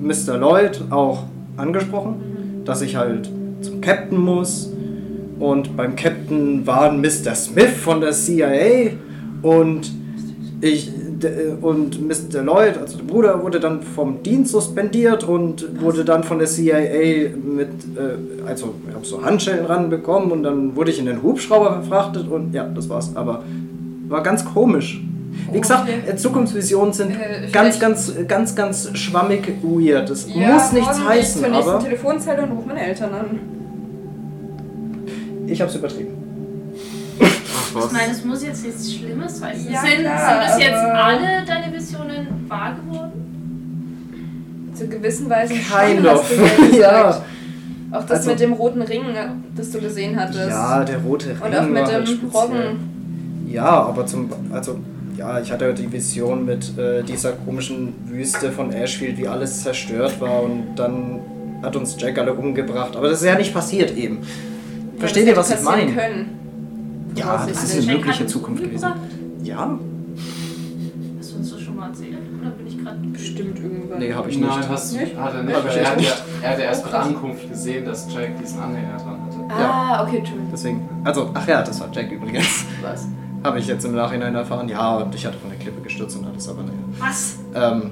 Mr. Lloyd auch angesprochen, dass ich halt zum Captain muss und beim Captain war ein Mr. Smith von der CIA und ich d- äh, und Mr. Lloyd, also der Bruder, wurde dann vom Dienst suspendiert und wurde dann von der CIA mit, äh, also ich habe so Handschellen ranbekommen und dann wurde ich in den Hubschrauber verfrachtet und ja, das war's. Aber war ganz komisch. Wie gesagt,
Okay.
äh, Zukunftsvisionen sind
Äh,
ganz,
vielleicht-
ganz, ganz, ganz schwammig weird. Das
Ja,
muss nichts
morgen gehe ich
heißen,
zur nächsten
aber
Telefonzelle und rufe meine Eltern an.
ich habe es übertrieben.
Ich meine, es muss jetzt nichts Schlimmes sein.
Ja,
sind,
klar,
sind bis jetzt
aber-
alle deine Visionen wahr geworden?
Zu gewissen Weisen
Kind
schon, hast
of.
du ja gesagt.
Ja.
Auch das
Also-
mit dem roten Ring, ne, das du gesehen hattest.
Ja, der rote Ring
Und auch
war
mit
halt
dem
speziell.
Roggen.
Ja, aber zum. Also, ja, ich hatte die Vision mit äh, dieser komischen Wüste von Ashfield, wie alles zerstört war und dann hat uns Jack alle umgebracht. Aber das ist ja nicht passiert eben. Versteht ihr, was ich
passieren
meine?
Können. Also,
Ja, das ist
Jack
eine
hat
mögliche
uns
Zukunft gewesen.
umgebracht?
Ja?
Hast du uns das schon mal erzählt? Oder bin ich gerade.
Bestimmt irgendwann.
Nee, habe ich nicht.
Ah.
Nein, hast,
Nicht?
hat er nicht,
Hab
weil
ich
er, hat ja,
nicht.
er hat ja erst
Oh,
bei
krass.
Ankunft gesehen, dass Jack diesen Anhänger dran hatte.
Ah, okay, Entschuldigung.
Deswegen. Also, ach ja, das war Jack übrigens.
Was?
Habe ich jetzt im Nachhinein erfahren. Ja, und ich hatte von der Klippe gestürzt und alles, aber naja.
Was?
Ähm.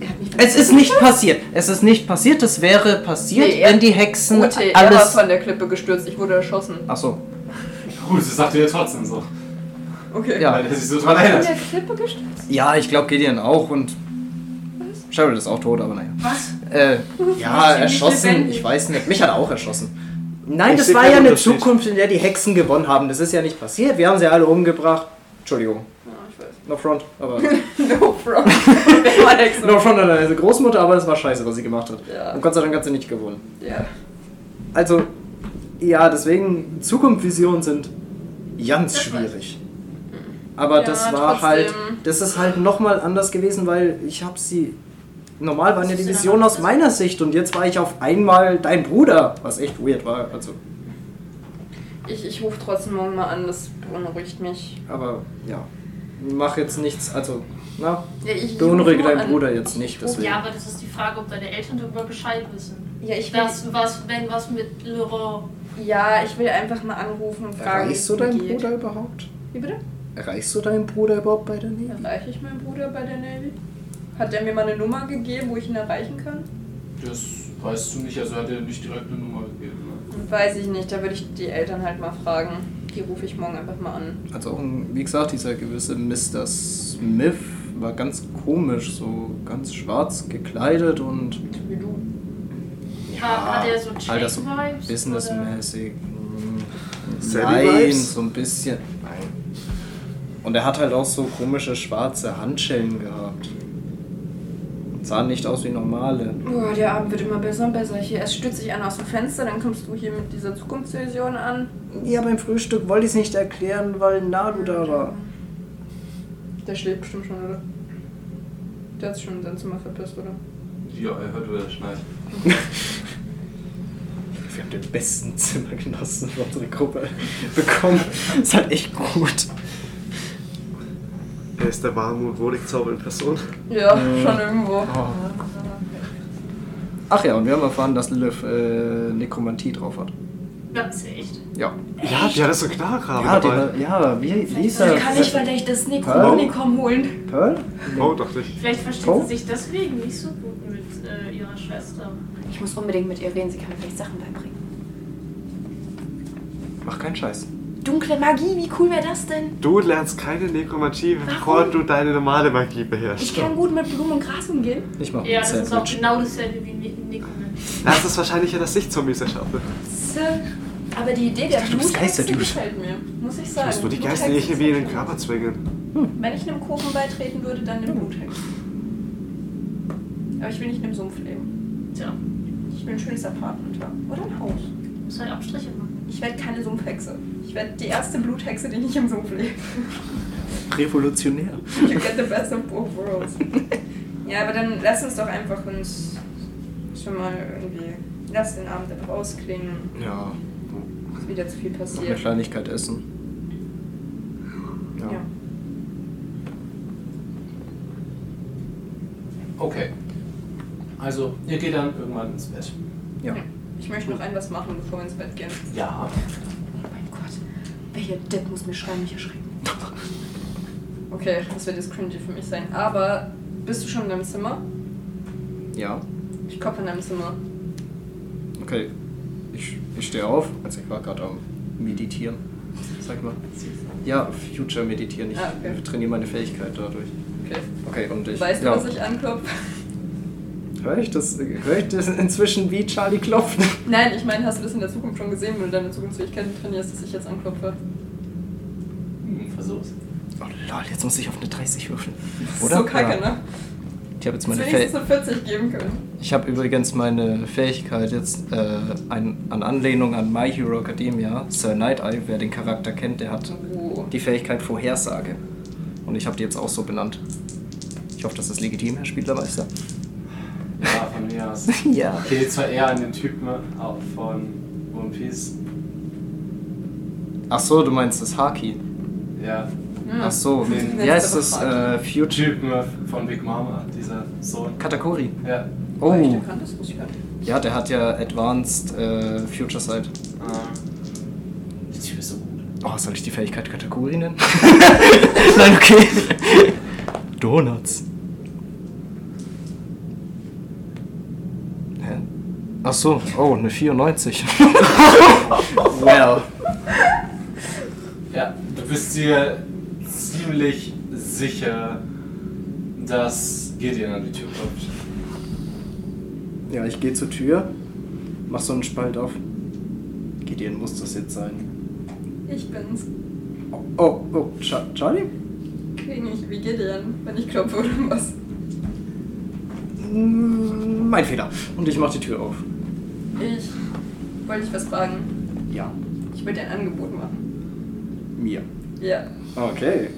Er hat mich
Es ist nicht passiert. Es ist nicht passiert. Es wäre passiert,
Nee, er-
wenn die Hexen
Gut, ey, er war
Also, alles.
von der Klippe gestürzt. Ich wurde erschossen.
Ach so.
Gut, das sagt er ja trotzdem so.
Okay.
Ja.
Weil er sich so dran
Von
erinnert.
der Klippe gestürzt?
Ja, ich glaube Gideon auch und Cheryl ist auch tot, aber naja.
Was?
Äh, ja,
Sie nicht
erschossen.
lebendig?
Ich weiß nicht. Mich hat er auch erschossen. Nein,
Ich
das
seh
war
keinen
ja eine
Unterschied.
Zukunft, in der die Hexen gewonnen haben. Das ist ja nicht passiert. Wir haben sie alle umgebracht. Entschuldigung.
Ja, ich weiß.
No front, aber.
No front. Wer war der
no front an deine Großmutter, aber das war scheiße, was sie gemacht hat.
Ja.
Und Gott sei Dank hat sie nicht gewonnen.
Ja.
Also, ja, deswegen, Zukunftsvisionen sind ganz
Das weiß
schwierig. Aber
Ja,
das war
trotzdem.
halt, das ist halt nochmal anders gewesen, weil ich habe sie. Normal waren ja die
ist denn
Visionen
anders?
aus meiner Sicht und jetzt war ich auf einmal dein Bruder, was echt weird war. Also,
Ich, ich rufe trotzdem morgen mal an, das beunruhigt mich.
aber ja, mach jetzt nichts. Also, na,
Ja, ich, ich
beunruhige
ruf nur
deinen
an.
Bruder jetzt nicht. Deswegen.
Ja, aber das ist die Frage, ob deine Eltern darüber Bescheid wissen.
Ja ich, will,
Was, was, wenn was mit Laurent.
ja, ich will einfach mal anrufen und fragen.
Erreichst
wie
du
es
deinen
geht.
Bruder überhaupt?
Wie bitte?
Erreichst du deinen Bruder überhaupt bei der Nähe?
Erreiche ich meinen Bruder bei der Navy? Hat er mir mal eine Nummer gegeben, wo ich ihn erreichen kann?
Das weißt du nicht, also hat er nicht direkt eine Nummer gegeben. ne?
Weiß ich nicht, da würde ich die Eltern halt mal fragen. Die rufe ich morgen einfach mal an.
Also auch, ein- wie gesagt, dieser gewisse Mr. Smith war ganz komisch, so ganz schwarz gekleidet und
Wie du.
War- hat er so
halt das so
Jack-Vibes,
businessmäßig. mm,
Sally
Nein,
Vibes?
so ein bisschen. Nein. Und er hat halt auch so komische schwarze Handschellen gehabt. Sahen nicht aus wie normale.
Boah, der Abend wird immer besser und besser. Hier erst stütze ich an aus dem Fenster, dann kommst du hier mit dieser Zukunftsvision an.
Ja, beim Frühstück wollte ich es nicht erklären, weil Nalu da war.
Der schläft bestimmt schon, oder? Der hat sich schon in sein Zimmer verpisst, oder?
Ja, er hört über das Schneiden.
Wir haben den besten Zimmergenossen für unsere Gruppe bekommen. Das ist halt echt gut.
Er ist der warme und wohlig zaubernden Person.
Ja, schon irgendwo.
Oh. Ach ja, und wir haben erfahren, dass Lilith äh, Nekromantie drauf hat.
Ganz echt.
Ja.
Ja, die hat so einen Knarrgraben
Ja, die,
dabei.
war- ja wie, wie ist
Äh,
das?
Kann ich vielleicht das Necronicon
Necronomicon
holen?
Pearl?
Oh, dachte ich.
Vielleicht versteht
Oh.
sie sich deswegen nicht so gut mit äh, ihrer Schwester.
Oh,
Ich muss unbedingt mit ihr reden, sie kann mir vielleicht Sachen beibringen.
Mach keinen Scheiß.
Dunkle Magie, wie cool wäre das denn?
Du lernst keine Nekromantie, bevor du deine normale Magie beherrschst.
Ich kann gut mit Blumen und Gras umgehen.
Ich mach ein
Ja, das ist auch
Sandwich.
genau dasselbe wie ne? Nikomen.
Das ist wahrscheinlicher, dass ich Zombies erschaffe.
Aber die Idee der
bist
Bluthexe
Geistertyp.
gefällt mir, muss ich sagen.
Musst nur die Geister
Bluthexe
nicht irgendwie in
sind
den
schon-
Körper zwingen.
Wenn ich einem Kuchen beitreten würde, dann dem Bluthexen. Aber ich will nicht in einem Sumpf leben.
Tja,
Ich will ein schönes Apartment haben. Oder ein Haus.
muss halt Abstriche machen.
Ich werde keine Sumpfhexe. Ich werde die erste Bluthexe, die nicht im Sumpf lebt.
Revolutionär.
You get the best of both worlds. ja, aber dann lass uns doch einfach uns schon mal irgendwie. Lass den Abend einfach ausklingen.
Ja,
Ist wieder zu viel
noch eine
passiert.
Kleinigkeit essen.
Ja.
Okay. Also, ihr geht dann irgendwann ins Bett.
Ja.
Ich möchte noch ein was machen, bevor wir ins Bett gehen.
Ja.
Oh mein Gott. Welcher Depp muss mir schreiben, mich erschrecken? Okay, das wird jetzt cringy für mich sein. Aber bist du schon in deinem Zimmer?
Ja.
Ich klopfe in deinem Zimmer.
Okay. Ich, ich stehe auf. Also ich war gerade am Meditieren. Sag mal. Ja, Future meditieren. Ich
Ah, okay.
trainiere meine Fähigkeit dadurch.
Okay.
Okay, und ich.
Weißt du,
ja.
was ich anklopfe?
Hör ich das? Hör ich das inzwischen wie Charlie klopft?
Nein, ich meine, hast du das in der Zukunft schon gesehen, wenn du deine Zukunftsfähigkeiten trainierst, dass ich jetzt anklopfe?
Hm, versuch's.
Oh lol, jetzt muss ich auf eine 30 würfeln.
Das ist
Oder?
so kacke,
Ja.
ne?
Ich habe jetzt
Dass
meine
wir
Fähigkeit.
wenigstens eine 40 geben können.
Ich habe übrigens meine Fähigkeit jetzt äh, ein, an Anlehnung an My Hero Academia. Sir Night Eye, wer den Charakter kennt, der hat
Oh.
die Fähigkeit Vorhersage. Und ich habe die jetzt auch so benannt. Ich hoffe, das ist legitim, Herr Spielermeister.
Ja, von mir aus.
Ja.
Okay, zwar eher an den Typen auch von One Piece.
Ach so, du meinst das Haki.
Ja.
Hm.
Ach so.
Den-
Ja, es ist äh,
Der
Future
Typen ne, von Big Mama, dieser Sohn.
Katakuri.
Ja.
Weil ich
Oh.
den kannte, das wusste ich halt- gar nicht.
Ja, der hat ja Advanced äh, Future Sight.
Ähm, der Typ ist so gut.
Oh, soll ich die Fähigkeit Katakuri nennen? Nein, okay. Donuts. Hä? Ach so, oh, eine 94. well.
Ja, du bist dir ziemlich sicher, dass Gideon an die Tür klopft.
Ja, ich gehe zur Tür, mach so einen Spalt auf. Gideon muss das jetzt sein.
Ich bin's.
Oh, oh, Cha- Charlie?
König, wie geht ihr denn, wenn ich klopfe oder was?
Mm, Mein Fehler. Und ich mach die Tür auf.
Ich wollte dich was fragen.
Ja,
Ich wollte dir ein Angebot machen.
mir.
Ja.
Okay.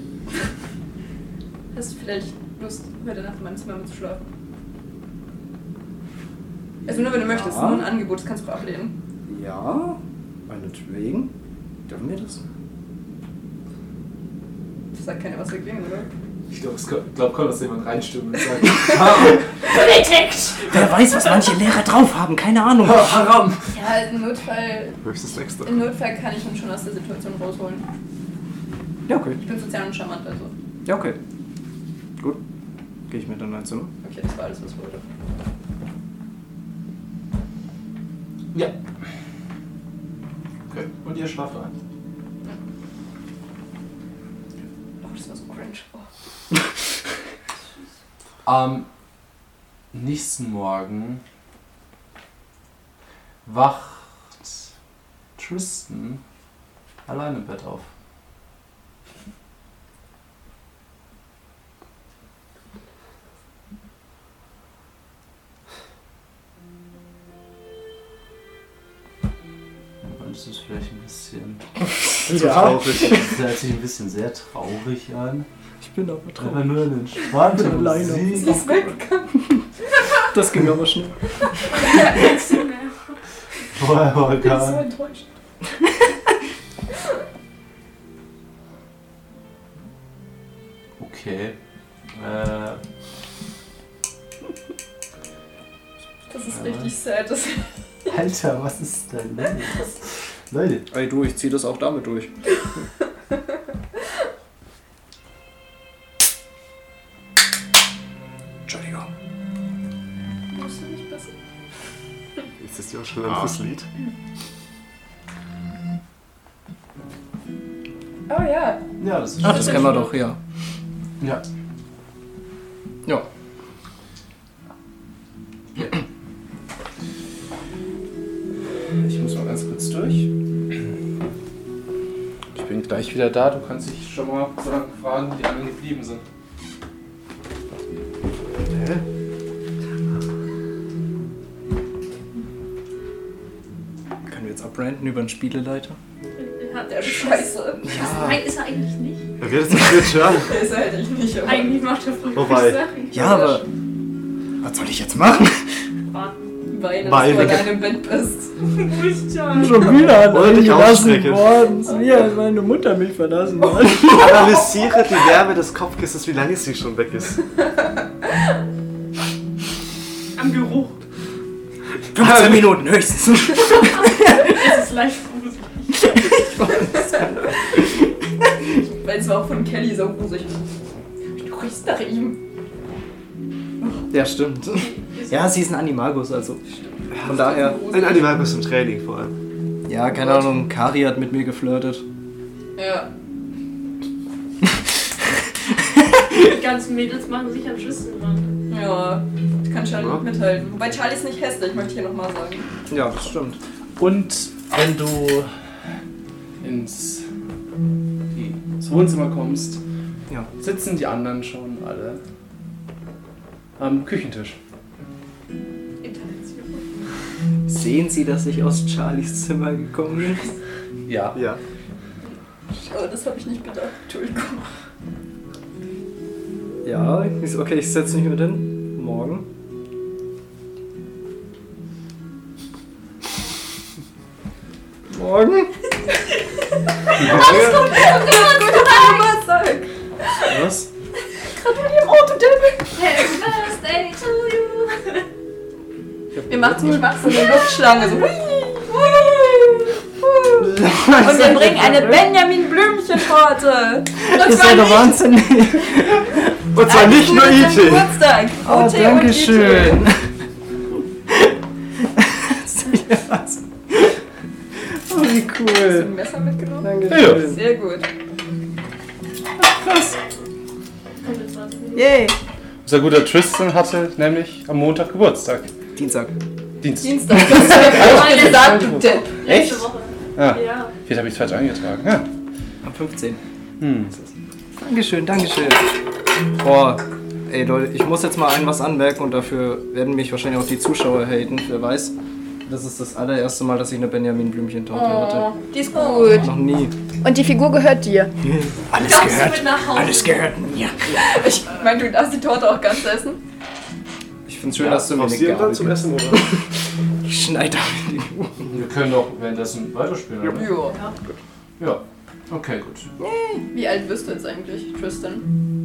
Hast du vielleicht Lust, heute Nacht in meinem Zimmer mitzuschlafen? Also nur wenn du möchtest,
Ja.
nur ein Angebot, das kannst du auch ablehnen.
Ja, meinetwegen. Dürfen wir das?
Das sagt keiner, was wir kriegen, oder?
Ich glaube, glaub kaum, dass jemand reinstimmt und sagt,
Verdeckigt!
Wer weiß, was manche Lehrer drauf haben, keine Ahnung.
Haram!
Ja, im Notfall,
Höchstens nächste.
im Notfall kann ich ihn schon aus der Situation rausholen.
Ja, okay.
Ich bin sozial und charmant, also.
Ja, okay. Gut. Gehe ich mit in mein Zimmer.
Okay, das war alles, was wollte.
Ja. Okay, und ihr schlaft ein.
Oh, das war so cringe. Oh.
Am nächsten Morgen wacht Tristan allein im Bett auf. Und es ist vielleicht ein bisschen.
So
Ah.
traurig.
Das hört sich ein bisschen sehr traurig an.
Ich bin aber
Aber nur eine entspannte
Alleine.
Musik.
ist weg.
Das ging aber schnell.
Vorher war gar nicht.
enttäuscht.
Okay. Äh,
Das
Ja.
ist richtig sad. Das
Alter, was ist denn ne? los? Leute.
Ey du, ich zieh das auch damit durch. Entschuldigung.
musst du nicht besser.
Ist das ja auch schon ein fürs Lied?
Oh ja.
Ja, das ist
Ach, Ah, das kennen wir doch, ja.
Ja.
Ja.
Ich muss mal ganz kurz durch. Ich bin gleich wieder da. Du kannst dich schon mal so lange fragen, wie die anderen geblieben sind.
Können wir jetzt abranden über den Spieleleiter?
Hat
Der Scheiße.
Ah.
Nein, ist er eigentlich nicht.
Er wird jetzt ein Twitcher.
Der ist halt ich nicht. aber-
Eigentlich macht er voll
Wobei-
Sachen.
Ja, aber. Was soll ich jetzt machen?
Warten.
Weine, dass
Weine.
du allein im Bett bist.
Schon wieder
Wollte ich
verlassen
ausstrecken.
worden. ist Wie hat meine Mutter mich verlassen
Oh,
hat.
Analysiere die Wärme des Kopfkissens, wie lange sie schon weg ist.
Am Geruch
15 Minuten höchstens.
ist es leicht gruselig.
Weil es war auch von Kelly so gruselig. Du riechst nach ihm.
Ja, stimmt. Ja, sie ist ein Animagus, also. Von daher.
Ein Animal bis zum Training vor allem.
Ja, keine Ahnung, Kari hat mit mir geflirtet.
Ja.
Die ganzen Mädels machen sich an Schüssen ran.
Ja. Ich kann Charlie nicht mithalten. Wobei Charlie ist nicht hässlich, möchte ich hier nochmal sagen.
Ja, das stimmt.
Und wenn du ins die- ins Wohnzimmer kommst,
Ja.
sitzen die anderen schon alle am Küchentisch.
Interaktion.
Sehen Sie, dass ich aus Charlies Zimmer gekommen bin?
Ja.
Ja.
Aber Oh, das habe ich nicht gedacht. Entschuldigung.
Ja, ich so, okay, ich setze mich mit hin. Morgen. Morgen?
Geburtstag!
Was?
Happy Birthday to you!
Wir machen wir machen so eine Luftschlange. So. Und wir bringen eine Benjamin Blümchen-Torte. Und
Ist ja der Wahnsinn.
Und zwar nicht nur IT.
Geburtstag.
Ah,
Oh,
OT und E
danke
IT.
schön. Oh, wie
Hast du
cool.
ein Messer mitgenommen?
Dankeschön.
Sehr gut.
Kommt jetzt mal zu mir.
Yay!
Unser guter Tristan hatte nämlich am Montag Geburtstag.
Dienstag.
Dienst.
Dienstag. Das hast du gesagt, du Depp.
Letzte Woche.
Ah,
Ja.
vielleicht habe ich es falsch eingetragen. Ja.
Am 15.
Hm.
Dankeschön, Dankeschön. Boah, ey Leute, ich muss jetzt mal ein was anmerken und dafür werden mich wahrscheinlich auch die Zuschauer haten, wer weiß. Das ist das allererste Mal, dass ich eine Benjamin Blümchen-Torte
Oh,
hatte.
die ist gut.
Noch nie.
Und die Figur gehört dir.
Alles
Darfst du mit nach Hause?
gehört mir.
Ich meine, du darfst die Torte auch ganz essen.
Ich find's schön, dass du mir
Auf
nicht
sie dann zum
gehst.
Essen, oder?
Ich schneide damit die
Wir können doch währenddessen weiterspielen, oder?
Jo.
Ja. Okay, gut.
Wie alt bist du jetzt eigentlich, Tristan?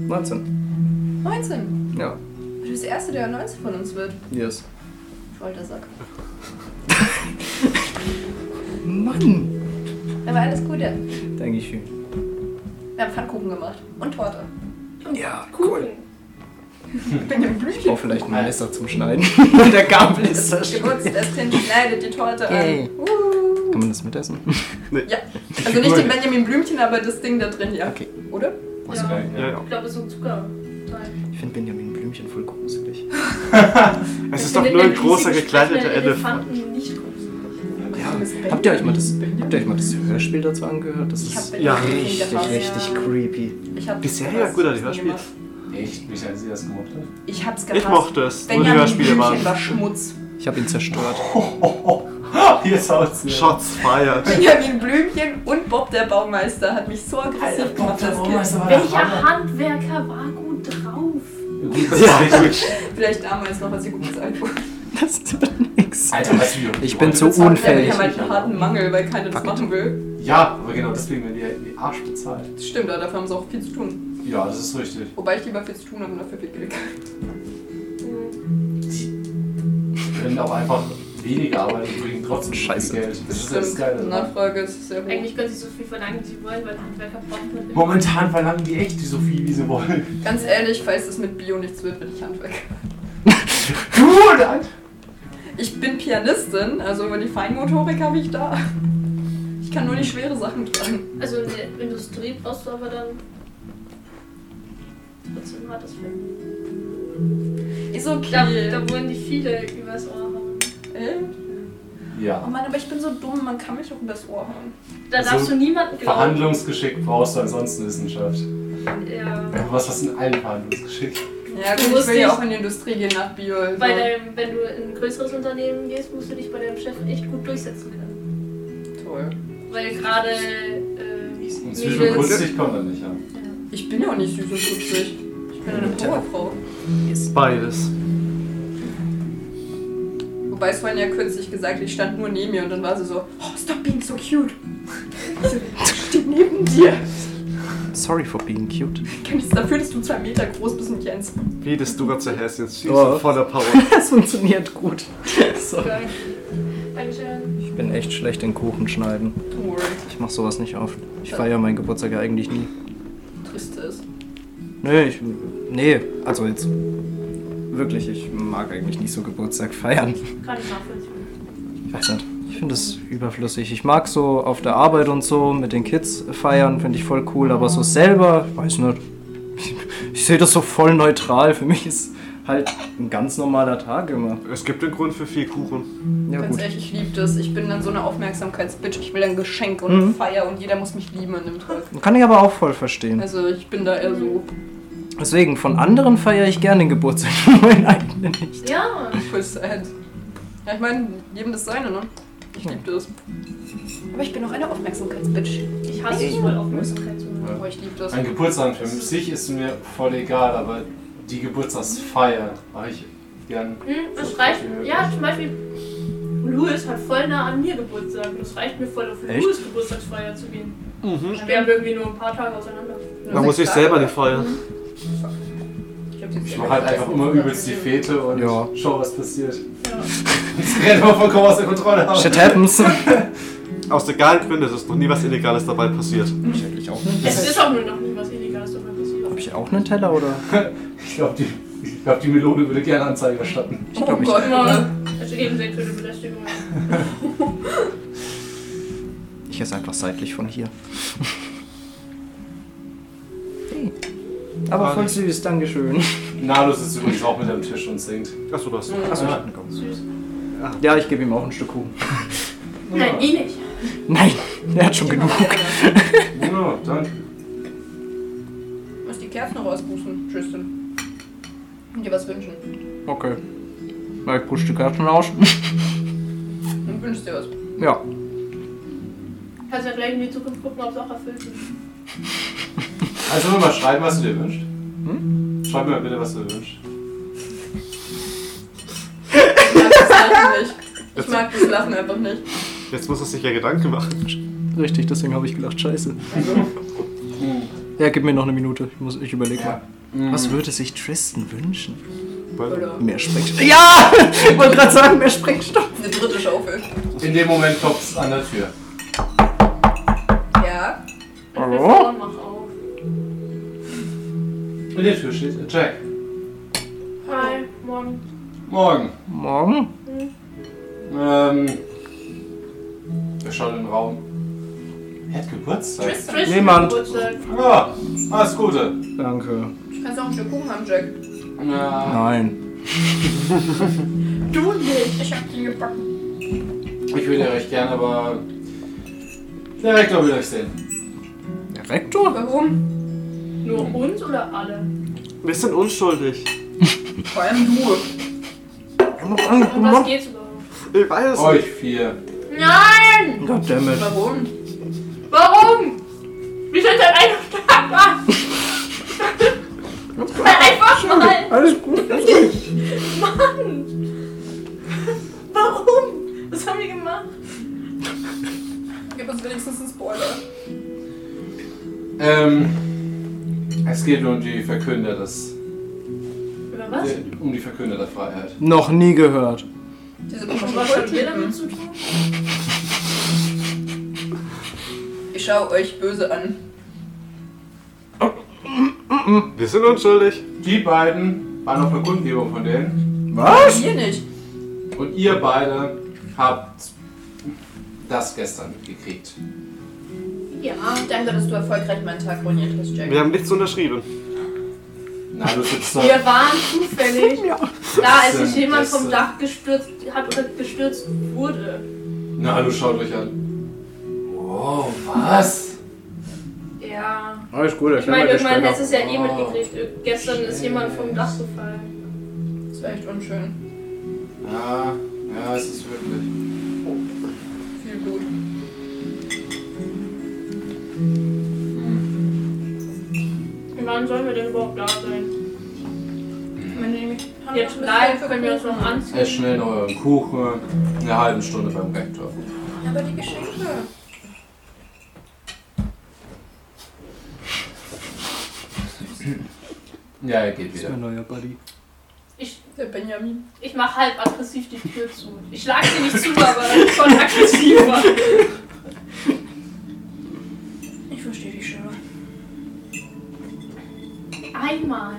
19.
19.
Ja.
Du bist der Erste, der 19 von uns wird.
Yes.
Wollte Sack.
Mann!
Aber alles Gute.
Dankeschön.
Wir haben Pfannkuchen gemacht. Und Torte.
Ja, cool.
Ich bin im
Ich brauche
Blümchen.
vielleicht ein Messer zum Schneiden. Der Gabel ist
Oh.
das
Gewürzt, das Kind schneidet die Torte
Yay.
an. Uh.
Kann man das mitessen?
Ja. Also nicht den Benjamin Blümchen, aber das Ding da drin, ja.
Okay.
Oder?
Muss ich gleich- ja.
ja.
Ich glaube, so Zucker.
Ich finde Benjamin Blümchen voll gruselig.
Es ist doch nur ein großer gekleideter Elefant.
Elefanten nicht gruselig.
Ja. Habt ihr euch mal das, habt ihr euch mal das Hörspiel dazu angehört? Das
Ich hab
ist
Ja,
Benjamin Blümchen
richtig,
gehasst.
richtig creepy.
Ich hab
Bisher
das
ja gut, dass ich
nie
Hörspiel.
gemacht.
Echt? Mich als sie das gemacht hat?
Ich hab's gehasst.
Ich mochte es, nur die
Benjamin
Hörspiele
Blümchen war
waren.
Schmutz.
Ich habe ihn zerstört.
Hier schaut's mir.
Shots fired.
Benjamin Blümchen und Bob der Baumeister hat mich so aggressiv gemacht,
Oh,
das Kind.
Welcher Handwerker war gut drauf?
Vielleicht damals noch, als sie gut sein wurde.
Das wird nix.
Alter, was wir.
Ich bin zu
Ich
unfähig.
habe halt einen harten Mangel, weil keiner das
Fuck it.
machen will.
Ja, aber genau deswegen werden die, die Arsch bezahlt.
Das stimmt, aber dafür haben sie auch viel zu tun.
Ja, das ist richtig.
Wobei ich lieber viel zu tun habe und dafür viel Geld. kriege.
Hm,
Können auch einfach weniger arbeiten und kriegen trotzdem
Scheiße.
viel Geld. Das ist das Geile. daran.
Nachfrage ist sehr hoch.
Eigentlich können sie so viel verlangen, wie sie wollen, weil Handwerker brauchen wir nicht.
Momentan verlangen die echt so viel, wie sie wollen.
Ganz ehrlich, falls das mit Bio nichts wird, bin ich Handwerker.
Du oder?
Ich bin Pianistin, also über die Feinmotorik habe ich da. Ich Ich kann nur nicht schwere Sachen tragen.
Also in der Industrie brauchst du aber dann. Trotzdem war das für
Ist
da,
okay.
da wurden die viele übers Ohr hauen.
Äh? Oh
Ja.
Mann, aber ich bin so dumm, man kann mich auch übers Ohr hauen.
Da
Also,
darfst du niemanden glauben.
Verhandlungsgeschick brauchst du ansonsten Wissenschaft.
Ja,
Du hast das in allen Verhandlungsgeschick.
Ja,
Du
gut, ich
musst
will ja
dich-
auch in die Industrie gehen nach Bio. Also.
bei deinem, wenn du in ein größeres Unternehmen gehst, musst du dich bei deinem Chef echt gut durchsetzen können.
Toll.
Weil gerade äh,
Und zwischenkunstig
Mädels,
kommt man nicht an.
Ich bin ja auch nicht süß und putzig. Ich bin eine Powerfrau.
Beides.
Wobei es vorhin ja kürzlich gesagt, ich stand nur neben ihr und dann war sie so, oh, stop being so cute. Ich so, steht neben dir.
Sorry for being cute.
Ich kann nichts dafür, dass du zwei Meter groß bist und Jens.
Wie das du gerade zuerst jetzt schießt
Oh.
voller Power.
Das funktioniert gut. So.
Dankeschön.
Ich bin echt schlecht in Kuchen schneiden.
Don't worry,
Ich mach sowas nicht oft. Ich feiere meinen Geburtstag ja eigentlich nie.
triste ist.
Nee, ich. Nee, also jetzt. Wirklich, ich mag eigentlich nicht so Geburtstag feiern.
Kann ich nachvollziehen.
Ich weiß nicht. Ich finde es überflüssig. Ich mag so auf der Arbeit und so mit den Kids feiern, finde ich voll cool, aber so selber, weiß nicht. Ich, ich sehe das so voll neutral. Für mich ist halt ein ganz normaler Tag immer.
Es gibt einen Grund für viel Kuchen.
Ja,
Ganz
gut.
ehrlich, ich liebe das. Ich bin dann so eine Aufmerksamkeitsbitch. Ich will ein Geschenk und
Mhm.
Feier und jeder muss mich lieben an dem Tag.
Kann ich aber auch voll verstehen.
Also ich bin da eher so Also
Deswegen, von anderen feiere ich gerne den Geburtstag, von meinen eigenen nicht.
Ja,
voll sad. Ja, ich meine, jedem das seine, ne? Ich liebe das. Aber ich bin auch eine Aufmerksamkeitsbitch.
ich hasse es voll Aufmerksamkeit zu haben.
Aber Oh, ich liebe das.
Ein Geburtstag für sich ist mir voll egal, aber die Geburtstagsfeier mache ich gern.
Hm, das reicht. Ja, zum Beispiel, Louis hat voll nah an mir Geburtstag. Und es reicht mir voll, auf
Echt?
Louis Geburtstagsfeier zu gehen. Wir haben irgendwie nur ein paar Tage auseinander.
Man muss sich selber nicht feiern.
Ich mache halt einfach immer übelst die Fete und
Ja.
schau, was passiert. Das rennt man vollkommen aus der Kontrolle. ab.
Shit happens.
Aus legalen Gründen ist es noch nie was Illegales dabei passiert.
Check ich auch nicht.
Es ist auch nur noch nie was Illegales dabei passiert.
Hab ich auch einen Teller oder?
Ich glaube, die, ich glaub, die Melone würde gerne Anzeige erstatten.
Ich
Oh
glaube, ich.
Immer, also eben sexuelle Belästigung.
Ich esse einfach seitlich von hier. hey. Aber voll süß, Dankeschön.
Nalus ist übrigens auch mit am Tisch und singt.
Achso, du hast
Achso,
Ja.
Süß.
Ja, ich gebe ihm auch ein Stück Kuchen.
Nein, eh nicht.
Nein, er hat schon genug.
Ja, danke.
Ich muss die Kerzen rauspusten. Tristan. Und dir was wünschen.
Okay. Na, ich push die Karten raus.
Und wünschst dir was.
Ja.
Kannst ja gleich in die Zukunft gucken, ob es auch erfüllt ist.
Also mal schreiben, was du dir wünschst.
Hm?
Schreib mir mal bitte, was du dir wünschst.
Ich mag das Lachen nicht. Ich mag das Lachen einfach nicht.
Jetzt muss er sich ja Gedanken machen.
Richtig, deswegen habe ich gedacht, scheiße. Ja, gib mir noch eine Minute. Ich, muss, ich überlege mal. Was würde sich Tristan wünschen?
Weil-
Oder
Mehr Sprengstoff. Ja! Ich wollte gerade sagen, mehr Sprengstoff.
eine dritte Schaufel.
In dem Moment klopft es an der Tür.
Ja.
Und wir Frauen machen auch.
In der Tür steht Jack.
Hi, morgen.
Morgen.
Morgen?
Ähm. Wir schauen in den Raum. Er hat Geburtstag.
Tris, Tris,
Niemand.
Geburtstag.
Ja, alles Gute.
Danke.
Du kannst auch einen Stück Kuchen haben, Jack.
Na,
Nein.
Du nicht. Ich hab die gebacken.
ich würde ja recht gerne, aber. Der Rektor will euch sehen.
Der Rektor?
Warum?
Nur uns oder alle?
Wir sind unschuldig.
Vor allem du.
Um was geht's überhaupt?
Ich weiß es
Euch vier.
Nein!
Goddammit.
Warum?
Warum? Wir sind seit einem Tag da. Einfach mal.
Alles gut.
Mann! Warum? Was haben wir gemacht?
Gib uns wenigstens einen Spoiler.
Ähm. Es geht um die Verkünder des.
Über was?
Um die Verkünder der Freiheit.
Noch nie gehört.
Diese
Und
komischen
was haben wir
Volltypen.
damit zu tun?
Ich schau euch böse an.
nicht. Wir sind unschuldig.
Die beiden waren auf einer Kundgebung von denen.
Was?
Ihr nicht.
Und ihr beide habt das gestern mitgekriegt.
Ja, danke, dass du erfolgreich meinen Tag ruiniert hast, Jack.
Wir haben nichts unterschrieben.
Na, du sitzt da.
Wir waren zufällig da, als sich
Gestern,
jemand vom
gestern.
Dach gestürzt hat oder gestürzt wurde.
Na, du schaut euch an. Wow, was?
Ja.
Alles gut,
Ich meine, irgendwann hättest du es ja eh
Ah.
Oh.
mitgekriegt. Ir- Gestern ist jemand vom Dach gefallen.
Das war echt unschön.
Ja, ja, es ist wirklich.
Viel gut.
Wann sollen wir denn überhaupt da sein?
Hm.
Meine nämlich haben
Jetzt
noch ein bisschen
live können wir uns noch anziehen.
Esst schnell noch euren Kuchen. In einer halben Stunde beim Rektor.
Aber die Geschenke.
Ja, er geht wieder.
neuer Buddy.
Ich,
Der Benjamin.
ich mache halb aggressiv die Tür zu. Ich schlag sie nicht zu, aber schon aggressiver.
Ich verstehe dich schon.
Einmal.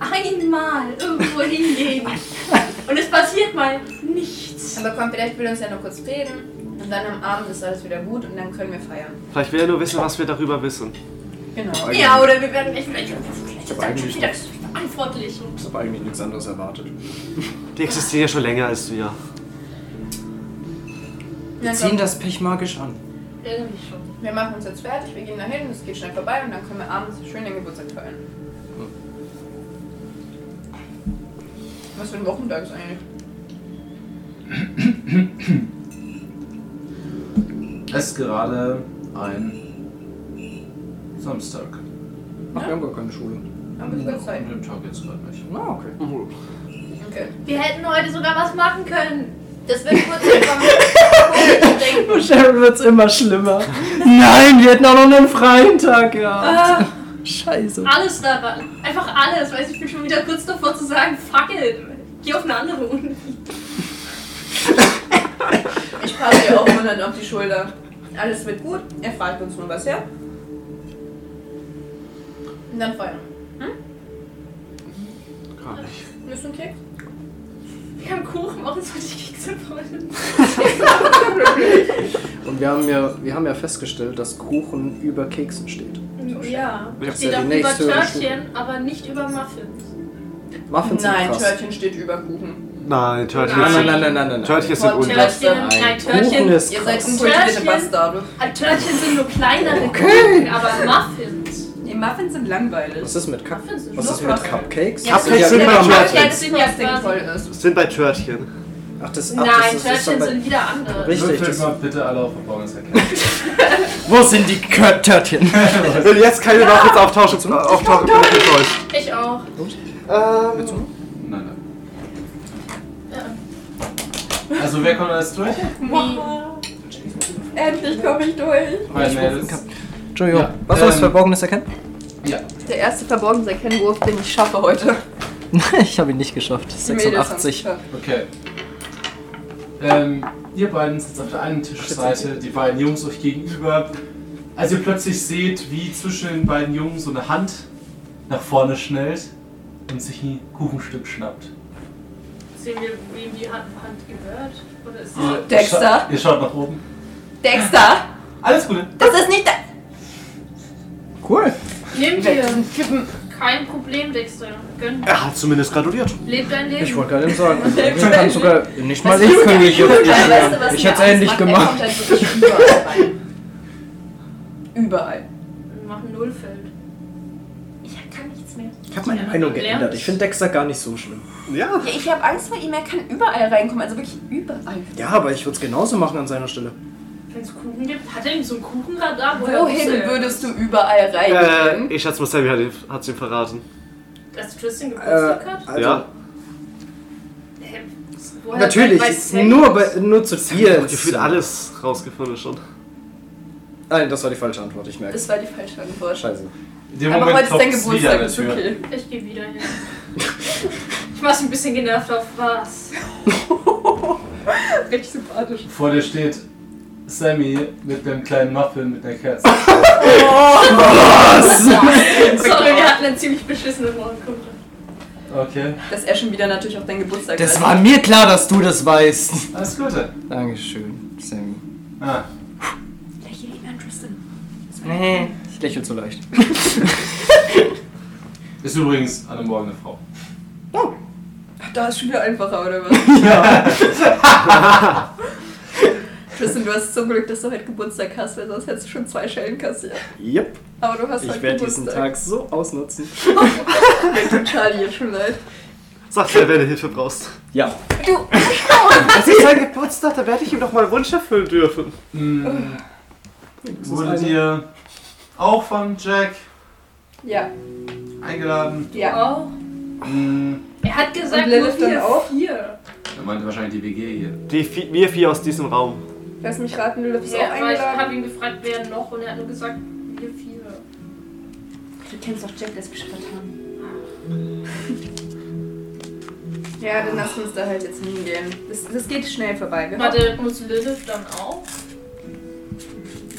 Einmal irgendwo hingehen. Und es passiert mal nichts.
Aber komm, vielleicht will er uns ja noch kurz reden. Und dann am Abend ist alles wieder gut und dann können wir feiern.
Vielleicht will er nur wissen, was wir darüber wissen.
Genau.
Ja, oder wir werden echt vielleicht dann schon
eigentlich
wieder verantwortlich. Und
Ich habe eigentlich nichts anderes erwartet.
Die existieren ja schon länger als du ja.
Ja,
Ziehen
komm,
das Pech magisch an.
irgendwie schon.
wir machen uns jetzt fertig, wir gehen dahin, es geht schnell vorbei und dann können wir abends schön den Geburtstag feiern. Was für ein Wochentag ist eigentlich?
Es ist gerade ein Samstag.
Ach, wir haben gar keine Schule.
Haben wir sogar Zeit.
An dem Tag jetzt gerade nicht.
Ah, okay.
Okay.
Wir hätten heute sogar was machen können. Das wird kurz gekommen.
Sharon wird's immer schlimmer. Nein, wir hätten auch noch einen freien Tag gehabt. Scheiße.
Alles daran. Einfach alles. Weiß ich bin schon wieder kurz davor zu sagen, fuck it. Geh auf eine andere Uni.
Ich passe ihr auch wundernd auf die Schulter. Alles wird gut, er fragt uns nur was her. Und dann feiern.
Gar nicht.
Willst du einen Keks?
Wir haben Kuchen, machen sollte ich Kekse wollen.
Und wir haben ja, wir haben ja festgestellt, dass Kuchen über Keksen steht.
Ja.
Ich hab's
Steht
ja
auch
die
über
nächste
Törtchen, aber nicht über Muffins.
Muffins
Nein,
sind krass.
Törtchen steht über Kuchen.
Nein, Törtchen
Nein, nein,
sind,
nein, nein, nein, nein.
Törtchen sind
Boah,
unter.
Törtchen, nein,
Kuchen
Törtchen.
ist
Ihr seid
krass.
unkultivierte
Törtchen?
Bastarde.
Ah, Törtchen sind nur kleinere Kuchen, aber Muffins.
Die Muffins sind langweilig.
Was ist mit Cup
Muffins sind
Was ist mit
Schnuppers.
Cupcakes?
Ja,
Cupcakes
das
sind
ja
bei
Törtchen,
Muffins.
Das sind ja quasi.
ist.
Sind bei Törtchen.
Ach, das, ach,
Nein,
das ist das ist
Törtchen
aber-
sind wieder andere.
Richtig,
Würfelt
das-
mal bitte alle auf Verbauungserkennung.
Wo sind die Kör- Törtchen?
Wenn jetzt keine Muffins auftauchen, auftauchen bin ich enttäuscht.
Ich auch.
Ähm,
nein, nein. Also, wer kommt alles durch?
Endlich komme ich durch.
Meine Mädels.
Entschuldigung.
Ja,
Was soll das
ähm,
Verborgenes erkennen?
Ja,
Der erste Verborgenes-Erkennwurf, den ich schaffe heute.
ich habe ihn nicht geschafft.
Die Mädels
86.
haben's
okay. Ähm, ihr beiden sitzt auf der einen Tischseite, die beiden Jungs euch gegenüber. Als ihr plötzlich seht, wie zwischen den beiden Jungen so eine Hand nach vorne schnellt und sich ein Kuchenstück schnappt.
Sehen wir, wem die Hand, Hand gehört? Oder ist
Ah.
Ihr
Dexter?
scha- Ihr schaut nach oben.
geschafft. Dexter!
Alles Gute.
Das ist nicht der...
Cool.
Nehmt ihr.
Kippen.
Kein Problem, Dexter. Gönn.
er hat zumindest gratuliert.
Lebt dein Leben.
Ich wollte gerade eben sagen, also
Der
ich kann sogar nicht mal ich könnte ich jetzt nicht lernen. Ich hätte es ähnlich gemacht.
halt Überall.
Wir machen Nullfeld. Ich kann nichts mehr.
Ich habe meine Meinung geändert. Ich finde Dexter gar nicht so schlimm.
Ja.
Ja, ich habe Angst vor ihm, er kann überall reinkommen, also wirklich überall.
Ja, aber ich würde es genauso machen an seiner Stelle.
Wenn es Kuchen gibt, hat er denn so ein Kuchenradar? Woher
Wohin
wusste er?
würdest du überall
Äh,
reingehen?
ich schätze mal, Sammy hat ihn- hat's ihm verraten.
Dass Tristan
Äh,
Geburtstag hat?
also,
ja.
Hä? Woher
Natürlich,
weiß
nur, bei, nur zu dir.
Gefühlt alles rausgefunden schon.
Nein, das war die falsche Antwort, ich merke.
das war die falsche Antwort.
Scheiße.
In dem
Aber heute ist dein
klopft's wieder an
Geburtstag,
der
ist
Tür.
okay.
Ich gehe wieder hin. ich war schon ein bisschen genervt auf was.
Richtig sympathisch.
Vor dir steht Sammy mit einem kleinen Muffin mit einer Kerze.
Sorry, wir hatten einen ziemlich beschissenen Morgenkunde.
Okay,
Dass er schon wieder natürlich auf deinen Geburtstag
Das
weiß.
war mir klar, dass du das weißt.
alles Gute.
Dankeschön.
Ah,
Lächle ihn an, Tristan.
Nee, ich lächle zu leicht.
ist übrigens an dem Morgen eine Frau.
Ach, Da ist schon wieder einfacher, oder was? Tristan, du hast zum Glück, dass du heute Geburtstag hast, weil sonst hättest du schon zwei Schellen kassiert.
Yep,
Aber du hast
ich
heute
werde diesen
Geburtstag.
Tag so ausnutzen.
Mir tut Charlie jetzt schon leid.
Sag mir, wenn du Hilfe brauchst.
Ja,
Das ist sein Geburtstag, da werde ich ihm doch mal einen Wunsch erfüllen dürfen.
Hm, wurde dir auch von Jack
Ja,
eingeladen?
ja.
Wow.
Hm,
Er hat gesagt,
Und
nur
Lilith dann
wir
auch?
vier.
er meinte wahrscheinlich die WG hier.
Die, vi- wir vier aus diesem Raum.
Lass mich raten, Lilith ist auch
Ja, aber ich
eingeladen.
habe ihn gefragt, wer noch, und er hat nur gesagt, wir vier.
Du kennst doch Jack, der ist bestimmt vertan.
Ja, dann lass uns da halt jetzt hingehen. Das, das geht schnell vorbei, gell?
Warte, muss Lilith dann auch?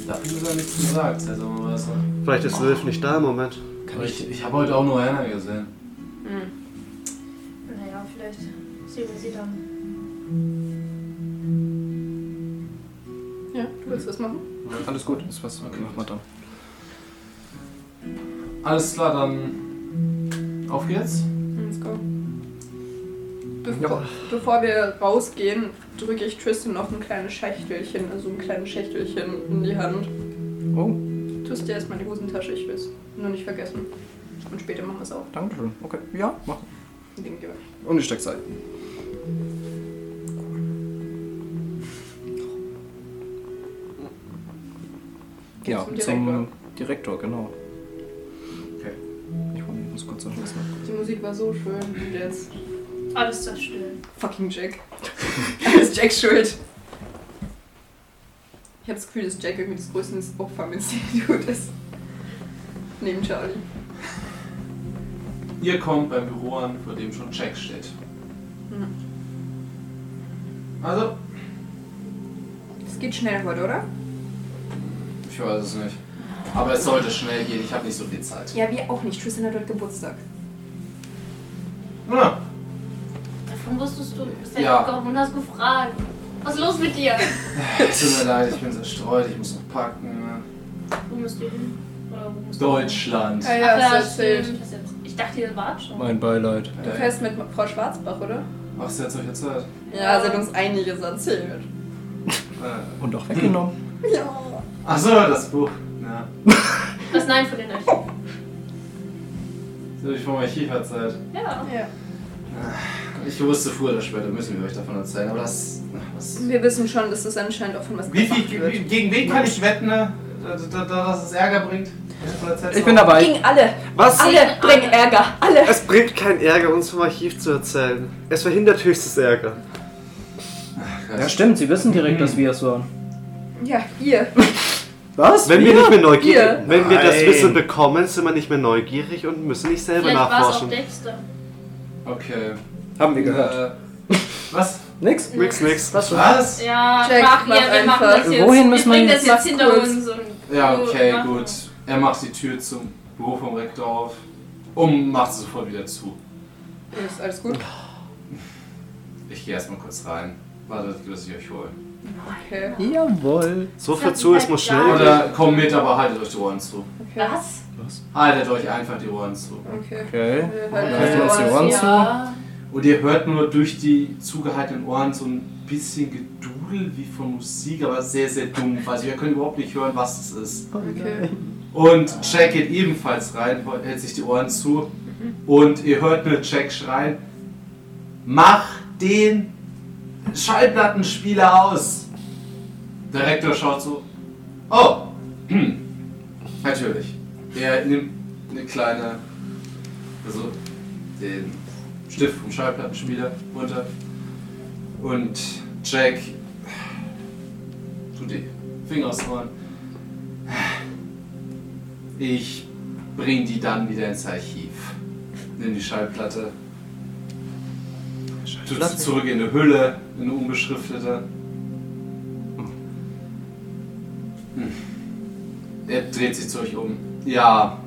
Dafür ist er nichts gesagt. Also, was
Vielleicht ist Lilith nicht da im Moment.
Aber ich ich habe heute auch nur Hannah gesehen.
Hm.
Naja, vielleicht sehen wir sie dann.
Ja, du willst was machen?
alles gut, ist was. Okay, mach mal dann.
Alles klar, dann auf geht's.
Let's go. Bevor, bevor wir rausgehen, drücke ich Tristan noch ein kleines Schächtelchen, also ein kleines Schächtelchen in die Hand.
Oh,
Tust dir erstmal in die Hosentasche, ich will's nur nicht vergessen. Und später machen wir es auch.
danke schön. Okay, ja, mach.
Ding gebe.
Und ich steck's ein. Ja,
Zum
zum,
Direktor.
Direktor. genau.
Okay.
Ich muss kurz noch was machen.
Die Musik war so schön und jetzt
Alles zerstören.
fucking Jack. Alles Jacks Schuld. Ich habe das Gefühl, dass Jack irgendwie das größte Opfer im Institut ist. Neben Charlie.
Ihr kommt beim Büro an, vor dem schon Jack steht.
Hm.
Also,
Es geht schnell heute, oder?
ich weiß es nicht. Aber es sollte schnell gehen, ich habe nicht so viel Zeit.
Ja, wir auch nicht. Tristan hat heute Geburtstag.
Na,
Davon wusstest du, du bist ja,
Ja.
gekommen und hast gefragt. Was ist los mit dir?
tut mir leid, ich bin zerstreut, ich muss noch packen. ne?
Wo müsst ihr hin? Oder wo müsst ihr
Deutschland.
Ah
hin?
ja,
Ach ja,
das erzählt.
stimmt. Ich dachte, ihr wart schon.
Mein Beileid.
Du
Äh,
fährst mit Frau Schwarzbach, oder?
Ach, sie hat solche Zeit.
Ja, sie hat uns einiges erzählt.
Äh,
Und auch weggenommen.
Ja.
ach so, das Buch. Ja.
Das Nein von den Archiven.
Das habe ich vom Archiv erzählt.
Ja.
ja.
Ich wusste früher oder später, müssen wir euch davon erzählen, aber das. ach, Was,
Wir wissen schon, dass das anscheinend auch von was
wie
gemacht
viel,
wird.
wie, gegen wen kann ich wetten, ne? da, da, da, dass es Ärger bringt?
Ich bin dabei.
Gegen alle.
Was?
Alle bringen Ärger. Alle.
Es bringt keinen Ärger, uns vom Archiv zu erzählen. Es verhindert höchstes Ärger.
Ja,
Ja, stimmt, sie wissen direkt, dass wir es waren.
Ja, ihr.
Was?
Wenn wir nicht mehr neugierig,
Hier.
wenn wir das
Nein.
Wissen bekommen, sind wir nicht mehr neugierig und müssen nicht selber
Vielleicht war es auch
nachforschen.
Dexter.
Okay.
Haben wir gehört.
Äh, was?
Nix?
Nix, nix.
Was schon?
Was?
Ja,
Jack,
mach,
mach
ja, wir machen
einfach.
das jetzt.
Wohin müssen wir
bringen
hin?
das jetzt
Mach's
hinter
kurz.
uns. Und
Ja, okay,
machen.
gut. Er macht die Tür zum Büro vom Rektor auf Um, und macht sie sofort wieder zu.
Ist alles gut?
Ich gehe erstmal kurz rein. Wartet, bis ich euch hole.
Okay.
Jawohl.
So viel zu, es muss schnell gehen.
Oder kommt mit, aber haltet euch die Ohren zu.
okay.
Was?
Haltet euch einfach die Ohren zu.
Okay.
Okay.
Wir
Halten
halten
wir uns die Ohren zu.
Ja.
Und ihr hört nur durch die zugehaltenen Ohren so ein bisschen Gedudel wie von Musik, aber sehr, sehr dumpf. Also ihr könnt überhaupt nicht hören, was es ist.
Okay.
Und Jack geht ebenfalls rein, hält sich die Ohren zu. Und ihr hört nur Jack schreien: Mach den Schallplattenspieler aus! Der Rektor schaut so: Oh! hm, Natürlich. Er nimmt eine kleine. Also den Stift vom Schallplattenspieler runter. Und Jack tut die Finger aus den Ohren. Ich bring die dann wieder ins Archiv. Nimm die Schallplatte. Tut sie zurück in eine Hülle, in eine unbeschriftete. Hm. Er dreht sich zu euch um. Ja.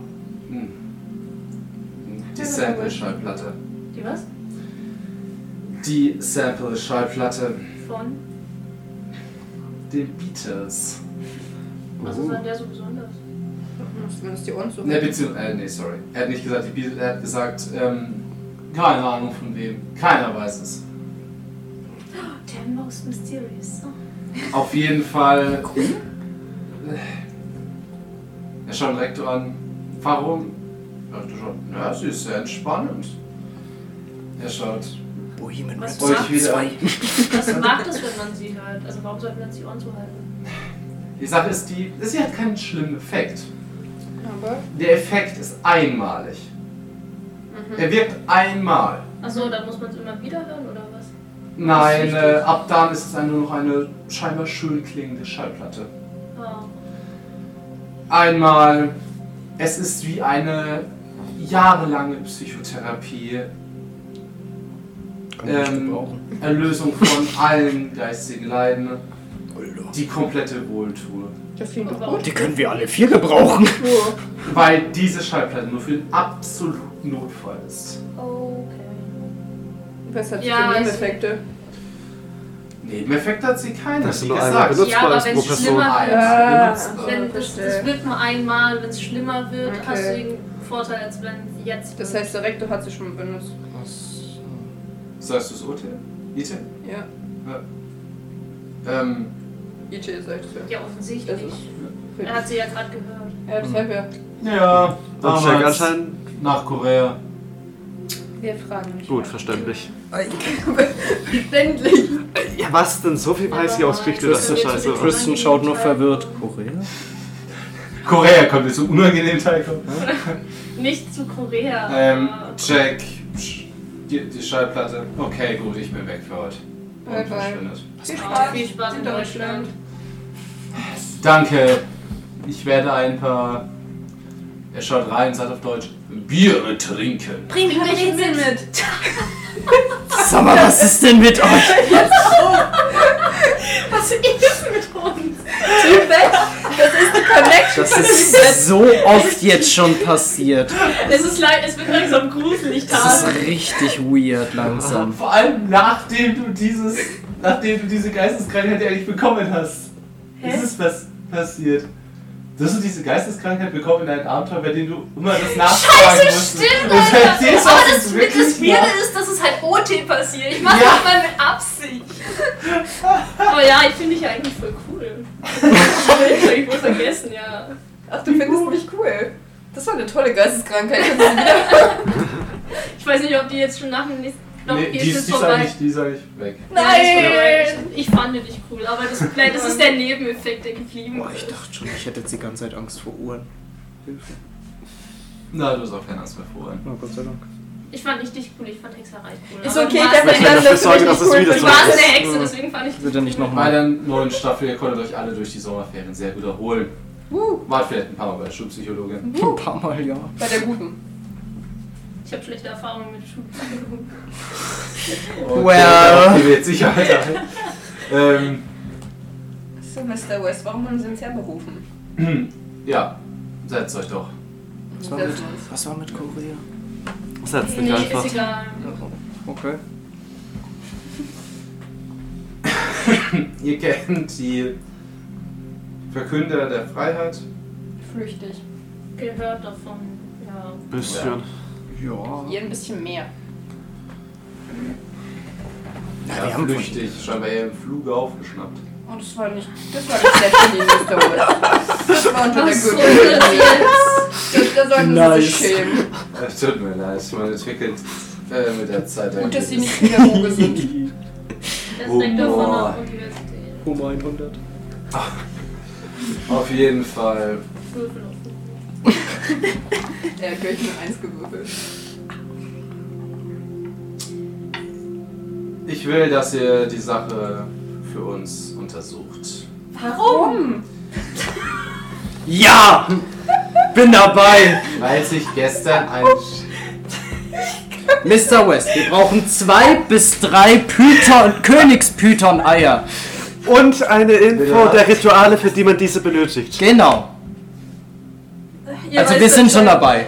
Hm. Die Sample-Schallplatte.
Die was?
Die Sample-Schallplatte.
Von?
den Beatles. Oh.
Was ist an Also der so besonders?
Zumindest die Ohren zu.
Ne, beziehungsweise, äh, nee, sorry. Er hat nicht gesagt, die Beatles, er hat gesagt, ähm, keine Ahnung von wem. Keiner weiß es.
Der Most Mysterious.
Auf jeden Fall. Er schaut den Rektor an. Warum? Er dachte schon, na, sie ist sehr entspannend. Er schaut
Bohemian
Was
euch
Rhapsody
wieder an.
Was mag das, wenn man sie halt? Also warum sollte man sie on zu halten?
Die Sache ist, die, sie hat keinen schlimmen Effekt.
Aber
Der Effekt ist einmalig. Er wirkt einmal.
Achso, dann muss man es immer wieder hören oder was?
Nein, äh, ab dann ist es nur noch eine scheinbar schön klingende Schallplatte.
Ah,
Einmal, es ist wie eine jahrelange Psychotherapie.
Kann man nicht
Ähm,
gebrauchen.
Erlösung von allen geistigen Leiden. Die komplette Wohltour.
das klingt
Oh.
doch
warum?
gut.
Die können wir alle vier gebrauchen.
Weil diese Schallplatte nur für den absoluten Notfall ist.
Okay.
Was hat
Ja,
für
also-
Nebeneffekte?
Nebeneffekt hat sie keiner.
Dass
Wie
du nur einmal
gesagt,
benutzt
Ja, aber
hast
wenn
pro
es
Person.
schlimmer
Eins
wird,
Ah,
benutzt.
ah.
wenn das, das
verstehe.
wird nur einmal, wenn es schlimmer wird,
Okay.
hast du den Vorteil, als wenn jetzt.
Das heißt, der Rektor hat sie schon benutzt.
Sagst du es Urteil? Ite?
Ja, E
Ähm,
Ichi sagt es ja.
ja offensichtlich.
Das ist-
Er hat sie ja gerade gehört.
Ja, deshalb ja.
ja,
Und Jack anscheinend.
nach Korea.
Wir fragen nicht.
Gut, verständlich.
Ah, Verständlich.
Ja, was denn? So viel weiß ich
Aber
aus Geschichte, das ist
jetzt
ja
wird
scheiße.
sie wieder
Tristan schaut nur
angezeigt.
verwirrt. Korea?
Korea kommt jetzt zum unangenehmen Teil. kommen.
Nicht zu Korea.
Ähm,
aber-
Jack, psch, die, die Schallplatte. Okay, gut, ich bin weg für heute. Und
Bye, bye.
verschwindet.
Viel
Ah,
Spaß.
viel Spaß in Deutschland.
Danke. Ich werde ein paar. Er schaut rein und sagt auf Deutsch: Biere trinken.
Bring mich Rätsel mit.
Sag mal, was ist denn mit euch?
Was ist mit uns?
Das ist so oft jetzt schon passiert.
Es ist leid, es wird langsam gruselig,
Das ist
Tara.
richtig weird langsam.
Vor allem nachdem du dieses, nachdem du diese Geisteskrankheit eigentlich bekommen hast,
Hä?
ist es was passiert. Du hast diese Geisteskrankheit bekommen in einem Abenteuer, bei dem du immer das nachfragen musst.
stimmt,
Und seitdem
Aber
hast du
das,
es
mit
wirklich
das Weirde
nach-
ist, dass es halt OT passiert. Ich mache
Ja.
das mal mit Absicht.
Aber ja, ich finde dich ja eigentlich voll cool. ich wohl vergessen, ja.
Ach, du findest mich cool. Das war eine tolle Geisteskrankheit. Kannst du sie wieder-
Ich weiß nicht, ob die jetzt schon nach dem nächsten Knopf
eh
Nee,
geht,
die,
ist
ist,
es
die ist
vorbei.
eigentlich, die ist eigentlich weg.
Nein! Ich fand dich cool, aber das, vielleicht, das ist der Nebeneffekt, der geblieben
Boah, ich dachte schon, ich hätte jetzt die ganze Zeit Angst vor Uhren.
Na, du hast auch keine Angst mehr vor.
Oh, Gott sei Dank.
Ich fand nicht dich cool, ich fand Hexerei cool.
Ist
Aber du
okay, ich
warst
habe
Ich
eine,
werde dafür sorgen, dass es wieder
du
so
warst eine
ist.
Hexe, deswegen fand ich dich
Bitte nicht
cool.
Bei
nochmal.
der neuen Staffel, ihr konntet euch alle durch die Sommerferien sehr gut erholen. Wart vielleicht ein paar Mal bei der Schulpsychologin.
Ein paar Mal, ja.
Bei der guten.
Ich habe schlechte Erfahrungen mit Schulpsychologen.
Okay,
Well.
darauf gehen wir jetzt sicher ein. ähm,
So, Mr. West, warum haben Sie uns herberufen?
Ähm, ja, setzt euch doch.
Was war mit, was war mit Korea?
Setz
Nee,
dich einfach.
ist egal.
Okay.
Ihr kennt die Verkünder der Freiheit.
Flüchtig.
Gehört davon, ja.
Bisschen.
Ja.
Hier ein bisschen mehr.
Ja,
wir haben
flüchtig, scheinbar eher im Fluge aufgeschnappt.
Und das war nicht. Das war nicht nett von Ihnen, Mr. West. Das war unter der
Was soll
Gürtel.
das jetzt?
Das- Da sollten Sie sich schämen.
Es tut mir leid, man entwickelt äh, mit der Zeit ein
Gut, dass Sie
gewisses-
nicht Pädagoge sind.
Der
Oh,
Direktor von
boah.
der Universität.
Humor 100.
Auf jeden Fall.
Würfel auf
Er hat gleich nur eins gewürfelt.
Ich will, dass ihr die Sache für uns untersucht.
Warum?
Ja! Bin dabei!
Weil sich gestern ein.
Mr. West, wir brauchen zwei bis drei Python, Königspython-Eier.
Und eine Info
Bitte.
der Rituale, für die man diese benötigt.
Genau.
Ihr
also
weißt
wir sind
das
schon
ja.
dabei.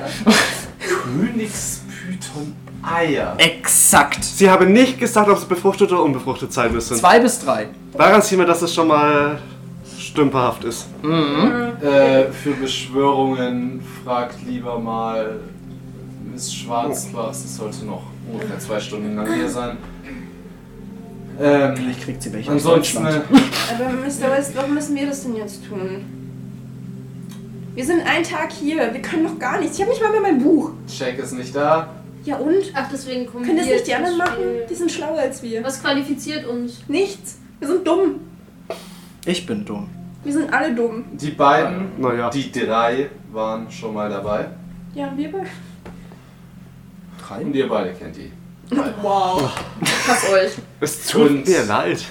Königspython-Eier.
Exakt.
Sie haben nicht gesagt, ob es befruchtet oder unbefruchtet sein müssen.
Zwei bis drei.
Daran sieht man, dass es schon mal stümperhaft ist.
Äh, für Beschwörungen fragt lieber mal Miss Schwarzbach. Das sollte noch ungefähr zwei Stunden in der Nähe sein. Ähm,
Vielleicht kriegt sie welche aus
ansonsten,
Deutschland.
Aber Mr. West, warum müssen wir das denn jetzt tun? Wir sind einen Tag hier, wir können noch gar nichts. Ich habe nicht mal mehr mein Buch.
Check ist nicht da.
Ja und?
Ach, deswegen kommen
Können das
wir
nicht die anderen
ins
machen?
Spiel.
Die sind schlauer als wir.
Was qualifiziert uns?
Nichts. Wir sind dumm.
Ich bin dumm.
Wir sind alle dumm.
Die beiden,
Naja.
die drei waren schon mal dabei.
Ja, wir beide.
Und ihr beide kennt die.
Wow. Pass euch.
Es
Und-
tut mir leid.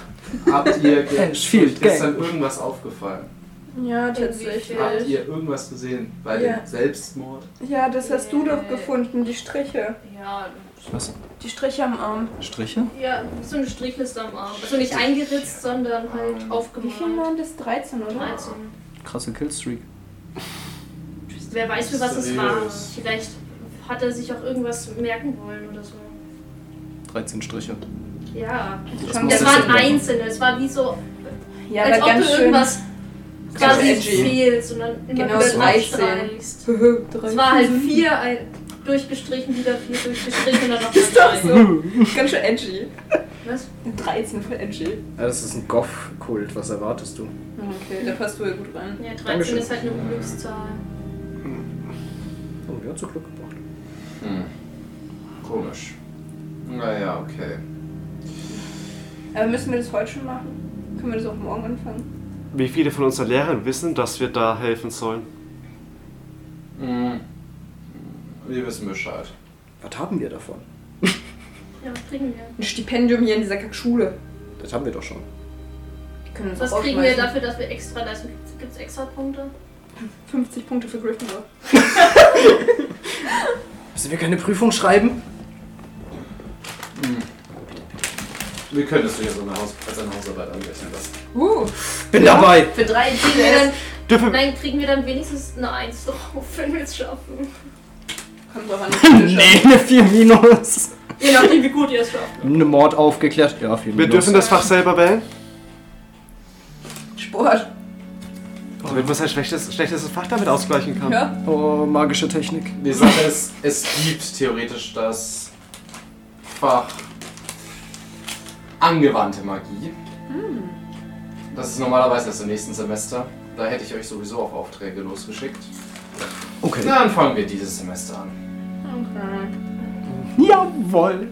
Habt ihr ge-
Shield
ist
Gang.
dann irgendwas aufgefallen?
Ja,
tatsächlich.
tatsächlich.
Habt ihr irgendwas gesehen bei
Ja.
dem Selbstmord?
Ja, das hast du doch gefunden, die Striche.
Ja,
Was?
Die Striche am Arm.
Striche?
ja, wie so eine Strichliste am Arm. Also nicht eingeritzt, sondern halt
Ähm,
Wie viel
aufgemalt.
waren das? 13, oder?
13.
Krasse Killstreak.
Wer weiß, für was es war.
Mysteriös.
Vielleicht hat er sich auch irgendwas merken wollen oder so.
13 Striche.
Ja. genau-
Das
Schon
muss
Das
es
waren
ändern.
einzelne. Es war wie so,
Ja,
als ob du irgendwas quasi
edgy.
fehlst und dann immer
Genau,
wieder
13.
durchstreichst. Es
Es
war halt vier ein, durchgestrichen, wieder vier durchgestrichen und dann noch
Ist doch
drei.
so. Ganz schön edgy.
Was?
13, voll edgy.
Ja, das ist ein Goff-Kult, was erwartest du?
Mhm.
Okay, da passt du ja gut rein.
Ja, 13
Dankeschön.
ist halt eine Unglückszahl.
Oh, der hat so Glück gebracht.
Hm. Komisch. Naja, okay.
Aber Äh, müssen wir das heute schon machen? Können wir das auch morgen anfangen?
Wie viele von unseren Lehrern wissen, dass wir da helfen sollen?
Hm. Wir wissen Bescheid.
Was haben wir davon?
Ja, was kriegen wir?
Ein Stipendium hier in dieser Kackschule.
Das haben wir doch schon.
Die können uns
Was
auch
kriegen wir
rausschmeißen.
dafür, dass wir extra leisten? Gibt es extra Punkte?
50 Punkte für Gryffindor.
Müssen wir keine Prüfung schreiben?
Wir können es dir so eine Haus als eine Hausarbeit anrechnen lassen.
Uh,
Bin dabei!
für drei
Kriegen wir
Ziele.
dann,
Dürfen
nein, kriegen wir dann wenigstens eine 1 drauf, wenn wir es schaffen.
Kommt drauf an, was du
Nee,
schaffst.
eine 4 minus.
Je nachdem, wie gut ihr es schafft.
Eine Mord aufgeklärt. Ja, 4
wir
minus.
dürfen das Fach selber wählen?
Sport.
Damit man sein schlechtes, schlechtestes Fach damit ausgleichen kann.
Ja.
Oh, magische Technik.
Die Sache ist, es gibt theoretisch das Fach angewandte Magie. Das ist normalerweise erst im nächsten Semester. Da hätte ich euch sowieso auf Aufträge losgeschickt.
Okay.
Dann fangen wir dieses Semester an.
Okay.
Jawoll.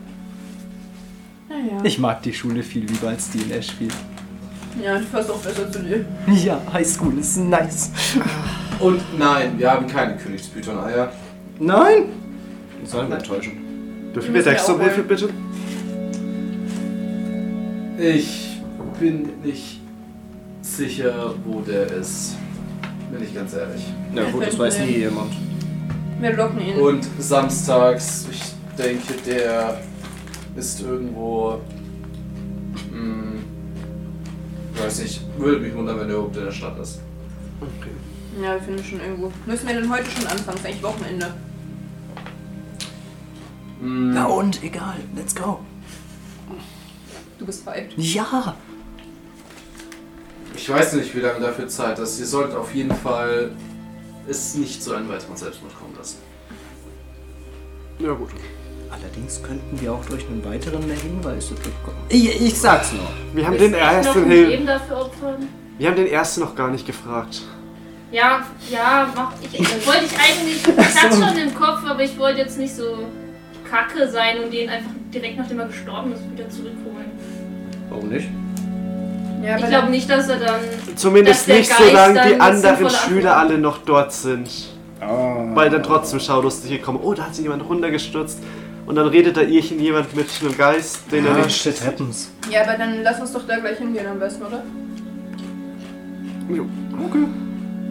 Naja.
Ich mag die Schule viel lieber als die in Ashfield.
Ja, du passt auch besser zu dir.
Ja, Highschool ist nice.
Und nein, wir haben keine Königspython-Eier.
Nein?
Sollen wir enttäuschen?
Dürfen
Wir
wir
müssen ja
Dexter um
auch
wohl für
wählen.
bitte?
Ich bin nicht sicher, wo der ist. Bin ich ganz ehrlich.
Na gut, das weiß nie jemand.
Wir locken ihn.
Und samstags, ich denke, der ist irgendwo. Hm, weiß nicht, würde mich wundern, wenn der überhaupt in der Stadt ist.
Ja, wir finden schon irgendwo. Müssen wir denn heute schon anfangen? Ist eigentlich Wochenende.
Hm,
Na und, egal. Let's go.
Du bist veralbt.
Ja.
Ich weiß nicht, wie lange dafür Zeit ist. Ihr solltet auf jeden Fall es nicht zu einem weiteren Selbstmord kommen lassen.
Ja gut.
Allerdings könnten wir auch durch einen weiteren mehr Hinweise durchkommen. Ah, Ich, ich sag's nur.
Wir haben
Willst
den
du nicht noch
ersten
ein
Hil
Leben dafür opfern?
Wir haben den ersten noch gar nicht gefragt.
Ja, ja, macht ich. äh, Wollte ich eigentlich. Ich hatte schon im Kopf, aber ich wollte jetzt nicht so kacke sein und den einfach direkt nachdem er gestorben ist wieder zurückholen.
Warum nicht?
Ja,
Ich glaube nicht, dass er dann. Dass
Zumindest
der
nicht
Geist
solange die
dann
anderen
sinnvoll
Schüler
abholt.
alle noch dort sind.
Ah.
Weil dann trotzdem schaulustig hier kommen. Oh, da hat sich jemand runtergestürzt. Und dann redet da irgendjemand jemand mit einem Geist, den er
Ah,
nicht.
shit happens.
ja, aber dann lass uns doch da gleich hingehen am besten, oder?
Jo, Okay.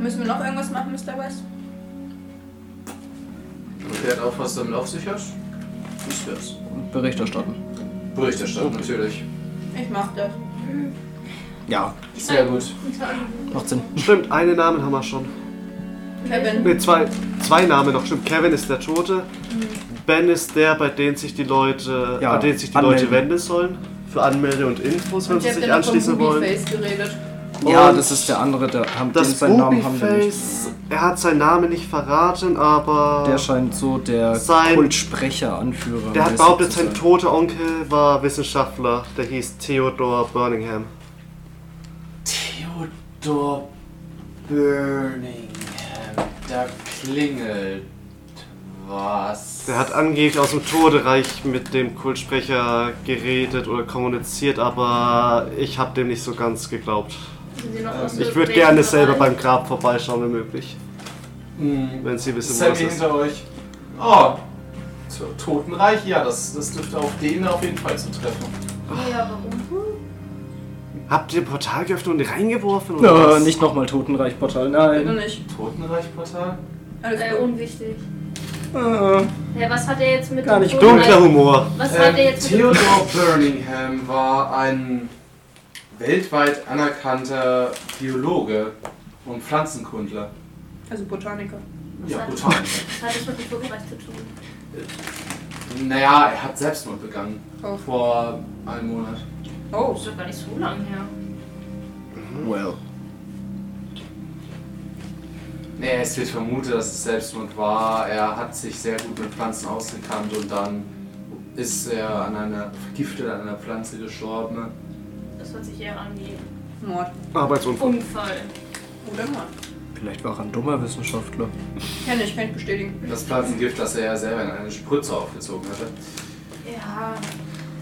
Müssen wir noch irgendwas machen, Mr. West?
Und der hat auch was damit auf sich hat? Ich wär's.
Bericht erstatten.
Bericht erstatten, natürlich.
Ich mach das.
Ja,
Sehr gut.
macht Sinn.
Stimmt, einen Namen haben wir schon.
Kevin.
Ne, zwei, zwei Namen noch. Stimmt, Kevin ist der Tote.
Mhm.
Ben ist der, bei dem sich die Leute, äh,
Ja,
an den sich die
anmelden.
Leute wenden sollen. Für Anmelde und Infos, wenn
Und
sie
ihr habt
sich
ja noch vom
anschließen wollen.
Boobyface geredet.
Ja,
Und
das ist der andere, der haben den
Das
seinen Namen haben wir nicht.
Boobyface, er hat seinen Namen nicht verraten, aber
Der scheint so der
äh, Sein-
Kultsprecher, Anführer.
der hat
mäßig
behauptet,
zu
sein
sein.
toter Onkel war Wissenschaftler, der hieß Theodore Birmingham.
Theodor Birmingham, da klingelt was.
Der hat angeblich aus dem Todereich mit dem Kultsprecher geredet oder kommuniziert, aber ich habe dem nicht so ganz geglaubt.
Sind sie noch
Ähm,
aus
Ich würde
irgendwelchen
gerne selber
Bereichen?
beim Grab vorbeischauen, wenn möglich.
Hm,
Wenn Sie wissen, wo
Sammy
das ist.
hinter euch. Oh, zur Totenreich, ja, das, das dürfte auf den auf jeden Fall zutreffen.
Ja, warum?
Habt ihr ein Portal geöffnet und reingeworfen? Oder
Äh,
was?
nicht nochmal Totenreich-Portal, nein.
Bitte nicht.
Totenreich-Portal?
Alles
Äh,
gut.
unwichtig.
Äh,
Hä, was hat er jetzt mit
Gar
dem
nicht.
Totenreich-
Dunkler Humor.
Was
Ähm,
hat er jetzt mit dem
Theodore Birmingham war ein weltweit anerkannter Biologe und Pflanzenkundler.
Also Botaniker.
Was
Ja,
hat-
brutal.
Was hat das mit dem Totenreich zu tun?
Naja, er hat Selbstmord begangen.
Oh.
Vor einem Monat.
Oh.
Das ist doch gar nicht so lang her.
well.
Nee, es wird vermutet, dass es Selbstmord war. Er hat sich sehr gut mit Pflanzen ausgekannt und dann ist er an einer vergiftet an einer Pflanze gestorben.
Das hört sich eher an wie
Mord.
Arbeitsunfall.
Unfall.
Oder Mord.
Vielleicht war er ein dummer Wissenschaftler.
Kenn ich, kann ich bestätigen.
Das Pflanzengift, das er ja selber in eine Spritze aufgezogen hatte.
Ja,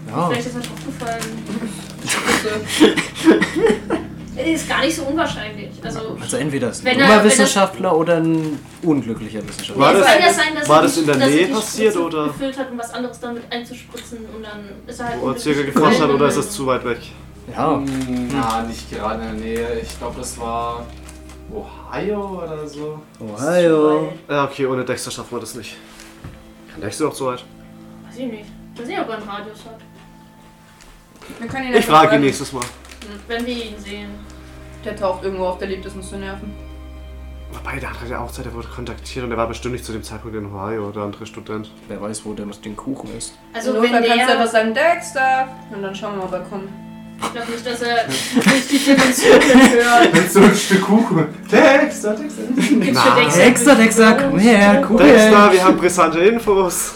Oh.
Ja.
vielleicht ist das aufgefallen.
Bitte.
Äh, Ist gar nicht so unwahrscheinlich. Also,
Also entweder ist ein
Wenn er-
dummer
wenn er-
Wissenschaftler oder ein unglücklicher Wissenschaftler.
War
es
das-
kann ja sein, dass
war
er
das in der
dass er
Nähe
die
passiert,
Spritze
oder?
gefüllt hat, um was anderes damit einzuspritzen und dann ist er halt.
Wo er circa
unglücklich
gefasst hat
gefallen
oder ist
und
das zu weit weg?
Ja.
Hm, Na, nicht gerade in der Nähe. Ich glaube, das war Ohio oder so.
Oh, Ohio.
Ja, okay, ohne Dexter schaffen wir das nicht. Kann Dexter noch so weit?
Weiß ich nicht. Mal sehen, ob er einen Radius hat.
Wir können ihn
Ich
einfach
frage ihn
fragen.
nächstes Mal.
Wenn wir ihn sehen.
Der taucht irgendwo auf, der liebt es uns zu nerven.
Wobei, der andere der auch Zeit, der wurde kontaktiert und der war bestimmt nicht zu dem Zeitpunkt in Ohio oder andere Student.
Wer weiß, wo der mit dem Kuchen ist.
Also,
Nur,
wenn
dann
der.
kannst du einfach sagen, Dexter. Und dann schauen wir mal, ob er kommt.
Ich glaube nicht, dass er nicht die Dimensionen hört.
Mit so ein Stück Kuchen. Dexter, Dexter.
Gibt's
Na,
für Dexter.
Dexter, Dexter, komm her, komm her.
Dexter, wir haben brisante Infos.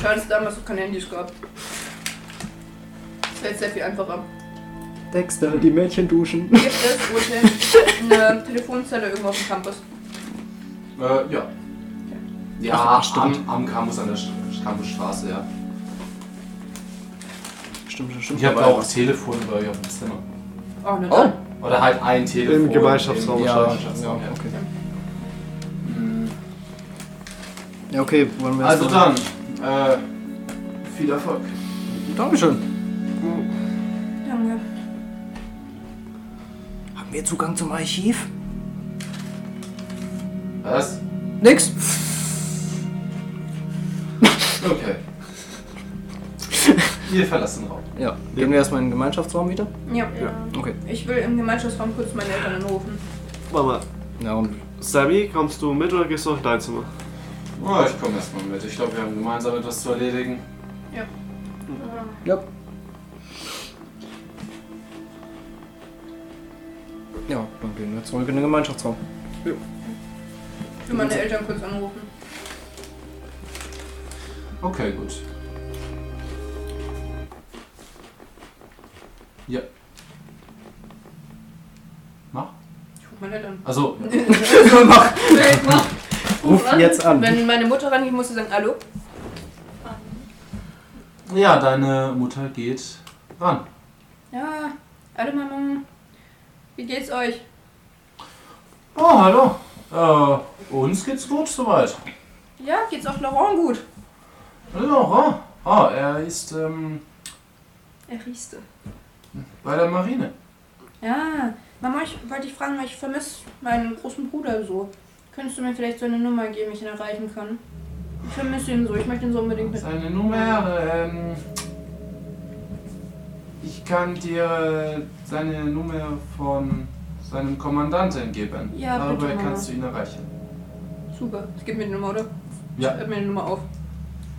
Schade, dass es damals noch keine Handys gab. Das wäre jetzt sehr viel einfacher.
Dexter, die Mädchen duschen.
Gibt es Routine, eine Telefonzelle irgendwo auf dem Campus?
Äh, ja. Ja, am, am Campus an der St Campusstraße, ja.
Stimmt, stimmt, stimmt.
Ich habe auch Telefone bei euch auf dem Zimmer.
Oh, ne?
Oh.
Oder halt ein Telefon.
Im Gemeinschaftsraum
Im-
Ja,
Gemeinschaftsraum, ja.
okay.
Mhm.
Ja, okay, wollen wir jetzt
Also
mal-
dann, äh, viel Erfolg.
Dankeschön.
Danke.
Haben wir Zugang zum Archiv?
Was?
Nix.
Okay. Wir verlassen den Raum.
Ja, gehen wir erstmal in den Gemeinschaftsraum wieder.
Ja.
Okay.
Ich will im Gemeinschaftsraum kurz meine Eltern anrufen.
Mama,
Ja, und
Sammy, kommst du mit oder gehst du noch in dein Zimmer?
Oh, ich komme erstmal mit. Ich glaube, wir haben gemeinsam etwas zu erledigen.
ja, dann gehen wir zurück in den Gemeinschaftsraum.
Ich will meine Eltern kurz anrufen.
Okay, gut. Ja. Mach.
Ich rufe meine Eltern.
Also,
Ruf jetzt an.
Wenn meine Mutter rangeht, muss sie sagen, hallo?
ja, deine Mutter geht ran.
Ja, hallo Mama. Wie geht's euch?
Oh, hallo. Äh, uns geht's gut soweit.
Ja, geht's auch Laurent gut?
Hallo, oh, oh, er ist ähm,
Er riechste.
bei der Marine.
Ja, Mama, ich wollte dich fragen, weil ich vermisse meinen großen Bruder so. Könntest du mir vielleicht seine Nummer geben, ich ihn erreichen kann? Ich vermisse ihn so, ich möchte ihn so unbedingt mit.
Seine Nummer, ähm, ich kann dir äh, seine Nummer von seinem Kommandanten geben.
Ja,
Darüber
bitte, Mama.
kannst du ihn erreichen.
Super, es gibt mir die Nummer, oder?
Ja.
Schreib mir die Nummer auf.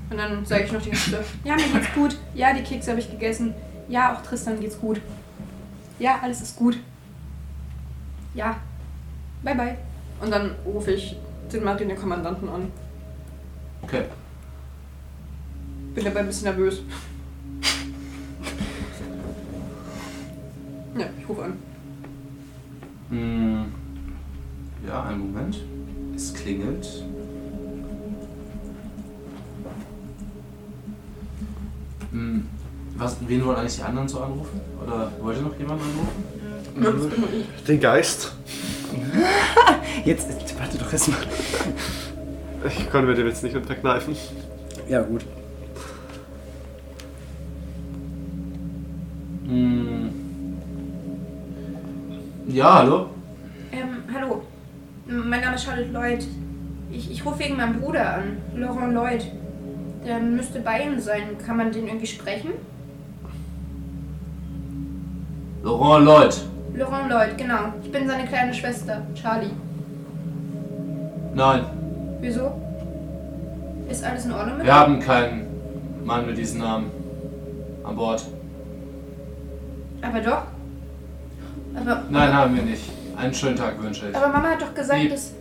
Und dann sage ich noch die Reste. Ja, mir geht's gut. Ja, die Kekse habe ich gegessen. Ja, auch Tristan geht's gut. Ja, alles ist gut. ja, bye bye. Und dann rufe ich den Marinekommandanten an.
Okay.
Bin dabei ein bisschen nervös. ja, ich rufe an.
Hm. Ja, einen Moment. Es klingelt. Hm. Was, wen wollen eigentlich die anderen so anrufen? Oder wollte noch jemand anrufen?
Den Geist.
Jetzt, jetzt warte doch erstmal.
Ich konnte mir den jetzt nicht unterkneifen.
Ja, gut.
Hm. Ja, hallo?
Ähm, hallo. Mein Name ist Charlotte Lloyd. Ich, ich rufe wegen meinem Bruder an, Laurent Lloyd. Der müsste bei ihm sein. Kann man den irgendwie sprechen?
Laurent Lloyd.
Laurent Lloyd, genau. Ich bin seine kleine Schwester, Charlie.
Nein,
Wieso? Ist alles in Ordnung mit
wir haben keinen Mann mit diesem Namen an Bord.
Aber doch. Aber,
Nein, haben wir nicht. Einen schönen Tag wünsche ich.
aber Mama hat doch gesagt,
Lieb.
dass.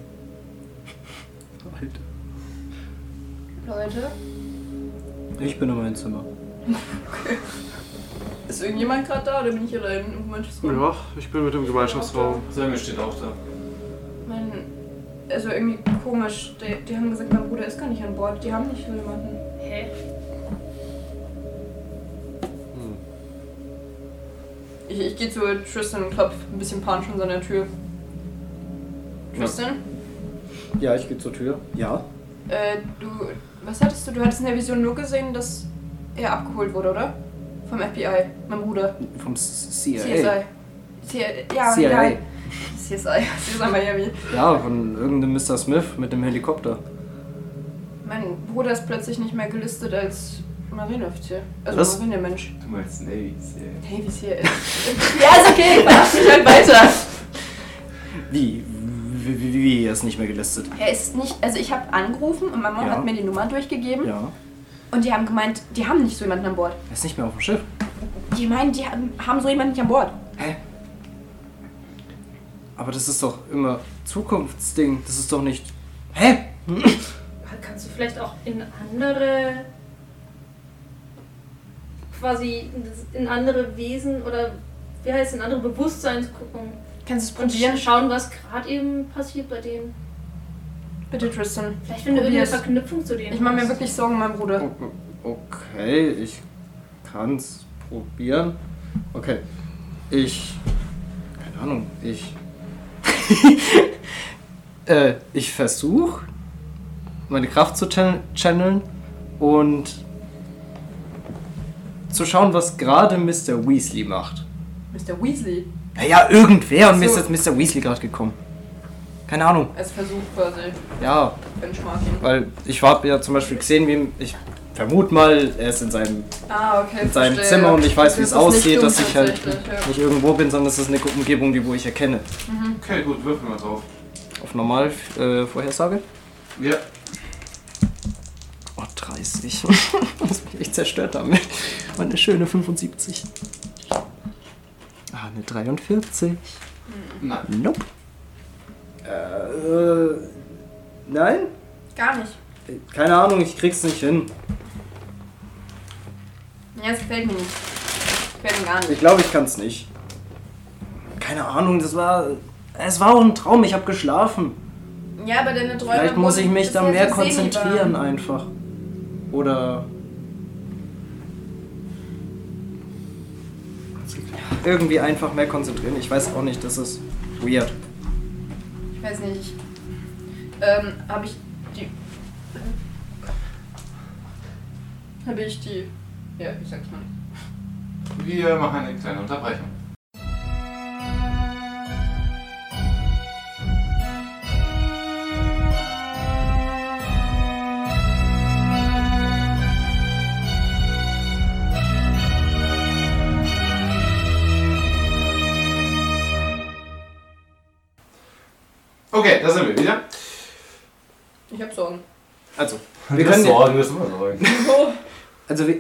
Leute.
Ich bin um in meinem Zimmer.
Ist irgendjemand gerade da oder bin ich allein im Gemeinschaftsraum?
Ja, ich bin mit dem Gemeinschaftsraum.
Samuel steht auch da.
Mein, also irgendwie komisch. Die, die haben gesagt, mein Bruder ist gar nicht an Bord. Die haben nicht so jemanden.
Hä?
Ich, ich gehe zu Tristan und klopfe ein bisschen panisch an seiner Tür. Tristan,
Ja, ich gehe zur Tür. Ja.
äh, du, was hattest du? Du hattest in der Vision nur gesehen, dass er abgeholt wurde, oder? Vom FBI, mein Bruder.
Vom CIA.
CSI. C ja,
CIA.
egal. CSI, CSI Miami.
Ja, von irgendeinem Mr. Smith mit dem Helikopter.
Mein Bruder ist plötzlich nicht mehr gelistet als Marineoffizier. Also
Was?
Marinemensch.
Du meinst Navy Seal.
Hey, wie es hier ist. ja, ist okay, ich verarsch dich halt weiter.
Wie? Wie, wie, wie er ist nicht mehr gelistet?
Er ist nicht, also ich habe angerufen und Mama
Ja.
hat mir die Nummer durchgegeben
Ja.
und die haben gemeint, die haben nicht so jemanden an Bord.
Er ist nicht mehr auf dem Schiff.
Die meinen, die haben, haben so jemanden nicht an Bord.
Hä? Aber das ist doch immer Zukunftsding. Das ist doch nicht. Hä?
Kannst du vielleicht auch in andere. quasi in andere Wesen oder wie heißt es, in andere Bewusstseins gucken
Kannst du es
und schauen, was gerade eben passiert bei denen.
Bitte, Tristan.
Vielleicht wenn du irgendeine
Probier's.
Verknüpfung zu denen
Ich mache mir
hast.
wirklich Sorgen, mein Bruder.
Okay, ich kann's probieren. Okay. Ich. Keine Ahnung, ich. äh, ich versuche, meine Kraft zu chan- channeln und zu schauen, was gerade Mr. Weasley macht.
Mr. Weasley.
Naja, irgendwer und mir ist
So.
jetzt Mr. Weasley gerade gekommen. Keine Ahnung.
Als Versuch quasi.
Ja,
Benchmarking.
weil ich habe ja zum Beispiel gesehen, wie ihm- ich vermute mal, er ist in seinem
Ah, okay.
in seinem
verstehe.
Zimmer und ich weiß, wie
Das
es
ist nicht
aussieht,
dumm
dass ich halt
tatsächlich, ja.
nicht irgendwo bin, sondern es ist eine Umgebung, die wo ich erkenne.
Okay, gut, würfel mal drauf.
Auf normal äh, Vorhersage.
Ja.
Oh, 30. das bin ich zerstört damit. Und eine schöne 75. Ah, eine 43.
Nein.
Nope. Äh, nein?
Gar nicht.
Keine Ahnung, ich krieg's nicht hin.
Ja, es gefällt mir nicht. Gefällt mir gar nicht.
Ich glaube, ich kann's nicht. Keine Ahnung, das war. Es war auch ein Traum, ich habe geschlafen.
Ja, aber deine Träume.
Vielleicht muss
wurden
ich mich da
bisher
mehr
so semi-wahr.
konzentrieren einfach. Oder. Irgendwie einfach mehr konzentrieren. Ich weiß auch nicht, das ist weird.
Ich weiß nicht. ich- Ähm, habe ich die. Habe ich die. Ja, ich sag's mal.
Wir machen eine kleine Unterbrechung. Okay, da sind wir wieder.
Ich hab Sorgen.
Also, wir können.
sorgen, das immer sorgen.
Wieso?
Also, wir,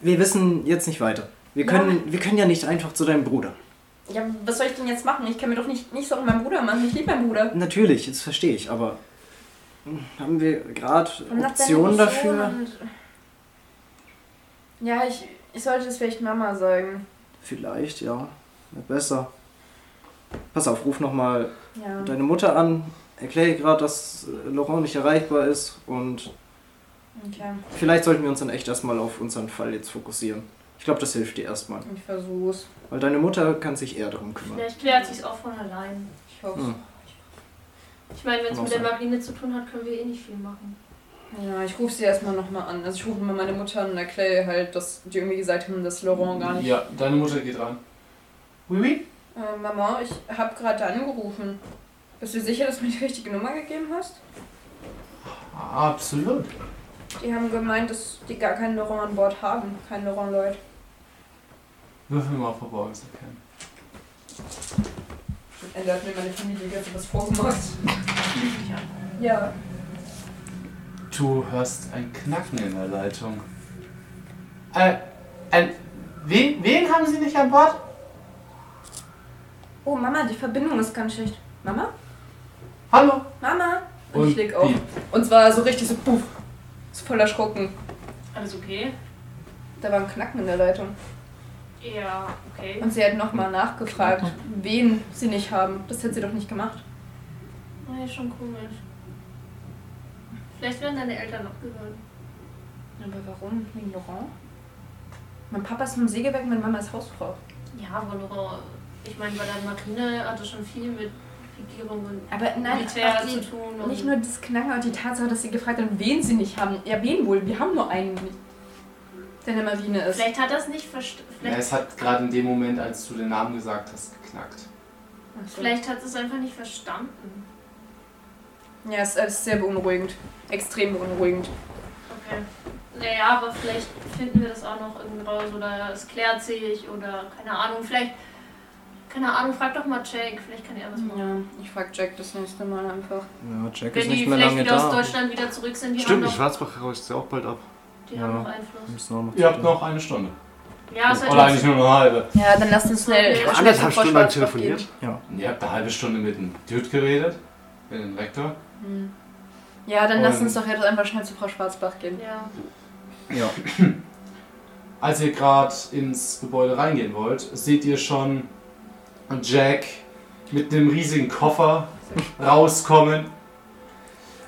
wir wissen jetzt nicht weiter. Wir können, wir können ja nicht einfach zu deinem Bruder.
Ja, was soll ich denn jetzt machen? Ich kann mir doch nicht, nicht Sorgen um meinen Bruder machen. Ich liebe meinen Bruder.
Natürlich, das verstehe ich, aber haben wir gerade
Und nach deiner
Optionen
Vision
dafür?
und- Ja, ich, ich sollte es vielleicht Mama sagen.
Vielleicht, ja. Wäre besser. Pass auf, ruf nochmal
Ja.
deine Mutter an. Erkläre ihr gerade, dass äh, Laurent nicht erreichbar ist und
Okay,
vielleicht sollten wir uns dann echt erstmal auf unseren Fall jetzt fokussieren. Ich glaube, das hilft dir erstmal.
ich versuch's.
Weil deine Mutter kann sich eher darum kümmern.
Vielleicht klärt sich's auch von allein.
Ich hoffe.
Hm.
Ich meine, wenn es
Kann
mit
auch
der Marine zu tun hat, können wir eh nicht viel machen.
Ja, ich rufe sie erstmal nochmal an. Also ich rufe mal meine Mutter an und erkläre ihr halt, dass die irgendwie gesagt haben, dass Laurent gar nicht.
Ja, deine Mutter geht ran. Oui, oui.
Äh, Mama, ich hab gerade angerufen. Bist du sicher, dass du mir die richtige Nummer gegeben hast?
Absolut.
Die haben gemeint, dass die gar keinen Laurent an Bord haben. Kein Laurent Lloyd.
Würfel mal auf Verborgenes erkennen.
Ey, da hat mir meine Familie gerade was vorgemacht. Ja.
Du hörst ein Knacken in der Leitung. Äh, ein, wen, wen haben sie nicht an Bord?
Oh, Mama, die Verbindung ist ganz schlecht. Mama?
Hallo?
Mama? Und, ich leg auf.
wie?
Und zwar so richtig so puff. Ist voll erschrocken.
Alles okay?
Da war ein Knacken in der Leitung.
Ja, okay.
Und sie hat nochmal nachgefragt, wen sie nicht haben. Das hat sie doch nicht gemacht.
War ja Ah, schon komisch. Vielleicht werden deine Eltern abgehört.
Aber warum? Wegen Laurent? Mein Papa ist vom Sägewerk, meine Mama ist Hausfrau.
Ja, aber Laura, ich meine, bei der Marine hatte schon viel mit Regierung und
Aber nein,
Militär
auch
zu
die,
tun.
nicht nur das Knacken, auch die Tatsache, dass sie gefragt haben, wen sie nicht haben. Ja, wen wohl? Wir haben nur einen, der in der Marine ist.
Vielleicht hat das nicht verstanden.
Ja,
Vielleicht,
es hat gerade in dem Moment, als du den Namen gesagt hast, geknackt.
Ach so.
vielleicht hat es einfach nicht verstanden.
Ja, es ist sehr beunruhigend. Extrem beunruhigend.
Okay. Naja, aber vielleicht finden wir das auch noch irgendwie raus oder es klärt sich oder keine Ahnung. Vielleicht, keine Ahnung, frag doch mal Jake. Vielleicht kann er was machen.
Ja, ich frag Jack das nächste Mal einfach.
Ja, Jack ist
Wenn die
nicht mehr
vielleicht
lange
wieder aus
da.
Deutschland wieder zurück sind, die,
Stimmt, die
haben, noch,
Schwarzbach reißt ja auch bald ab.
die
Ja.
haben noch Einfluss.
Wir müssen auch noch
Ihr habt
zu-
noch eine Stunde.
Ja, es
Oder
hat
eigentlich
jetzt
nur eine halbe.
Ja, dann lasst uns
schnell-
schnell.
Anderthalb Stunden lang telefoniert.
Ihr habt eine halbe Stunde mit dem Dude geredet, mit dem Rektor.
Ja, dann lasst
Ähm.
lasst
uns
uns
doch jetzt einfach schnell zu Frau Schwarzbach gehen.
Ja,
Ja.
Als ihr gerade ins Gebäude reingehen wollt, seht ihr schon Jack mit einem riesigen Koffer rauskommen.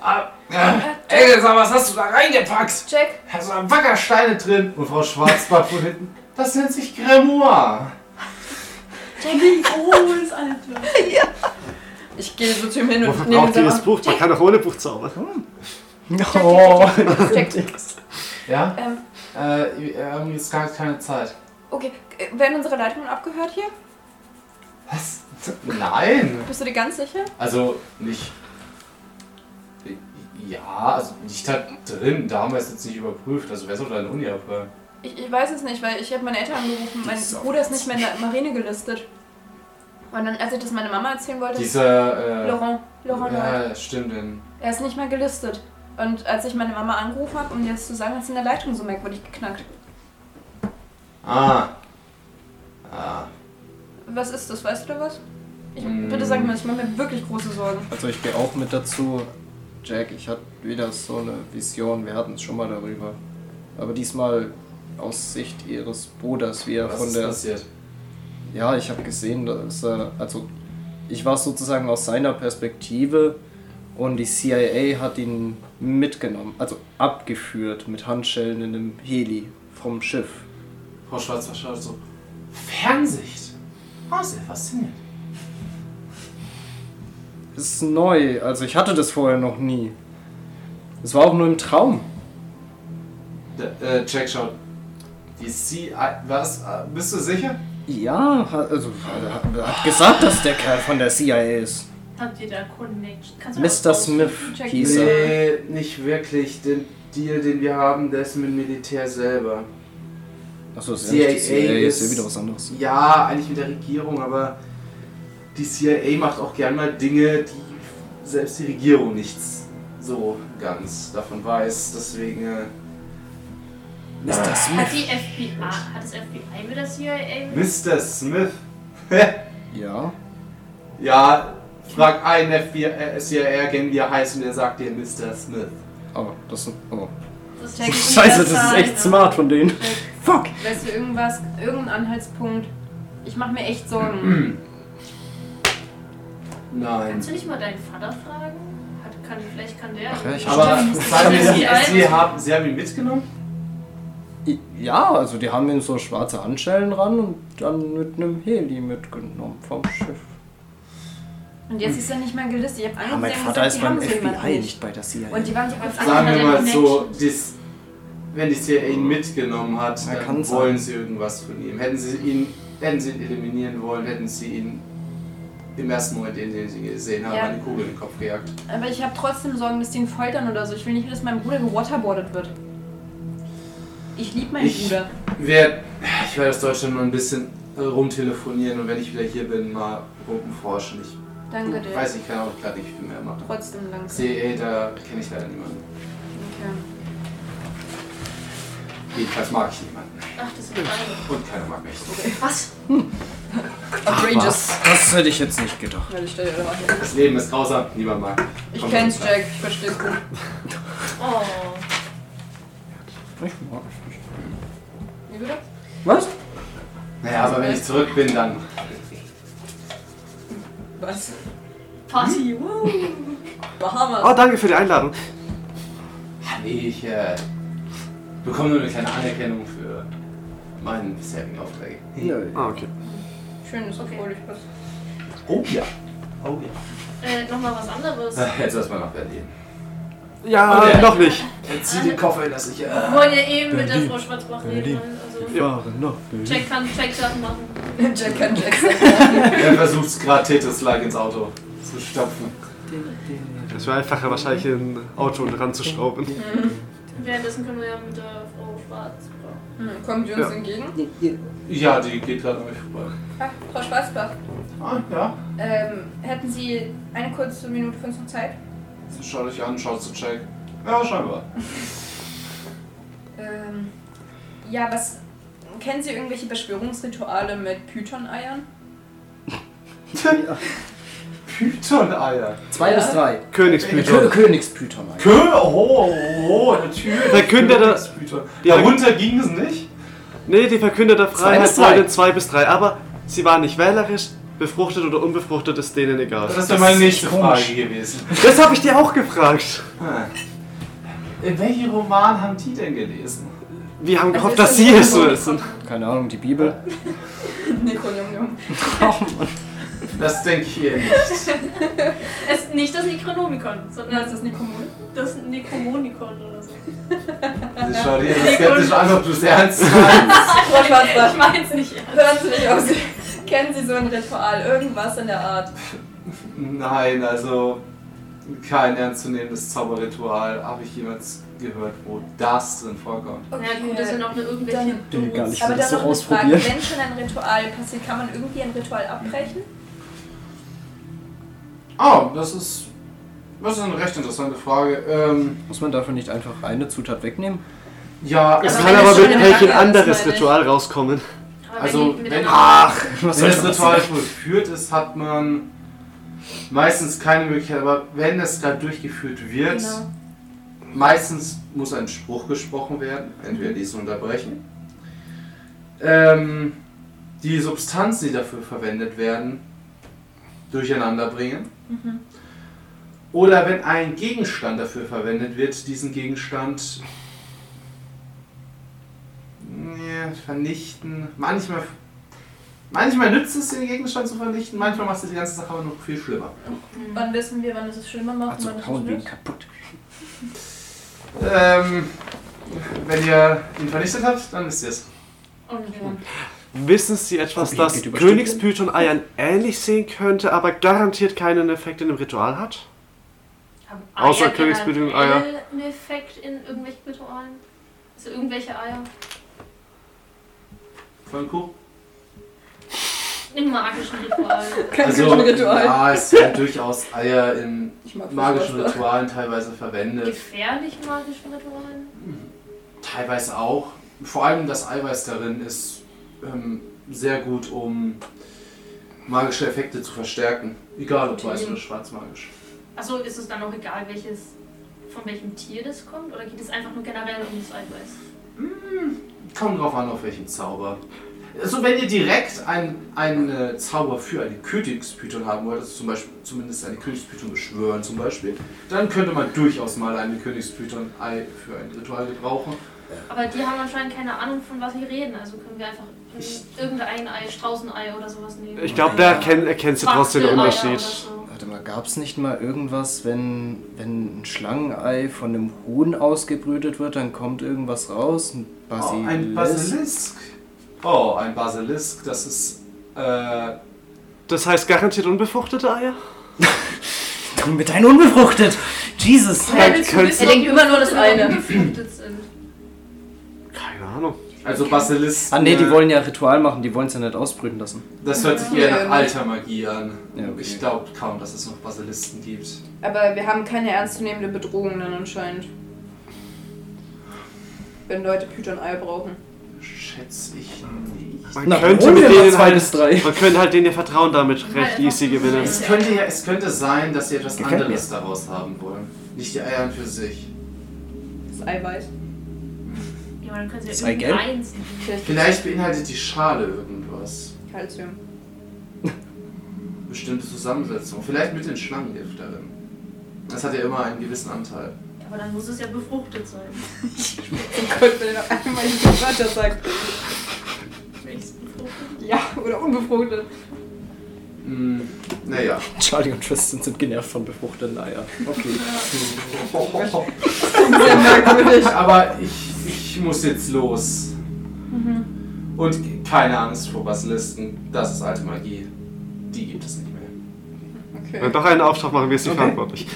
Ah, äh, ey, sag, mal, was hast du da reingepackt?
Jack,
Da sind Wackersteine drin. Und Frau Schwarzbach von hinten, das nennt sich Grimoire.
groß, Alter.
ich gehe so zu ihm hin
Wofür
und nehme
braucht ihr
ihn
das Buch? Man kann doch ohne Buch zaubern.
Oh.
Jack,
Ja?
ähm,
Äh, wir haben jetzt gar keine Zeit.
okay, äh, werden unsere Leitungen abgehört hier?
Was? Nein.
Bist du dir ganz sicher?
Also nicht. Ja, also nicht da drin. Da haben wir es jetzt nicht überprüft. Also wer soll da eine Uni abhören?
Ich, ich weiß es nicht, weil ich habe meine Eltern angerufen. Mein Bruder ist nicht mehr in der Marine gelistet. Und dann, als ich das meiner Mama erzählen wollte,
Dieser. Äh,
Laurent, Laurent Lloyd.
ja, stimmt. Denn
Er ist nicht mehr gelistet. Und als ich meine Mama angerufen habe, um dir das zu sagen, hat sie in der Leitung so merkwürdig geknackt.
Ah. Ah.
Was ist das? Weißt du da was? Ich
Mm.
bitte sag mir, das, ich mache mir wirklich große Sorgen.
Also ich gehe auch mit dazu. Jack, ich hatte wieder so eine Vision, wir hatten es schon mal darüber. Aber diesmal aus Sicht ihres Bruders, wie er
Was
von
ist
der...
passiert?
Ja, ich habe gesehen, dass er... Also ich war sozusagen aus seiner Perspektive und die CIA hat ihn mitgenommen, also abgeführt mit Handschellen in einem Heli vom Schiff.
Frau Schwarz schaut so. Fernsicht. Ah, sehr faszinierend.
Ist neu, also ich hatte das vorher noch nie. Es war auch nur im Traum.
Der, äh, Jack schaut. Die CIA. Was? Äh, Bist du sicher?
Ja, ha- also hat, hat gesagt, dass der Kerl von der CIA ist.
Habt ihr da Connection? Kannst du
Mr.
das
Smith
Jack-
hieß er.
Nee, nicht wirklich. Den Deal, den wir haben, der ist mit dem Militär selber.
Achso, das ist
CIA
ja nicht die CIA, ist ja
ist-
wieder was anderes.
Ja, eigentlich mit der Regierung, aber die CIA macht auch gern mal Dinge, die selbst die Regierung nichts so ganz davon weiß. Deswegen. Äh,
Mr.
Hat
Smith.
die FBI, hat das FBI mit der CIA?
Mr. Smith.
Ja.
Ja, frag einen FBR-Gang, wie er heißt, und er sagt dir Mr. Smith.
Oh, das sind. Oh.
Das
Scheiße, das ist echt smart von denen. Fuck.
Weißt du, irgendwas, irgendein Anhaltspunkt. Ich mache mir echt Sorgen.
Nein.
Kannst du nicht mal deinen Vater fragen? Hat, kann, vielleicht kann der.
Ach ja, ich
Aber sagen wir,
Stimmt.
sie, sie, haben, sie haben ihn mitgenommen?
I- Ja, also die haben ihm so schwarze Handschellen ran und dann mit einem Heli mitgenommen vom Schiff.
Und jetzt ist er nicht mehr gelistet. Ich habe
Ja,
Angst,
mein
sie haben
Vater
gesagt,
ist
die
beim
haben so jemanden
FBI, nicht bei der CIA.
Und die waren sich auf
Sagen
Sagen wir
der
mal so,
Connection.
das, wenn die CIA ihn mitgenommen hat,
Ja,
dann
kann's
wollen sie irgendwas von ihm. Hätten sie ihn, hätten sie ihn eliminieren wollen, hätten sie ihn im ersten Moment, in dem sie ihn gesehen haben,
Ja.
eine Kugel in den Kopf gejagt.
Aber ich habe trotzdem Sorgen, dass die ihn foltern oder so. Ich will nicht, dass mein Bruder gewaterboardet wird. Ich liebe meinen
Ich-
Bruder.
Wer, ich werde aus Deutschland mal ein bisschen äh, rumtelefonieren und wenn ich wieder hier bin, mal rumforschen. Ich
Danke dir.
weiß, ich kann auch gerade nicht viel mehr machen.
Trotzdem langsam.
CIA, da kenne ich leider niemanden.
Okay.
Jedenfalls mag ich niemanden.
Ach, das sind beide.
Und keiner mag mich.
Was?
Outrageous.
Das hätte ich jetzt nicht gedacht.
Ja, die Stelle da war hier.
Das Leben ist grausam, niemand mag.
Ich
Komm,
kenn's,
komm.
Jack. Ich versteh's gut.
Oh.
Ich mag es nicht.
Wie bitte?
Was?
Naja, aber wenn ich zurück bin, dann.
Was? Hm?
Party, wow.
Bahamas.
Oh, danke für die Einladung.
Ah, nee, ich äh, bekomme nur eine kleine Anerkennung für meinen bisherigen Aufträge.
Nö.
Ah, okay.
Schön, dass du
Okay.
fröhlich bist.
Oh ja. Oh ja.
Äh, nochmal was anderes.
Äh, Jetzt erstmal nach Berlin.
Ja,
Okay.
noch nicht.
Jetzt zieh den Koffer in das ich.
Wir
Äh,
wollen ja eben mit der Frau Schwarzbach reden. Also,
Fahren nach Berlin.
Jack kann Check-Sachen machen.
Jack kann Jack sein.
er versucht gerade Tetris-like ins Auto zu stopfen.
Es wäre einfacher, wahrscheinlich ein Auto dran zu schrauben.
Währenddessen können wir ja mit der Frau Schwarzbach.
Hm, Kommen die uns
Ja.
entgegen?
Ja, die geht gerade an mich vorbei.
Ach, Frau Schwarzbach.
Ah, ja.
Ähm, hätten Sie eine kurze Minute für uns noch Zeit?
Schau dich an, schau zu Jack. Ja, scheinbar.
Ähm, ja, was. Kennen Sie irgendwelche Beschwörungsrituale mit Python-Eiern?
Python-Eier.
Zwei bis drei. Kö
Königspython.
Königspython eigentlich.
Kö, oh, oh, oh, natürlich.
Der Künder-
Python.
Ja,
Darunter ging es nicht?
Nee, die Verkünder der Freiheit
bis drei.
wollte 2 bis 3, aber sie waren nicht wählerisch, befruchtet oder unbefruchtet ist denen egal.
Das wäre meine nächste Frage gewesen.
Das habe ich dir auch gefragt.
Ah. In welchen Roman haben die denn gelesen?
Wir haben gehofft,
ist das
dass sie
nicht
es
so
wissen.
Keine Ahnung, die Bibel.
Nekronomium.
Das denke ich hier nicht.
Es ist nicht das Necronomicon, sondern
Na,
das,
ist das Nekromun?
das Necromonicon oder so.
Ich schaue dir das skeptisch an, ob du es ernst meinst.
Frau
Ich
Schwarzbach,
mein's nicht.
hören Sie nicht auf. Sie- Kennen Sie so ein Ritual? Irgendwas in der Art?
Nein, also kein ernstzunehmendes Zauberritual habe ich jemals gehört, wo das drin vorkommt.
Na gut, das sind auch nur irgendwelche
Dann-
Nee, gar nicht.
Do's.
Aber
will das doch
dann noch eine Frage.
ausprobieren.
Wenn schon ein Ritual passiert, kann man irgendwie ein Ritual abbrechen?
Oh, das ist. Das ist eine recht interessante Frage. Ähm,
Muss man dafür nicht einfach eine Zutat wegnehmen?
ja,
Es
also,
kann
wenn
aber
es
mit
schon
welchem
eine Frage ist,
anderes
meine ich.
Ritual rauskommen.
Aber
also,
wenn, die
wenn-
miteinander-
wenn das Ritual vollführt ist, hat man meistens keine Möglichkeit, aber wenn es gerade durchgeführt wird, Meistens muss ein Spruch gesprochen werden, entweder diesen unterbrechen. Ähm, die Substanzen, die dafür verwendet werden, durcheinander bringen. Oder wenn ein Gegenstand dafür verwendet wird, diesen Gegenstand nee, vernichten. Manchmal, manchmal nützt es, den Gegenstand zu vernichten, manchmal macht es die ganze Sache aber noch viel schlimmer.
Wann wissen wir, wann es es schlimmer macht
Also
und wann es
kauen
nicht
wir ihn
nützt?
kaputt.
Ähm, wenn ihr ihn vernichtet habt, dann wisst ihr es.
Und-
Wissen Sie etwas,
Probier,
das
geht über Stückchen.
Königspython-Eiern ähnlich sehen könnte, aber garantiert keinen Effekt in dem Ritual hat?
Haben
Außer
Eier
Königsbildung
generell Einen Effekt in irgendwelchen Ritualen? Also irgendwelche Eier?
Von Kuh.
In magischen Ritualen.
Kein also, Ritual.
ja, es werden durchaus Eier in
Ich mag
magischen
Fußball.
Ritualen teilweise verwendet.
Gefährlich magischen Ritualen?
Teilweise auch. Vor allem das Eiweiß darin ist ähm, sehr gut, um
magische Effekte zu verstärken. Egal ob weiß
Team.
oder schwarzmagisch.
Achso, Also ist es dann auch egal, welches, von welchem Tier das kommt? Oder geht es einfach nur generell um das Eiweiß?
Kommt drauf an, auf welchen Zauber. Also wenn ihr direkt ein- einen äh, Zauber für eine Königspython haben wollt, also zum Beispiel zumindest eine Königspython beschwören zum Beispiel, dann könnte man durchaus mal eine Königspython Ei für ein Ritual gebrauchen.
Aber die haben anscheinend keine Ahnung, von was sie reden. Also können wir einfach ir- irgendein Ei, Straußenei oder sowas nehmen.
Ich glaube, da erken, erkennst du trotzdem den
Basteleier
Unterschied.
oder
Warte mal, gab es nicht mal irgendwas, wenn, wenn ein Schlangenei von einem Huhn ausgebrütet wird, dann kommt irgendwas raus? Ein
Oh,
Basilisk?
ein Basilisk. Oh, ein Basilisk, das ist... Äh,
Das heißt garantiert unbefruchtete Eier?
Komm mit deinen unbefruchtet! Jesus!
Dann könntest
Er denkt immer nur das eine.
Geflutet sind.
Keine Ahnung.
also Basilisk...
Ah nee, die
äh,
wollen ja Ritual machen, die wollen es ja nicht ausbrüten lassen.
Das hört sich eher
Ja.
nach alter Magie an.
Ja, okay.
Ich glaube kaum, dass es noch Basilisten gibt.
Aber wir haben keine ernstzunehmende Bedrohung dann anscheinend. Wenn Leute Python-Ei brauchen.
Schätze ich nicht.
Man
Na,
könnte
hol dir
mit
mal
denen
zwei
halt,
bis drei.
man könnte halt denen ihr Vertrauen damit recht
Ja,
easy gewinnen.
Es könnte, ja, es könnte sein, dass sie etwas
Gefällt mir.
anderes daraus haben wollen. Nicht die Eier an für sich.
Das Eiweiß.
Ja, aber dann können
Ist
sie
Ei
ja irgendeins nehmen.
Vielleicht
Vielleicht beinhaltet die Schale irgendwas.
Calcium.
Bestimmte Zusammensetzung. Vielleicht mit den Schlangengift darin. Das hat ja immer einen gewissen Anteil.
Aber dann muss es ja befruchtet sein.
Oh Gott, wenn er noch einmal die Wörter sagt.
Welches befruchtet?
Ja, oder unbefruchtet.
Hm, naja.
Charlie und Tristan sind genervt von befruchteten Eiern. Okay.
Aber ich, ich muss jetzt los. Und keine Angst vor Basilisten. Das ist alte Magie. Die gibt es nicht mehr.
Wenn
Okay.
doch einen Auftrag machen, wir es nicht verantwortlich.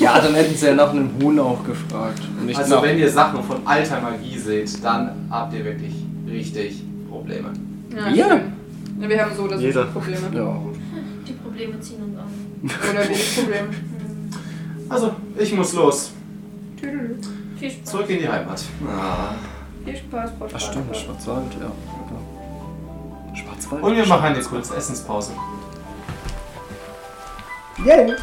Ja, dann hätten sie ja nach einem Huhn auch gefragt. Und nicht
Also
nach
wenn ihr Sachen von alter Magie seht, dann habt ihr wirklich richtig Probleme.
Ja.
Ja.
schön. Ja, wir haben so oder so
Jeder.
schon Probleme.
Ja.
Die Probleme ziehen uns an.
Oder wenig Probleme.
Also, ich muss los.
Tüdelü.
Viel Spaß.
Zurück in die Heimat.
Viel Spaß, Frau
Ach stimmt, Schwarzwald, ja. Ja. Schwarzwald?
Und wir machen eine kurze Essenspause.
Yay!